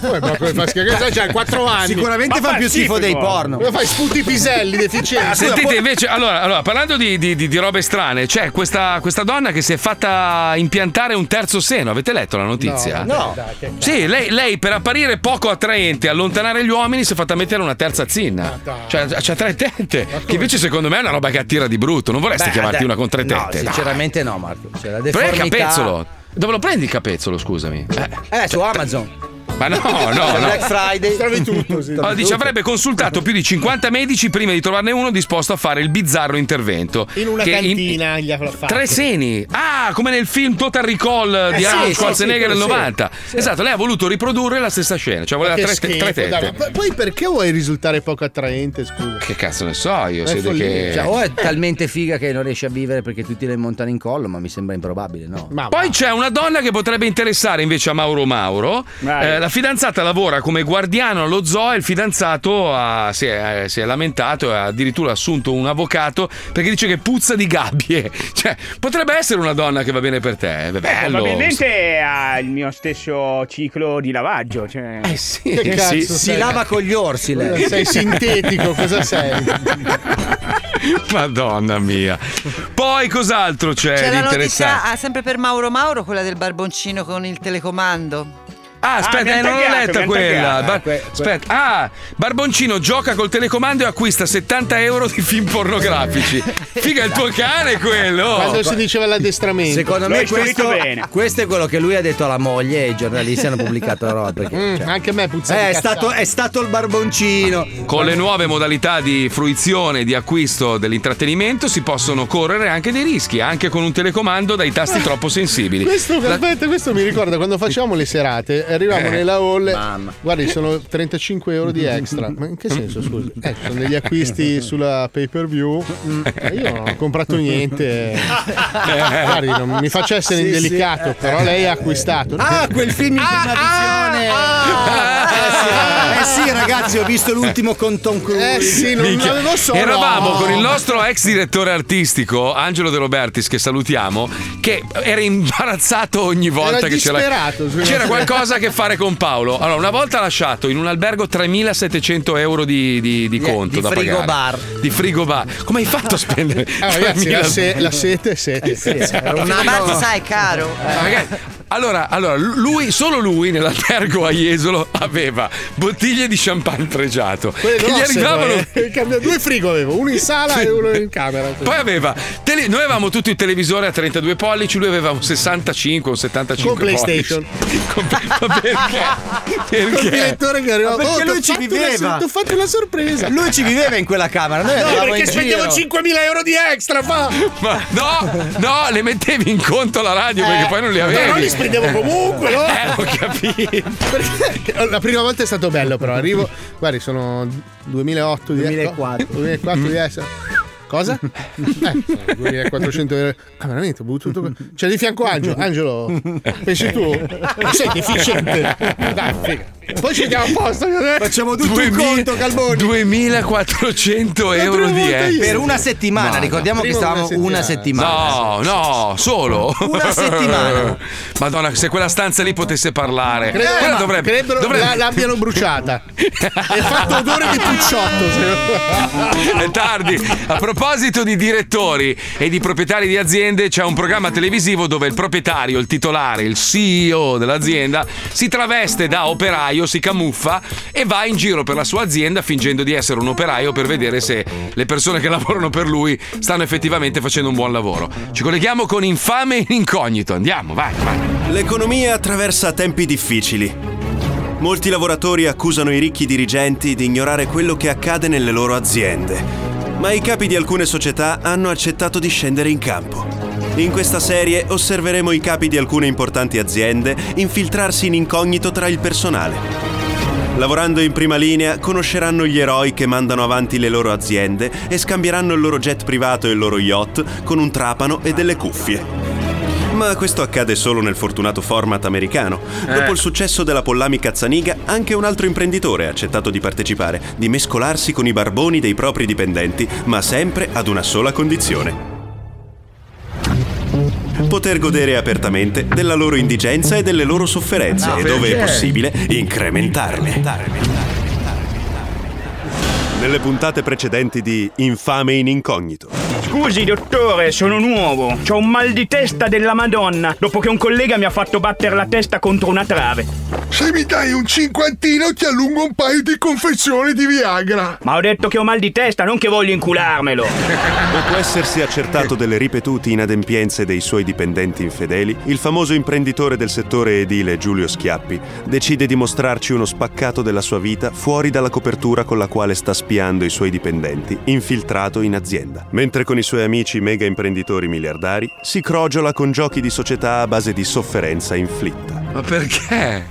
[SPEAKER 3] Poi broccoli fa schifo, che cosa c'ha? 4 anni.
[SPEAKER 20] Sicuramente
[SPEAKER 3] Ma
[SPEAKER 20] fa più schifo dei
[SPEAKER 3] i
[SPEAKER 20] porno.
[SPEAKER 3] Lo fai sputi i piselli, deficienti.
[SPEAKER 2] Ah, Sentite invece, allora, allora, parlando di, di- di- di robe strane, c'è questa, questa donna che si è fatta impiantare un terzo seno. Avete letto la notizia?
[SPEAKER 5] No.
[SPEAKER 2] Sì, lei, lei per apparire poco attraente e allontanare gli uomini si è fatta mettere una terza
[SPEAKER 20] Ah,
[SPEAKER 2] zinna. Cioè, c'ha tre tette. Che invece secondo me è una roba che attira di brutto. Non vorresti
[SPEAKER 20] Beh,
[SPEAKER 2] chiamarti
[SPEAKER 20] adè-
[SPEAKER 2] una con tre
[SPEAKER 20] No,
[SPEAKER 2] tette.
[SPEAKER 20] sinceramente no, Marco. C'è la
[SPEAKER 2] Però è
[SPEAKER 20] deformità.
[SPEAKER 2] capezzolo. Dove lo prendi il capezzolo, scusami? Eh,
[SPEAKER 20] Eh, su Amazon. Cioè,
[SPEAKER 2] ma ah,
[SPEAKER 20] [LAUGHS]
[SPEAKER 2] no, no, no.
[SPEAKER 20] Black Friday.
[SPEAKER 3] Trovi [LAUGHS] tutto, sì.
[SPEAKER 2] Allora, dice avrebbe consultato più di 50 medici prima di trovarne uno disposto a fare il bizzarro intervento.
[SPEAKER 3] In una
[SPEAKER 2] Che in-
[SPEAKER 3] cantina gli ha fatto.
[SPEAKER 2] Tre seni. Ah, come nel film Total Recall
[SPEAKER 3] Eh,
[SPEAKER 2] di
[SPEAKER 3] sì,
[SPEAKER 2] Arnold
[SPEAKER 3] sì,
[SPEAKER 2] Schwarzenegger
[SPEAKER 3] sì,
[SPEAKER 2] del
[SPEAKER 3] sì.
[SPEAKER 2] 90.
[SPEAKER 3] Sì.
[SPEAKER 2] Esatto, lei ha voluto riprodurre la stessa scena, cioè voleva
[SPEAKER 3] Che
[SPEAKER 2] tre,
[SPEAKER 3] schifo,
[SPEAKER 2] tre
[SPEAKER 3] dai, ma
[SPEAKER 2] tette.
[SPEAKER 3] p- poi perché vuoi risultare poco attraente, scusa?
[SPEAKER 2] Che cazzo ne so io,
[SPEAKER 3] È
[SPEAKER 2] siete
[SPEAKER 3] follia.
[SPEAKER 2] che...
[SPEAKER 20] Cioè, o è talmente figa che non riesce a vivere perché tutti le montano in collo, ma mi sembra improbabile, no?
[SPEAKER 2] Poi c'è una donna che potrebbe interessare invece a Mauro Mauro.
[SPEAKER 20] Vai.
[SPEAKER 2] Eh, la fidanzata lavora come guardiano allo zoo e il fidanzato ha- si, è, eh, si è lamentato e ha addirittura assunto un avvocato perché dice che puzza di gabbie. [LAUGHS] Cioè, potrebbe essere una donna che va bene per te.
[SPEAKER 3] Ecco,
[SPEAKER 2] eh, Bello.
[SPEAKER 13] Probabilmente ha il mio stesso ciclo di lavaggio. Cioè... Eh
[SPEAKER 2] sì,
[SPEAKER 20] Che cazzo Si sei? lava con gli orsi lei. Sei sintetico, cosa sei?
[SPEAKER 2] [LAUGHS] Madonna mia. Poi cos'altro c'è,
[SPEAKER 6] C'è
[SPEAKER 2] di
[SPEAKER 6] la notizia
[SPEAKER 2] interessante?
[SPEAKER 6] ah, sempre per Mauro Mauro, quella del barboncino con il telecomando.
[SPEAKER 2] Ah, aspetta, eh, non l'ho letta quella.
[SPEAKER 6] Eh,
[SPEAKER 2] Bar- aspetta, ah, Barboncino gioca col telecomando e acquista 70 euro di film pornografici. Figa, il tuo cane è
[SPEAKER 20] [LAUGHS]
[SPEAKER 2] quello.
[SPEAKER 3] Quando si diceva l'addestramento.
[SPEAKER 20] Secondo me questo, questo è quello che lui ha detto alla moglie e i giornalisti hanno pubblicato la roba. Perché,
[SPEAKER 3] Mm,
[SPEAKER 20] cioè,
[SPEAKER 3] anche a me puzza
[SPEAKER 20] eh,
[SPEAKER 3] di
[SPEAKER 20] è, stato,
[SPEAKER 3] cazzate.
[SPEAKER 20] è stato il barboncino.
[SPEAKER 2] Con le nuove modalità di fruizione e di acquisto dell'intrattenimento si possono correre anche dei rischi, anche con un telecomando dai tasti
[SPEAKER 20] Ah,
[SPEAKER 2] troppo sensibili.
[SPEAKER 3] Questo,
[SPEAKER 2] La-
[SPEAKER 3] aspetta, questo mi ricorda quando facciamo le serate, arriviamo
[SPEAKER 2] Eh.
[SPEAKER 3] nella hall.
[SPEAKER 2] Mamma.
[SPEAKER 3] Guardi, sono 35 euro di extra. Ma
[SPEAKER 2] [LAUGHS]
[SPEAKER 3] in che senso, scusa? Eh, sono degli acquisti sulla pay per view.
[SPEAKER 2] Mm.
[SPEAKER 3] Io non ho
[SPEAKER 2] [LAUGHS]
[SPEAKER 3] comprato niente.
[SPEAKER 2] Eh,
[SPEAKER 3] Guardi, non mi faccia essere
[SPEAKER 5] Sì,
[SPEAKER 3] indelicato,
[SPEAKER 5] sì.
[SPEAKER 3] però lei ha acquistato.
[SPEAKER 5] Ah,
[SPEAKER 3] quel film in
[SPEAKER 5] Ah, ah, ah,
[SPEAKER 3] Eh, sì.
[SPEAKER 1] Eh sì, ragazzi, ho visto l'ultimo con Tom Cruise.
[SPEAKER 3] Eh sì, non
[SPEAKER 2] Minchia.
[SPEAKER 3] avevo solo.
[SPEAKER 2] Eravamo
[SPEAKER 3] no.
[SPEAKER 2] con il nostro ex direttore artistico Angelo De Robertis, che salutiamo, che era imbarazzato ogni volta
[SPEAKER 3] Era
[SPEAKER 2] che c'era.
[SPEAKER 3] disperato, scusa.
[SPEAKER 2] C'era qualcosa a che fare con Paolo. Allora, una volta ha lasciato in un albergo 3.700 euro di, di- di
[SPEAKER 3] Eh,
[SPEAKER 2] conto
[SPEAKER 20] di
[SPEAKER 2] da
[SPEAKER 20] frigo
[SPEAKER 2] pagare.
[SPEAKER 20] bar.
[SPEAKER 2] Di frigo bar. Come hai fatto a
[SPEAKER 3] [LAUGHS]
[SPEAKER 2] spendere?
[SPEAKER 3] Ah, ragazzi,
[SPEAKER 2] 3.000?
[SPEAKER 3] la, se- la sete è
[SPEAKER 1] Eh,
[SPEAKER 3] sete.
[SPEAKER 6] Ma Barzi, sai, è caro.
[SPEAKER 2] Ma ragazzi, Allora, allora, lui, solo lui nell'albergo a Jesolo aveva bottiglie di champagne pregiato.
[SPEAKER 3] Quelle
[SPEAKER 2] che gli
[SPEAKER 3] grosse,
[SPEAKER 2] arrivavano
[SPEAKER 3] poi, eh. Cambia- Due frigo avevo, uno in sala e uno in camera.
[SPEAKER 2] Poi aveva. tele- noi avevamo tutto il televisore a 32 pollici, lui aveva un 65 o un 75
[SPEAKER 3] Con PlayStation.
[SPEAKER 2] pollici. Con- ma perché? Perché?
[SPEAKER 3] Col direttore che arrivava.
[SPEAKER 20] Ma perché
[SPEAKER 3] "Oh,
[SPEAKER 20] lui
[SPEAKER 3] t'ho
[SPEAKER 20] ci
[SPEAKER 3] fatto una
[SPEAKER 20] viveva."
[SPEAKER 3] sor- T'ho fatto una sorpresa. Ah,
[SPEAKER 20] Lui ci viveva in quella camera. Noi
[SPEAKER 3] No,
[SPEAKER 20] eravamo
[SPEAKER 3] perché
[SPEAKER 20] in
[SPEAKER 3] spendevo
[SPEAKER 20] giro.
[SPEAKER 3] 5.000 euro di extra, fa!
[SPEAKER 2] Ma no, no, le mettevi in conto la radio
[SPEAKER 20] Eh.
[SPEAKER 2] perché poi non li avevi.
[SPEAKER 3] Però li spendevo comunque, no?
[SPEAKER 2] Eh, ho capito.
[SPEAKER 3] Perché la prima volta è stato bello, però arrivo. Guardi, sono eh, 2008 di 2004. 2004 di essere. eh, Cosa? Eh, 2400 euro. Ah, veramente, ho bevuto tutto. que- C'è di fianco Angelo. Angelo, pensi tu? Sei deficiente. Dai, figa. Poi ci diamo apposta. eh.
[SPEAKER 2] Facciamo tutto il conto, Calboni. 2400 euro di
[SPEAKER 20] volta
[SPEAKER 2] extra.
[SPEAKER 20] io. Per una settimana, ricordiamo che Prima stavamo una settimana.
[SPEAKER 2] No, no, solo
[SPEAKER 20] Una settimana.
[SPEAKER 2] [LAUGHS] Madonna, se quella stanza lì potesse parlare,
[SPEAKER 3] Eh, Credo,
[SPEAKER 2] quella
[SPEAKER 3] ma-
[SPEAKER 2] dovrebbe,
[SPEAKER 3] credo
[SPEAKER 2] dovrebbe-
[SPEAKER 3] la- l'abbiano bruciata. È fatto odore di pucciotto.
[SPEAKER 2] È tardi. A proposito di direttori e di proprietari di aziende, c'è un programma televisivo dove il proprietario, il titolare, il CEO dell'azienda si traveste da operaio, si camuffa e va in giro per la sua azienda fingendo di essere un operaio per vedere se le persone che [LAUGHS] lavorano per lui stanno effettivamente facendo un buon lavoro. Ci colleghiamo con Infame in Incognito. Andiamo, vai, vai.
[SPEAKER 9] L'economia attraversa tempi difficili. Molti lavoratori accusano i ricchi dirigenti di ignorare quello che accade nelle loro aziende, ma i capi di alcune società hanno accettato di scendere in campo. In questa serie osserveremo i capi di alcune importanti aziende infiltrarsi in incognito tra il personale. Lavorando in prima linea conosceranno gli eroi che mandano avanti le loro aziende e scambieranno il loro jet privato e il loro yacht con un trapano e delle cuffie. Ma questo accade solo nel fortunato format americano. Dopo il successo della Pollami Cazzaniga, anche un altro imprenditore ha accettato di partecipare, di mescolarsi con i barboni dei propri dipendenti, ma sempre ad una sola condizione. Poter godere apertamente della loro indigenza e delle loro sofferenze No, e dove è perché? possibile incrementarle. Nelle puntate precedenti di Infame in Incognito.
[SPEAKER 13] Scusi, dottore, sono nuovo. Ho un mal di testa della Madonna dopo che un collega mi ha fatto battere la testa contro una trave.
[SPEAKER 10] Se mi dai un cinquantino ti allungo un paio di confezioni di Viagra.
[SPEAKER 13] Ma ho detto che ho mal di testa, non che voglio incularmelo.
[SPEAKER 9] Dopo essersi accertato delle ripetute inadempienze dei suoi dipendenti infedeli, il famoso imprenditore del settore edile Giulio Schiappi decide di mostrarci uno spaccato della sua vita fuori dalla copertura con la quale sta spiando i suoi dipendenti, infiltrato in azienda. Mentre con i suoi amici mega imprenditori miliardari si crogiola con giochi di società a base di sofferenza inflitta.
[SPEAKER 2] Ma perché?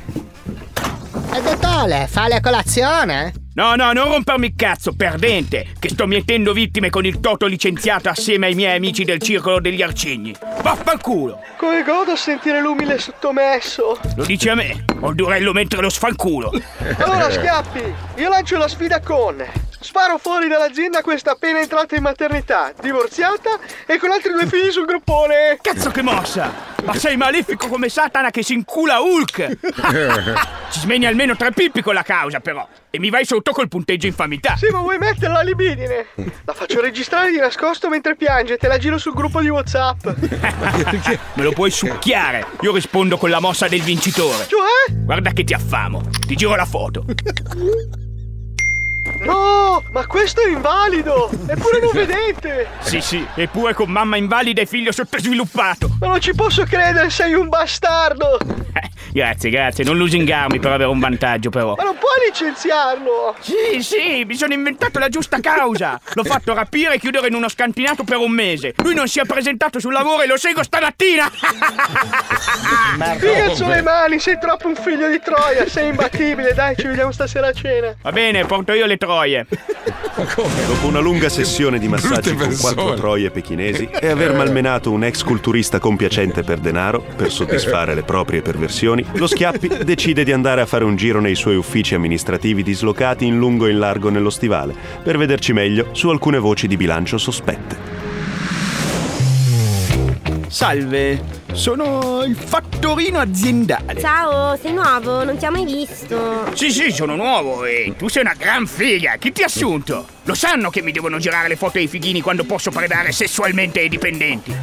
[SPEAKER 17] Eh, dottore, fa la colazione?
[SPEAKER 13] No, no, non rompermi il cazzo, perdente, che sto mietendo vittime con il toto licenziato assieme ai miei amici del circolo degli arcigni. Vaffanculo!
[SPEAKER 4] Come godo a sentire l'umile sottomesso.
[SPEAKER 13] Lo dici a me, ho il durello mentre lo sfanculo.
[SPEAKER 4] Allora
[SPEAKER 3] Eh.
[SPEAKER 4] Schiappi, io lancio la sfida con Sparo fuori dall'azienda
[SPEAKER 3] [LAUGHS]
[SPEAKER 4] questa appena entrata in maternità, divorziata e con altri due figli sul gruppone
[SPEAKER 13] Cazzo che mossa! Ma sei malefico come Satana che si incula Hulk!
[SPEAKER 4] [LAUGHS]
[SPEAKER 13] Ci smeni almeno tre pippi con la causa, però! E mi vai sotto col punteggio infamità!
[SPEAKER 4] Sì, ma vuoi metterla a libidine? La faccio registrare di nascosto mentre piange, te la giro sul gruppo di Whatsapp.
[SPEAKER 13] Me lo puoi succhiare! Io rispondo con la mossa del vincitore!
[SPEAKER 4] Cioè?
[SPEAKER 13] Guarda che ti affamo! Ti giro la foto!
[SPEAKER 4] No, ma questo è invalido! Eppure non vedete!
[SPEAKER 13] Sì, sì, eppure con mamma invalida e figlio sottosviluppato!
[SPEAKER 4] Ma non ci posso credere, Eh, sei un bastardo!
[SPEAKER 13] Grazie, grazie, non lusingarmi per avere un vantaggio, però!
[SPEAKER 4] Ma non puoi licenziarlo!
[SPEAKER 13] Sì, sì, mi sono inventato la giusta causa. L'ho fatto rapire e chiudere in uno scantinato per un mese. Lui non si è presentato sul lavoro e lo seguo stamattina.
[SPEAKER 4] Ti cazzo le mani, sei troppo un figlio di troia, sei imbattibile, dai, ci vediamo stasera a cena.
[SPEAKER 13] Va bene, porto io le troie.
[SPEAKER 9] Dopo una lunga sessione di massaggi
[SPEAKER 14] Brutte
[SPEAKER 9] con quattro
[SPEAKER 14] persone.
[SPEAKER 9] troie pechinesi e aver malmenato un ex culturista compiacente per denaro per soddisfare le proprie perversioni, lo Schiappi decide di andare a fare un giro nei suoi uffici amministrativi dislocati in lungo e in largo nello stivale per vederci meglio su alcune voci di bilancio sospette.
[SPEAKER 13] Salve, sono il fattorino aziendale.
[SPEAKER 23] Ciao, sei nuovo, non ti ho mai visto.
[SPEAKER 13] Sì, sì, sono nuovo e tu sei una gran figa. Chi ti ha assunto? Lo sanno che mi devono girare le foto ai fighini quando posso predare sessualmente ai dipendenti.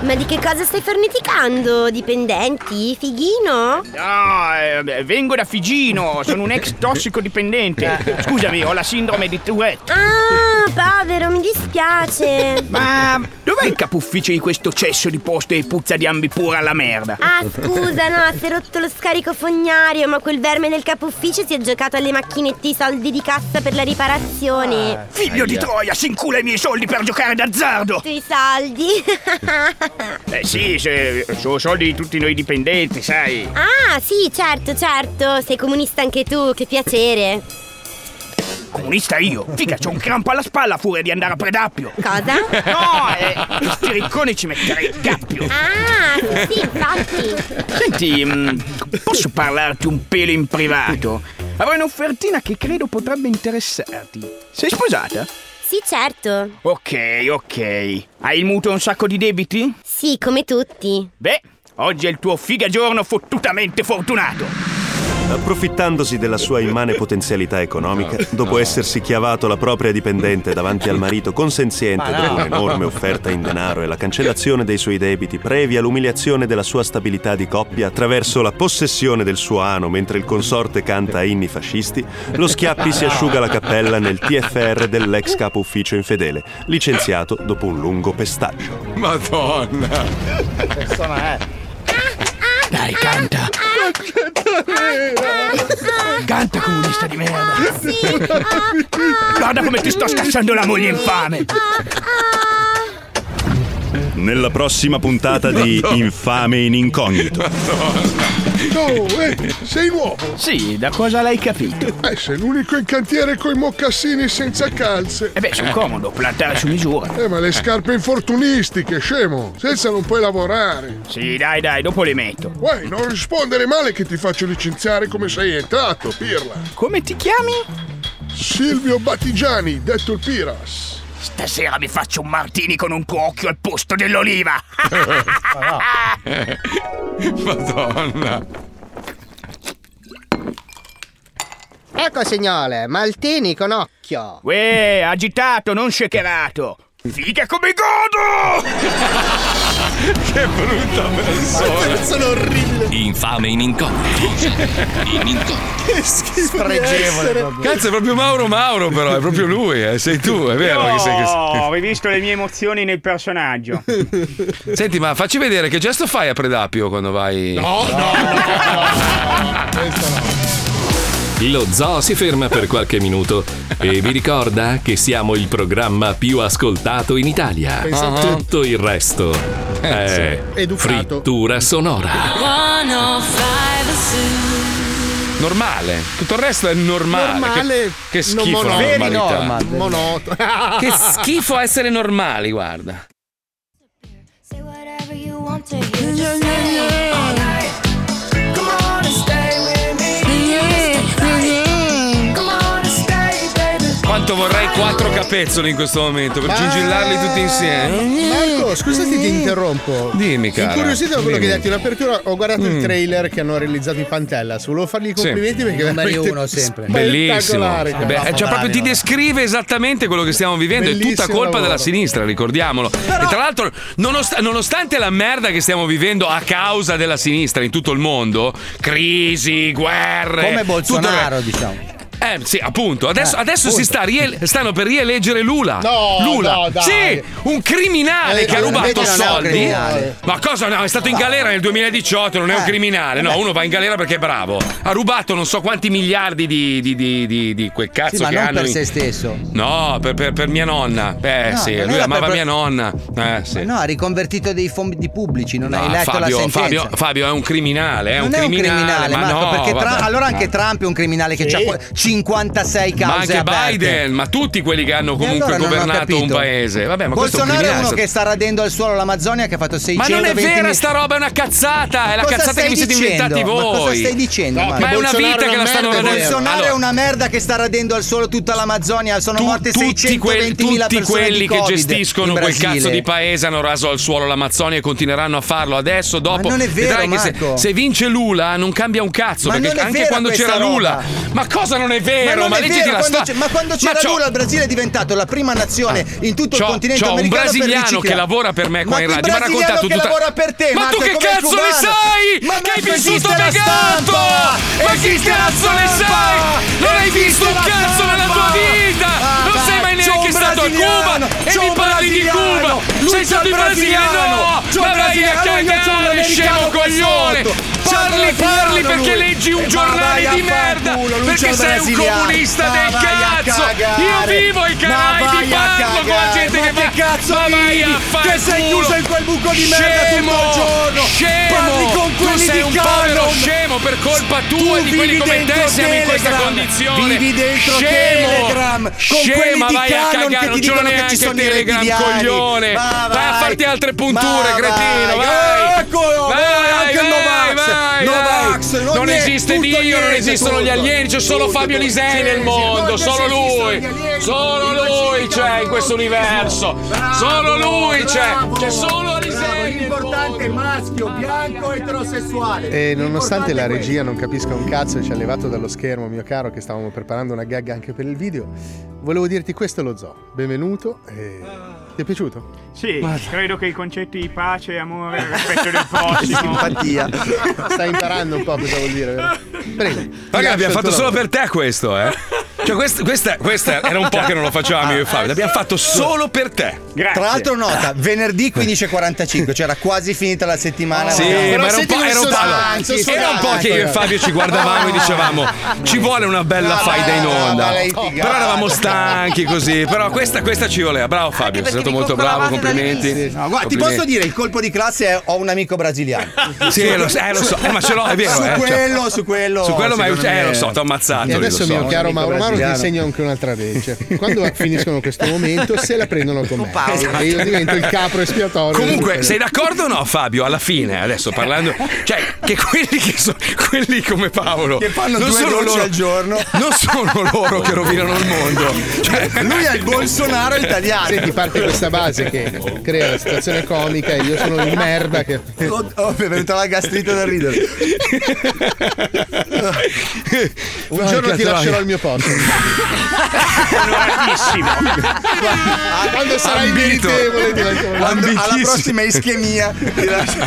[SPEAKER 23] Ma di che cosa stai fornificando? Dipendenti? Fighino?
[SPEAKER 13] No, eh, beh, vengo da Figino, sono un ex tossicodipendente. Scusami, ho la sindrome di Tourette.
[SPEAKER 23] Ah, povero, mi dispiace.
[SPEAKER 13] Ma dov'è il capo ufficio di questo cesso di posto e puzza di ambipura alla merda?
[SPEAKER 23] Ah, scusa, no, si è rotto lo scarico fognario, ma quel verme del capo ufficio si è giocato alle macchinette i soldi di cassa per la riparazione.
[SPEAKER 13] Figlio di troia, si incula i miei soldi per giocare d'azzardo!
[SPEAKER 23] I soldi. [LAUGHS]
[SPEAKER 13] Eh sì, se- sono soldi di tutti noi dipendenti, sai.
[SPEAKER 23] ah, sì, certo, certo. Sei comunista anche tu, che piacere.
[SPEAKER 13] Comunista io? Figa, c'ho un crampo alla spalla a furia di andare a predappio!
[SPEAKER 23] Cosa?
[SPEAKER 13] No, eh, lo stiriccone ci metterei il cappio!
[SPEAKER 23] Ah, sì, infatti.
[SPEAKER 13] Senti, mh, posso parlarti un pelo in privato? Avrei un'offertina che credo potrebbe interessarti. Sei sposata?
[SPEAKER 23] Sì, certo.
[SPEAKER 13] Ok, ok. Hai il mutuo e un sacco di debiti?
[SPEAKER 23] Sì, come tutti.
[SPEAKER 13] Beh, oggi è il tuo figa giorno fottutamente fortunato!
[SPEAKER 9] Approfittandosi della sua immane potenzialità economica, dopo essersi chiavato la propria dipendente davanti al marito consenziente
[SPEAKER 14] Ma no.
[SPEAKER 9] dopo un'enorme offerta in denaro e la cancellazione dei suoi debiti previa l'umiliazione della sua stabilità di coppia attraverso la possessione del suo ano mentre il consorte canta inni fascisti, lo Schiappi si asciuga la cappella nel TFR dell'ex capo ufficio infedele, licenziato dopo un lungo pestaggio.
[SPEAKER 2] Madonna.
[SPEAKER 14] persona è?
[SPEAKER 13] Dai, canta! Canta, comunista di merda! Guarda come ti sto scassando la moglie infame!
[SPEAKER 9] Nella prossima puntata di Infame in Incognito.
[SPEAKER 10] No, eh, sei nuovo.
[SPEAKER 13] Sì, da cosa l'hai capito?
[SPEAKER 10] Eh, sei l'unico in cantiere coi mocassini senza calze.
[SPEAKER 13] Eh beh, sono comodo, plantare su misura.
[SPEAKER 10] Eh, ma le scarpe infortunistiche, scemo. Senza non puoi lavorare.
[SPEAKER 13] Sì, dai, dai, dopo le metto.
[SPEAKER 10] Uè, non rispondere male che ti faccio licenziare come sei entrato, Pirla.
[SPEAKER 13] Come ti chiami?
[SPEAKER 10] Silvio Battigiani, detto il Piras.
[SPEAKER 13] Stasera mi faccio un martini con un tuo occhio al posto dell'oliva.
[SPEAKER 2] Madonna.
[SPEAKER 17] Ecco signore, Maltini con occhio.
[SPEAKER 13] Uè, agitato, non shakerato. Figa come godo! che brutta persona.
[SPEAKER 10] Sono orribile.
[SPEAKER 5] Infame in incognito.
[SPEAKER 2] [LAUGHS]
[SPEAKER 5] In incognito.
[SPEAKER 10] Che schifo.
[SPEAKER 2] Cazzo, è proprio Mauro Mauro, però, è proprio lui, eh, sei tu, è vero che sei
[SPEAKER 26] No, hai visto le mie emozioni nel
[SPEAKER 2] [LAUGHS]
[SPEAKER 26] personaggio.
[SPEAKER 2] Senti, ma facci vedere che gesto fai a Predappio quando vai.
[SPEAKER 26] No, no,
[SPEAKER 5] Lo zoo si ferma per qualche minuto e vi ricorda che siamo il programma più ascoltato in Italia.
[SPEAKER 3] Pensa a te.
[SPEAKER 2] Ah.
[SPEAKER 5] Tutto il resto è
[SPEAKER 3] Educato.
[SPEAKER 5] frittura sonora.
[SPEAKER 2] Normale. Tutto il resto è normale.
[SPEAKER 3] Normale,
[SPEAKER 2] Che, che
[SPEAKER 3] non
[SPEAKER 2] schifo. la
[SPEAKER 3] monotono. Veri
[SPEAKER 2] normalità.
[SPEAKER 3] normal. Monotono.
[SPEAKER 2] Che schifo essere normali, guarda. Quanto vorrei quattro capezzoli in questo momento per gingillarli tutti insieme.
[SPEAKER 3] Marco, scusa se ti interrompo.
[SPEAKER 2] Dimmi, cara.
[SPEAKER 3] Incuriosito da quello che
[SPEAKER 2] dimmi.
[SPEAKER 3] hai detto in apertura, ho guardato
[SPEAKER 2] Mm.
[SPEAKER 3] il trailer che hanno realizzato in Pantellas. Volevo fargli i
[SPEAKER 2] Sì.
[SPEAKER 3] complimenti perché è
[SPEAKER 2] Numeri
[SPEAKER 3] veramente
[SPEAKER 2] uno
[SPEAKER 20] sempre.
[SPEAKER 2] Bellissimo.
[SPEAKER 3] spettacolare.
[SPEAKER 2] Eh beh, cioè, proprio ti descrive esattamente quello che stiamo vivendo. è tutta
[SPEAKER 3] Bellissimo
[SPEAKER 2] colpa
[SPEAKER 3] lavoro.
[SPEAKER 2] della sinistra, ricordiamolo. E tra l'altro, nonost- nonostante la merda che stiamo vivendo a causa della sinistra in tutto il mondo, crisi, guerre.
[SPEAKER 20] Come
[SPEAKER 2] tutto il
[SPEAKER 20] Bolsonaro,
[SPEAKER 2] re-
[SPEAKER 20] diciamo.
[SPEAKER 2] Eh sì, appunto. Adesso,
[SPEAKER 20] Eh,
[SPEAKER 2] adesso si
[SPEAKER 20] appunto.
[SPEAKER 2] sta riele- stanno per rieleggere Lula.
[SPEAKER 20] No,
[SPEAKER 2] Lula.
[SPEAKER 20] no, dai.
[SPEAKER 2] Sì, un criminale
[SPEAKER 20] Eh,
[SPEAKER 2] che ha
[SPEAKER 20] no,
[SPEAKER 2] rubato
[SPEAKER 20] invece non è un
[SPEAKER 2] soldi.
[SPEAKER 20] criminale. Eh.
[SPEAKER 2] Ma cosa no? È stato in galera nel 2018, non è un criminale. No, uno va in galera perché è bravo. Ha rubato non so quanti miliardi di, di, di, di- di quel cazzo
[SPEAKER 20] Sì, ma
[SPEAKER 2] che
[SPEAKER 20] non
[SPEAKER 2] hanno.
[SPEAKER 20] per
[SPEAKER 2] in-
[SPEAKER 20] se stesso.
[SPEAKER 2] No, per, per- per mia nonna. Eh
[SPEAKER 20] No,
[SPEAKER 2] sì,
[SPEAKER 20] non
[SPEAKER 2] lui
[SPEAKER 20] era
[SPEAKER 2] amava
[SPEAKER 20] per-
[SPEAKER 2] mia nonna. Eh sì.
[SPEAKER 20] No, ha riconvertito dei fondi pubblici, non hai
[SPEAKER 2] No,
[SPEAKER 20] letto la
[SPEAKER 2] Fabio,
[SPEAKER 20] sentenza.
[SPEAKER 2] Fabio, Fabio è un criminale, è,
[SPEAKER 20] non
[SPEAKER 2] un,
[SPEAKER 20] è un
[SPEAKER 2] criminale,
[SPEAKER 20] criminale,
[SPEAKER 2] ma
[SPEAKER 20] Marco,
[SPEAKER 2] no,
[SPEAKER 20] perché tra-
[SPEAKER 2] vabbè.
[SPEAKER 20] allora anche Trump è un criminale che
[SPEAKER 2] Sì.
[SPEAKER 20] ha 56 cause
[SPEAKER 2] Ma anche
[SPEAKER 20] aperte.
[SPEAKER 2] Biden, ma tutti quelli che hanno comunque
[SPEAKER 20] allora non ho
[SPEAKER 2] governato un
[SPEAKER 20] capito.
[SPEAKER 2] paese. Vabbè, ma questo è un
[SPEAKER 20] Bolsonaro è uno
[SPEAKER 2] criminale.
[SPEAKER 20] che sta radendo al suolo l'Amazzonia che ha fatto 600
[SPEAKER 2] Ma non è vera sta roba, è una cazzata, Ah, è la
[SPEAKER 20] Cosa
[SPEAKER 2] cazzata che
[SPEAKER 20] stai
[SPEAKER 2] vi siete
[SPEAKER 20] dicendo?
[SPEAKER 2] inventati voi.
[SPEAKER 20] Ma cosa stai dicendo?
[SPEAKER 2] No,
[SPEAKER 20] Mario?
[SPEAKER 2] ma è una vita che la stanno vedendo.
[SPEAKER 20] Bolsonaro è una merda che sta radendo al suolo tutta l'Amazzonia, sono morte
[SPEAKER 2] Tutti, que-
[SPEAKER 20] 620.000
[SPEAKER 2] tutti
[SPEAKER 20] persone
[SPEAKER 2] quelli
[SPEAKER 20] di
[SPEAKER 2] che
[SPEAKER 20] Covid
[SPEAKER 2] gestiscono
[SPEAKER 20] in
[SPEAKER 2] quel
[SPEAKER 20] Brasile.
[SPEAKER 2] cazzo di paese hanno raso al suolo l'Amazzonia e continueranno a farlo adesso, dopo.
[SPEAKER 20] non è vero,
[SPEAKER 2] Vedrai che se,
[SPEAKER 20] Marco.
[SPEAKER 2] se vince Lula non cambia un cazzo,
[SPEAKER 20] Ma
[SPEAKER 2] perché
[SPEAKER 20] non è
[SPEAKER 2] anche
[SPEAKER 20] vero
[SPEAKER 2] quando
[SPEAKER 20] questa
[SPEAKER 2] c'era
[SPEAKER 20] roba.
[SPEAKER 2] Lula. Ma cosa non è vero?
[SPEAKER 20] non
[SPEAKER 2] Ma
[SPEAKER 20] è
[SPEAKER 2] leggiti
[SPEAKER 20] vero,
[SPEAKER 2] la
[SPEAKER 20] quando
[SPEAKER 2] sta-
[SPEAKER 20] c'è- ma quando c'era
[SPEAKER 2] Ma c'ho- Ah.
[SPEAKER 20] Lula il Brasile è diventato la prima nazione in tutto il
[SPEAKER 2] C'ho-
[SPEAKER 20] continente
[SPEAKER 2] c'ho un
[SPEAKER 20] americano per
[SPEAKER 2] brasiliano che
[SPEAKER 20] riciclare.
[SPEAKER 2] lavora per me qua
[SPEAKER 20] Ma
[SPEAKER 2] in
[SPEAKER 20] quel
[SPEAKER 2] radio, mi ha
[SPEAKER 20] brasiliano
[SPEAKER 2] raccontato
[SPEAKER 20] che
[SPEAKER 2] tutta-
[SPEAKER 20] lavora per te,
[SPEAKER 2] Ma tu
[SPEAKER 20] Marco,
[SPEAKER 2] che
[SPEAKER 20] come il
[SPEAKER 2] cazzo ne
[SPEAKER 20] cubano.
[SPEAKER 2] sai?
[SPEAKER 20] Ma
[SPEAKER 2] Che hai
[SPEAKER 20] Marco,
[SPEAKER 2] vissuto
[SPEAKER 20] esiste la
[SPEAKER 2] negato!
[SPEAKER 20] stampa!
[SPEAKER 2] Ma che
[SPEAKER 20] Esiste la
[SPEAKER 2] cazzo ne
[SPEAKER 20] stampa!
[SPEAKER 2] sai? Non hai visto un
[SPEAKER 20] Esiste la
[SPEAKER 2] cazzo nella tua
[SPEAKER 20] stampa!
[SPEAKER 2] vita!
[SPEAKER 20] Ah,
[SPEAKER 2] Non sei
[SPEAKER 20] dai,
[SPEAKER 2] mai
[SPEAKER 20] c'è
[SPEAKER 2] neanche
[SPEAKER 20] un
[SPEAKER 2] stato a Cuba!
[SPEAKER 20] brasiliano,
[SPEAKER 2] E
[SPEAKER 20] c'è
[SPEAKER 2] mi
[SPEAKER 20] un
[SPEAKER 2] parli di
[SPEAKER 20] brasiliano,
[SPEAKER 2] Cuba!
[SPEAKER 20] lui
[SPEAKER 2] Sei
[SPEAKER 20] c'è
[SPEAKER 2] stato
[SPEAKER 20] un
[SPEAKER 2] in brasiliano!
[SPEAKER 20] brasiliano, c'è
[SPEAKER 2] Ma
[SPEAKER 20] un
[SPEAKER 2] vai a
[SPEAKER 20] brasiliano, io c'ho un
[SPEAKER 2] cagare,
[SPEAKER 20] americano
[SPEAKER 2] scemo
[SPEAKER 20] qua
[SPEAKER 2] coglione!
[SPEAKER 20] sotto.
[SPEAKER 2] Parli,
[SPEAKER 20] C'è un
[SPEAKER 2] parli
[SPEAKER 20] brasiliano
[SPEAKER 2] perché
[SPEAKER 20] lui.
[SPEAKER 2] leggi
[SPEAKER 20] Eh,
[SPEAKER 2] un
[SPEAKER 20] ma
[SPEAKER 2] giornale
[SPEAKER 20] vai
[SPEAKER 2] di
[SPEAKER 20] a far
[SPEAKER 2] merda!
[SPEAKER 20] culo, lui c'è
[SPEAKER 2] Perché
[SPEAKER 20] un
[SPEAKER 2] sei un
[SPEAKER 20] brasiliano.
[SPEAKER 2] comunista
[SPEAKER 20] Ma
[SPEAKER 2] del
[SPEAKER 20] vai a
[SPEAKER 2] cazzo! Io
[SPEAKER 20] cagare.
[SPEAKER 2] vivo ai
[SPEAKER 20] Ma
[SPEAKER 2] Caraibi,
[SPEAKER 20] vai a
[SPEAKER 2] parlo con la gente
[SPEAKER 20] cagare.
[SPEAKER 2] che
[SPEAKER 20] Ma
[SPEAKER 2] va...
[SPEAKER 20] che cazzo
[SPEAKER 2] Ma vai a
[SPEAKER 20] vivi?
[SPEAKER 2] far
[SPEAKER 20] Che sei
[SPEAKER 2] culo.
[SPEAKER 20] chiuso in quel buco di merda tutto il
[SPEAKER 2] Scemo,
[SPEAKER 20] giorno.
[SPEAKER 2] Scemo!
[SPEAKER 20] Parli con
[SPEAKER 2] tu
[SPEAKER 20] quelli
[SPEAKER 2] sei
[SPEAKER 20] di
[SPEAKER 2] un
[SPEAKER 20] Canon.
[SPEAKER 2] povero scemo per colpa tua e di quelli
[SPEAKER 20] vivi
[SPEAKER 2] come te
[SPEAKER 20] dentro
[SPEAKER 2] siamo in questa
[SPEAKER 20] Telegram.
[SPEAKER 2] condizione.
[SPEAKER 20] Vivi dentro
[SPEAKER 2] scemo.
[SPEAKER 20] Telegram, con
[SPEAKER 2] Scema,
[SPEAKER 20] quelli di
[SPEAKER 2] vai
[SPEAKER 20] Canon
[SPEAKER 2] a cagare,
[SPEAKER 20] che ti
[SPEAKER 2] non ce l'ho
[SPEAKER 20] dicono che
[SPEAKER 2] neanche
[SPEAKER 20] ci sono i
[SPEAKER 2] Telegram,
[SPEAKER 20] rettiliani.
[SPEAKER 2] coglione.
[SPEAKER 20] Ma
[SPEAKER 2] vai a
[SPEAKER 20] vai.
[SPEAKER 2] farti altre punture,
[SPEAKER 20] Ma
[SPEAKER 2] cretino,
[SPEAKER 20] vai. Oh,
[SPEAKER 2] vai.
[SPEAKER 20] Eccolo,
[SPEAKER 2] vai,
[SPEAKER 20] voi, anche il
[SPEAKER 2] vai,
[SPEAKER 20] Novax.
[SPEAKER 2] vai,
[SPEAKER 20] Novax,
[SPEAKER 2] vai.
[SPEAKER 20] non
[SPEAKER 2] Non
[SPEAKER 20] è-
[SPEAKER 2] esiste
[SPEAKER 20] tutto
[SPEAKER 2] Dio, non
[SPEAKER 20] niente,
[SPEAKER 2] esistono
[SPEAKER 20] tutto.
[SPEAKER 2] gli alieni, c'è solo
[SPEAKER 20] Tutto,
[SPEAKER 2] Fabio
[SPEAKER 20] tutto.
[SPEAKER 2] Lisei nel
[SPEAKER 20] Sì, sì, no,
[SPEAKER 2] mondo, solo
[SPEAKER 20] invece esistono
[SPEAKER 2] lui.
[SPEAKER 20] gli alieni,
[SPEAKER 2] Solo
[SPEAKER 20] invece
[SPEAKER 2] lui c'è in questo universo. Solo lui c'è. C'è solo
[SPEAKER 1] Lisei. L'importante è maschio, bianco, eterosessuale.
[SPEAKER 3] E Eh, nonostante la regia non capisca un cazzo e ci ha levato dallo schermo, mio caro, che stavamo preparando una gag anche per il video, volevo dirti questo è lo zoo. Benvenuto e... Ti è piaciuto?
[SPEAKER 13] Sì,
[SPEAKER 3] Guarda.
[SPEAKER 13] credo che i concetti di pace, amore,
[SPEAKER 2] [LAUGHS]
[SPEAKER 13] rispetto del prossimo.
[SPEAKER 3] Simpatia. Stai imparando un po' cosa vuol dire, vero? Prego.
[SPEAKER 2] Raga,
[SPEAKER 3] Lascio il
[SPEAKER 2] abbiamo fatto
[SPEAKER 3] tuo
[SPEAKER 2] solo
[SPEAKER 3] lavoro.
[SPEAKER 2] per te questo, eh? [LAUGHS] Cioè, quest- questa, questa era un po' che non lo facevamo io e Fabio. L'abbiamo fatto solo per te.
[SPEAKER 20] Tra l'altro
[SPEAKER 2] [LAUGHS]
[SPEAKER 20] nota, venerdì 15.45, cioè era quasi finita la settimana.
[SPEAKER 2] Sì, ma era un po', era un po'- allora, era un po' che io e Fabio ci guardavamo e dicevamo ci vuole una bella faida in onda.
[SPEAKER 20] bella litigata.
[SPEAKER 2] Però eravamo stanchi così. Però questa, questa ci voleva. Bravo Fabio, sei stato molto bravo, complimenti.
[SPEAKER 20] No, guarda, ti posso dire, il colpo di classe è ho un amico brasiliano.
[SPEAKER 2] Sì, lo so, eh, lo so. Eh, ma ce l'ho, è vero,
[SPEAKER 20] Su
[SPEAKER 2] eh, cioè-
[SPEAKER 20] quello, su quello.
[SPEAKER 2] Su quello, ma
[SPEAKER 20] secondo
[SPEAKER 2] eh,
[SPEAKER 20] me-
[SPEAKER 2] lo so, ti ho ammazzato.
[SPEAKER 3] E
[SPEAKER 2] lì, lo
[SPEAKER 3] adesso,
[SPEAKER 2] so.
[SPEAKER 3] mio caro
[SPEAKER 20] Amico
[SPEAKER 3] Mauro Mauro, ti
[SPEAKER 20] brasiliano.
[SPEAKER 3] insegno anche un'altra legge. Quando finiscono questo momento, se la prendono con me,
[SPEAKER 2] Esatto.
[SPEAKER 3] e io divento il capro espiatorio.
[SPEAKER 2] Comunque, sei d'accordo o no, Fabio? Alla fine, adesso parlando, cioè, che quelli che sono quelli come Paolo
[SPEAKER 1] Che fanno due voci al giorno.
[SPEAKER 2] [LAUGHS] non sono loro che rovinano il mondo.
[SPEAKER 20] [LAUGHS]
[SPEAKER 2] Cioè, [LAUGHS]
[SPEAKER 1] Lui è il Bolsonaro italiano.
[SPEAKER 3] Senti, parte questa base che crea la situazione comica e io sono il merda che.
[SPEAKER 1] Oh, oh, mi è venuta la gastrita da ridere.
[SPEAKER 3] Un giorno ti lascerò il mio posto.
[SPEAKER 13] Onoratissimo.
[SPEAKER 3] Quando sarai
[SPEAKER 1] Ambito.
[SPEAKER 3] meritevole ti lascerò il mio
[SPEAKER 1] Quando-
[SPEAKER 3] posto.
[SPEAKER 1] alla prossima ischemia.
[SPEAKER 2] [LAUGHS]
[SPEAKER 1] ti lascio-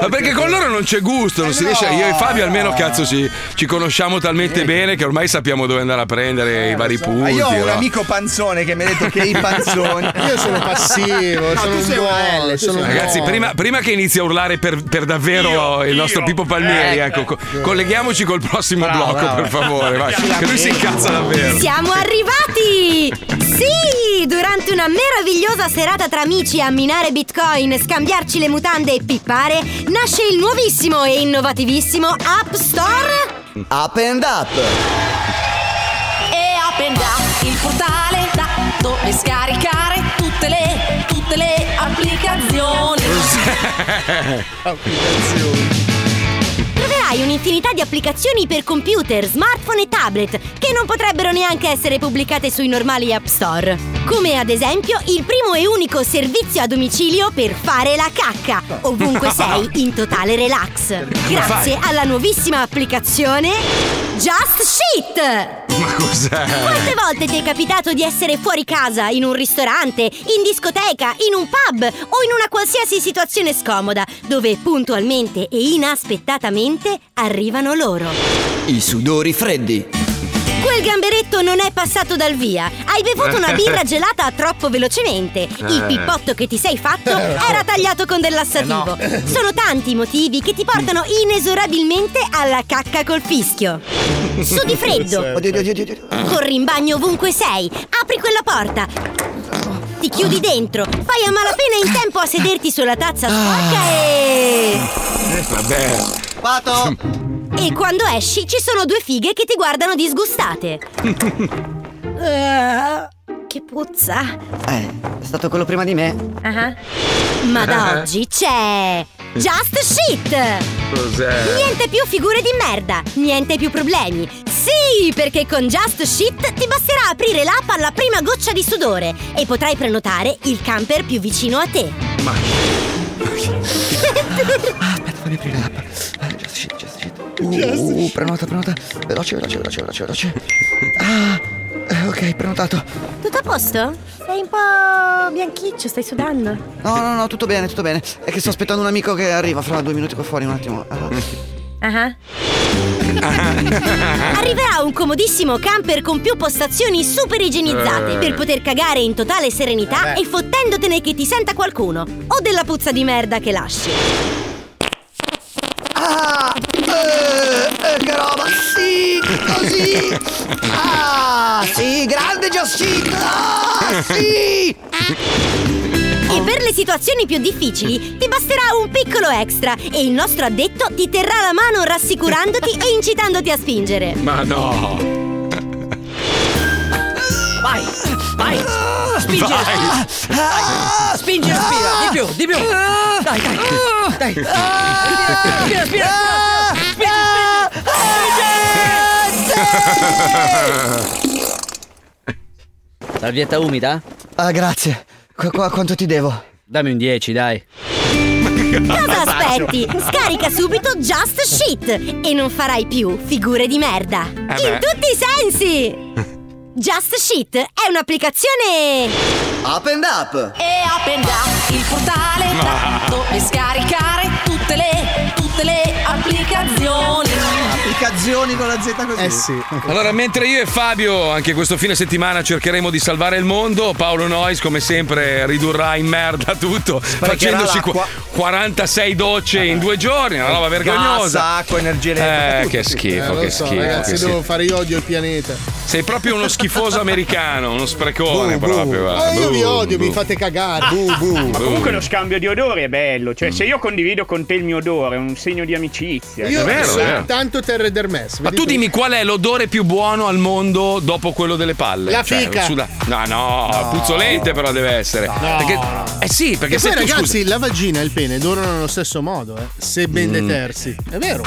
[SPEAKER 2] Ma perché con loro non c'è gusto, non si riesce. Io e Fabio almeno cazzo ci, ci conosciamo talmente bene che ormai sappiamo dove andare a prendere i vari
[SPEAKER 1] Ma
[SPEAKER 2] punti.
[SPEAKER 1] Ah, io ho un
[SPEAKER 2] no?
[SPEAKER 1] amico panzone che mi ha detto che i panzoni.
[SPEAKER 3] Io sono passivo,
[SPEAKER 1] No,
[SPEAKER 3] sono
[SPEAKER 1] tu
[SPEAKER 3] un
[SPEAKER 1] sei
[SPEAKER 3] buono,
[SPEAKER 1] una L,
[SPEAKER 3] sono
[SPEAKER 1] tu sei
[SPEAKER 3] un
[SPEAKER 1] una
[SPEAKER 2] Ragazzi,
[SPEAKER 1] No.
[SPEAKER 2] prima, prima che inizi a urlare per, per davvero il nostro Pippo Palmieri, ecco, co- colleghiamoci col prossimo blocco,
[SPEAKER 5] bravo.
[SPEAKER 2] per favore. Vai, che lui si incazza davvero.
[SPEAKER 23] Siamo arrivati! Sì! Durante una meravigliosa serata tra amici a minare bitcoin, scambiarci le mutande e pippare, nasce il nuovissimo e innovativissimo App Store
[SPEAKER 11] Up and up.
[SPEAKER 23] e App Up, il portale da dove scaricare tutte le, tutte le applicazioni.
[SPEAKER 20] [LAUGHS] Ah,
[SPEAKER 23] Troverai un'infinità di applicazioni per computer, smartphone e tablet che non potrebbero neanche essere pubblicate sui normali app store. Come ad esempio il primo e unico servizio a domicilio per fare la cacca, ovunque sei in totale relax. Grazie alla nuovissima applicazione Just Shit!
[SPEAKER 2] Ma cos'è?
[SPEAKER 23] Quante volte ti è capitato di essere fuori casa, in un ristorante, in discoteca, in un pub o in una qualsiasi situazione scomoda, dove puntualmente e inaspettatamente arrivano loro?
[SPEAKER 11] I sudori freddi.
[SPEAKER 23] Quel gamberetto non è passato dal via. Hai bevuto una
[SPEAKER 11] [LAUGHS]
[SPEAKER 23] birra gelata troppo velocemente. Il
[SPEAKER 11] Eh.
[SPEAKER 23] pippotto che ti sei fatto era tagliato con del lassativo.
[SPEAKER 11] Eh, no.
[SPEAKER 23] Sono tanti i motivi che ti portano inesorabilmente alla cacca col fischio. Su di freddo.
[SPEAKER 11] Oddio, oddio, oddio, oddio.
[SPEAKER 23] Corri in bagno ovunque sei, apri quella porta, ti chiudi dentro, fai a malapena in tempo a sederti sulla tazza sporca e.
[SPEAKER 2] Eh, Vabbè.
[SPEAKER 11] Pato!
[SPEAKER 23] E quando esci ci sono due fighe che ti guardano disgustate. Eh, che puzza.
[SPEAKER 11] Eh, è stato quello prima di me.
[SPEAKER 23] Ma da oggi c'è Just Shit!
[SPEAKER 11] Cos'è?
[SPEAKER 23] Niente più figure di merda, niente più problemi. Sì, perché con Just Shit ti basterà aprire l'app alla prima goccia di sudore e potrai prenotare il camper più vicino a te. [LAUGHS]
[SPEAKER 11] Ma. Ah,
[SPEAKER 23] Aspetta,
[SPEAKER 11] fammi aprire l'app. Eh, Just shit, just shit. Uh, prenota, prenota. Veloce, veloce, veloce, veloce, veloce. Ah, eh, ok, prenotato.
[SPEAKER 23] Tutto a posto? Sei un po' bianchiccio, stai sudando.
[SPEAKER 11] No, no, no, tutto bene, tutto bene. È che sto aspettando un amico che arriva fra due minuti qua fuori, un attimo.
[SPEAKER 12] [LAUGHS]
[SPEAKER 23] Ah. Arriverà un comodissimo camper con più postazioni super igienizzate
[SPEAKER 11] Eh.
[SPEAKER 23] per poter cagare in totale serenità
[SPEAKER 11] Eh beh.
[SPEAKER 23] e fottendotene che ti senta qualcuno o della puzza di merda che lasci.
[SPEAKER 9] 아,
[SPEAKER 11] Ah! Eh, eh, che roba! Sì! Così! Ah! Sì, grande Gioscito! Ah, sì!
[SPEAKER 23] E per le situazioni più difficili ti basterà un piccolo extra e il nostro addetto ti terrà la mano rassicurandoti e incitandoti a spingere.
[SPEAKER 2] Ma no!
[SPEAKER 11] Vai! Vai!
[SPEAKER 2] Ah,
[SPEAKER 5] Spingi,
[SPEAKER 11] Ah, Spingi
[SPEAKER 5] e Ah, respira, di più, di più. Dai, dai, dai. Respira, respira, respira. Spingi,
[SPEAKER 24] Salvietta umida?
[SPEAKER 11] Ah, grazie. Qua, qua quanto ti devo?
[SPEAKER 24] Dammi un 10, dai.
[SPEAKER 23] Cosa aspetti? Scarica subito Just Shit e non farai più figure di merda.
[SPEAKER 11] beh.
[SPEAKER 23] In tutti i sensi! Just Shit è un'applicazione...
[SPEAKER 11] Up and up!
[SPEAKER 12] E Open Up, il portale
[SPEAKER 11] Ma-
[SPEAKER 12] da dove scaricare tutte le, tutte le applicazioni.
[SPEAKER 1] Applicazioni con la Z così. Eh sì.
[SPEAKER 2] Allora, mentre io e Fabio, anche questo fine settimana, cercheremo di salvare il mondo, Paolo Nois, come sempre, ridurrà in merda tutto, facendosi qua- 46 docce in due giorni, una roba vergognosa.
[SPEAKER 20] Gas, acqua, energia elettrica,
[SPEAKER 2] Eh,
[SPEAKER 20] tutto.
[SPEAKER 2] che schifo,
[SPEAKER 3] lo
[SPEAKER 2] che
[SPEAKER 3] so,
[SPEAKER 2] schifo.
[SPEAKER 3] ragazzi,
[SPEAKER 2] che
[SPEAKER 3] devo
[SPEAKER 2] schifo.
[SPEAKER 3] fare io odio il pianeta.
[SPEAKER 2] Sei proprio uno
[SPEAKER 3] [LAUGHS]
[SPEAKER 2] schifoso americano, uno sprecone proprio. guarda.
[SPEAKER 3] Ma Eh, io vi
[SPEAKER 2] Buh,
[SPEAKER 3] odio,
[SPEAKER 2] buh.
[SPEAKER 3] mi fate cagare.
[SPEAKER 13] Ma comunque lo scambio di odori è bello, cioè se io condivido con te il mio odore è un segno di amicizia.
[SPEAKER 3] Io
[SPEAKER 2] vero,
[SPEAKER 3] sono
[SPEAKER 2] è vero.
[SPEAKER 3] tanto Terre d'Hermes.
[SPEAKER 2] Ma
[SPEAKER 3] vedi
[SPEAKER 2] tu dimmi qual è l'odore più buono al mondo dopo quello delle palle?
[SPEAKER 3] La fica.
[SPEAKER 2] suda- No, no,
[SPEAKER 3] No.
[SPEAKER 2] puzzolente però deve essere. Perché- Eh sì, perché
[SPEAKER 3] E
[SPEAKER 2] se
[SPEAKER 3] poi,
[SPEAKER 2] tu
[SPEAKER 3] ragazzi,
[SPEAKER 2] scusi-
[SPEAKER 3] la vagina e il pene durano nello stesso modo, eh, se ben
[SPEAKER 2] Mm.
[SPEAKER 3] detersi. È vero.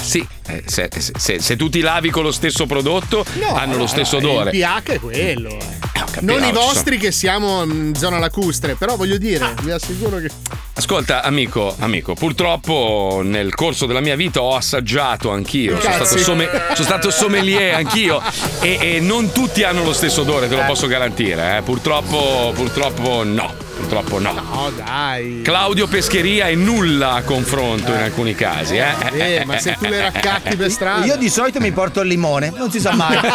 [SPEAKER 2] Sì, eh, se, se- se- se tu ti lavi con lo stesso prodotto, hanno lo stesso odore.
[SPEAKER 3] eh, Il pH è quello. eh.
[SPEAKER 2] capito,
[SPEAKER 3] non
[SPEAKER 2] ci
[SPEAKER 3] i
[SPEAKER 2] sono. Ah.
[SPEAKER 3] vostri che siamo in zona lacustre, però voglio dire, vi assicuro che.
[SPEAKER 2] Ascolta, amico, amico, purtroppo nel corso della mia vita ho assaggiato anch'io. Sono
[SPEAKER 3] Cazzi.
[SPEAKER 2] stato, somme- sono stato sommelier anch'io. E, e non tutti hanno lo stesso odore, te lo posso garantire. eh. Purtroppo, purtroppo no. Purtroppo no.
[SPEAKER 3] No, dai.
[SPEAKER 2] Claudio Pescheria è nulla a confronto in alcuni casi. Eh,
[SPEAKER 3] Eh, ma se tu le raccatti per strada.
[SPEAKER 20] Io di solito mi porto il limone, non si sa mai.
[SPEAKER 3] [LAUGHS]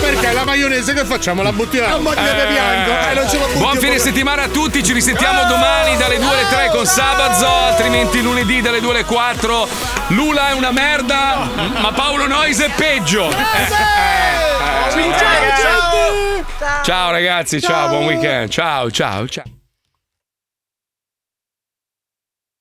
[SPEAKER 3] Perché la maionese che facciamo? La buttiamo? La
[SPEAKER 2] Eh, Buon fine settimana a tutti, ci risentiamo domani dalle 2 alle 3 con Sabazzo, altrimenti lunedì dalle 2 alle 4. Lula è una merda, ma Paolo Noise è peggio.
[SPEAKER 5] Ciao,
[SPEAKER 2] Eh, Ciao ragazzi, ciao,
[SPEAKER 5] Ciao.
[SPEAKER 2] Eh, buon weekend. Ciao, ciao, ciao.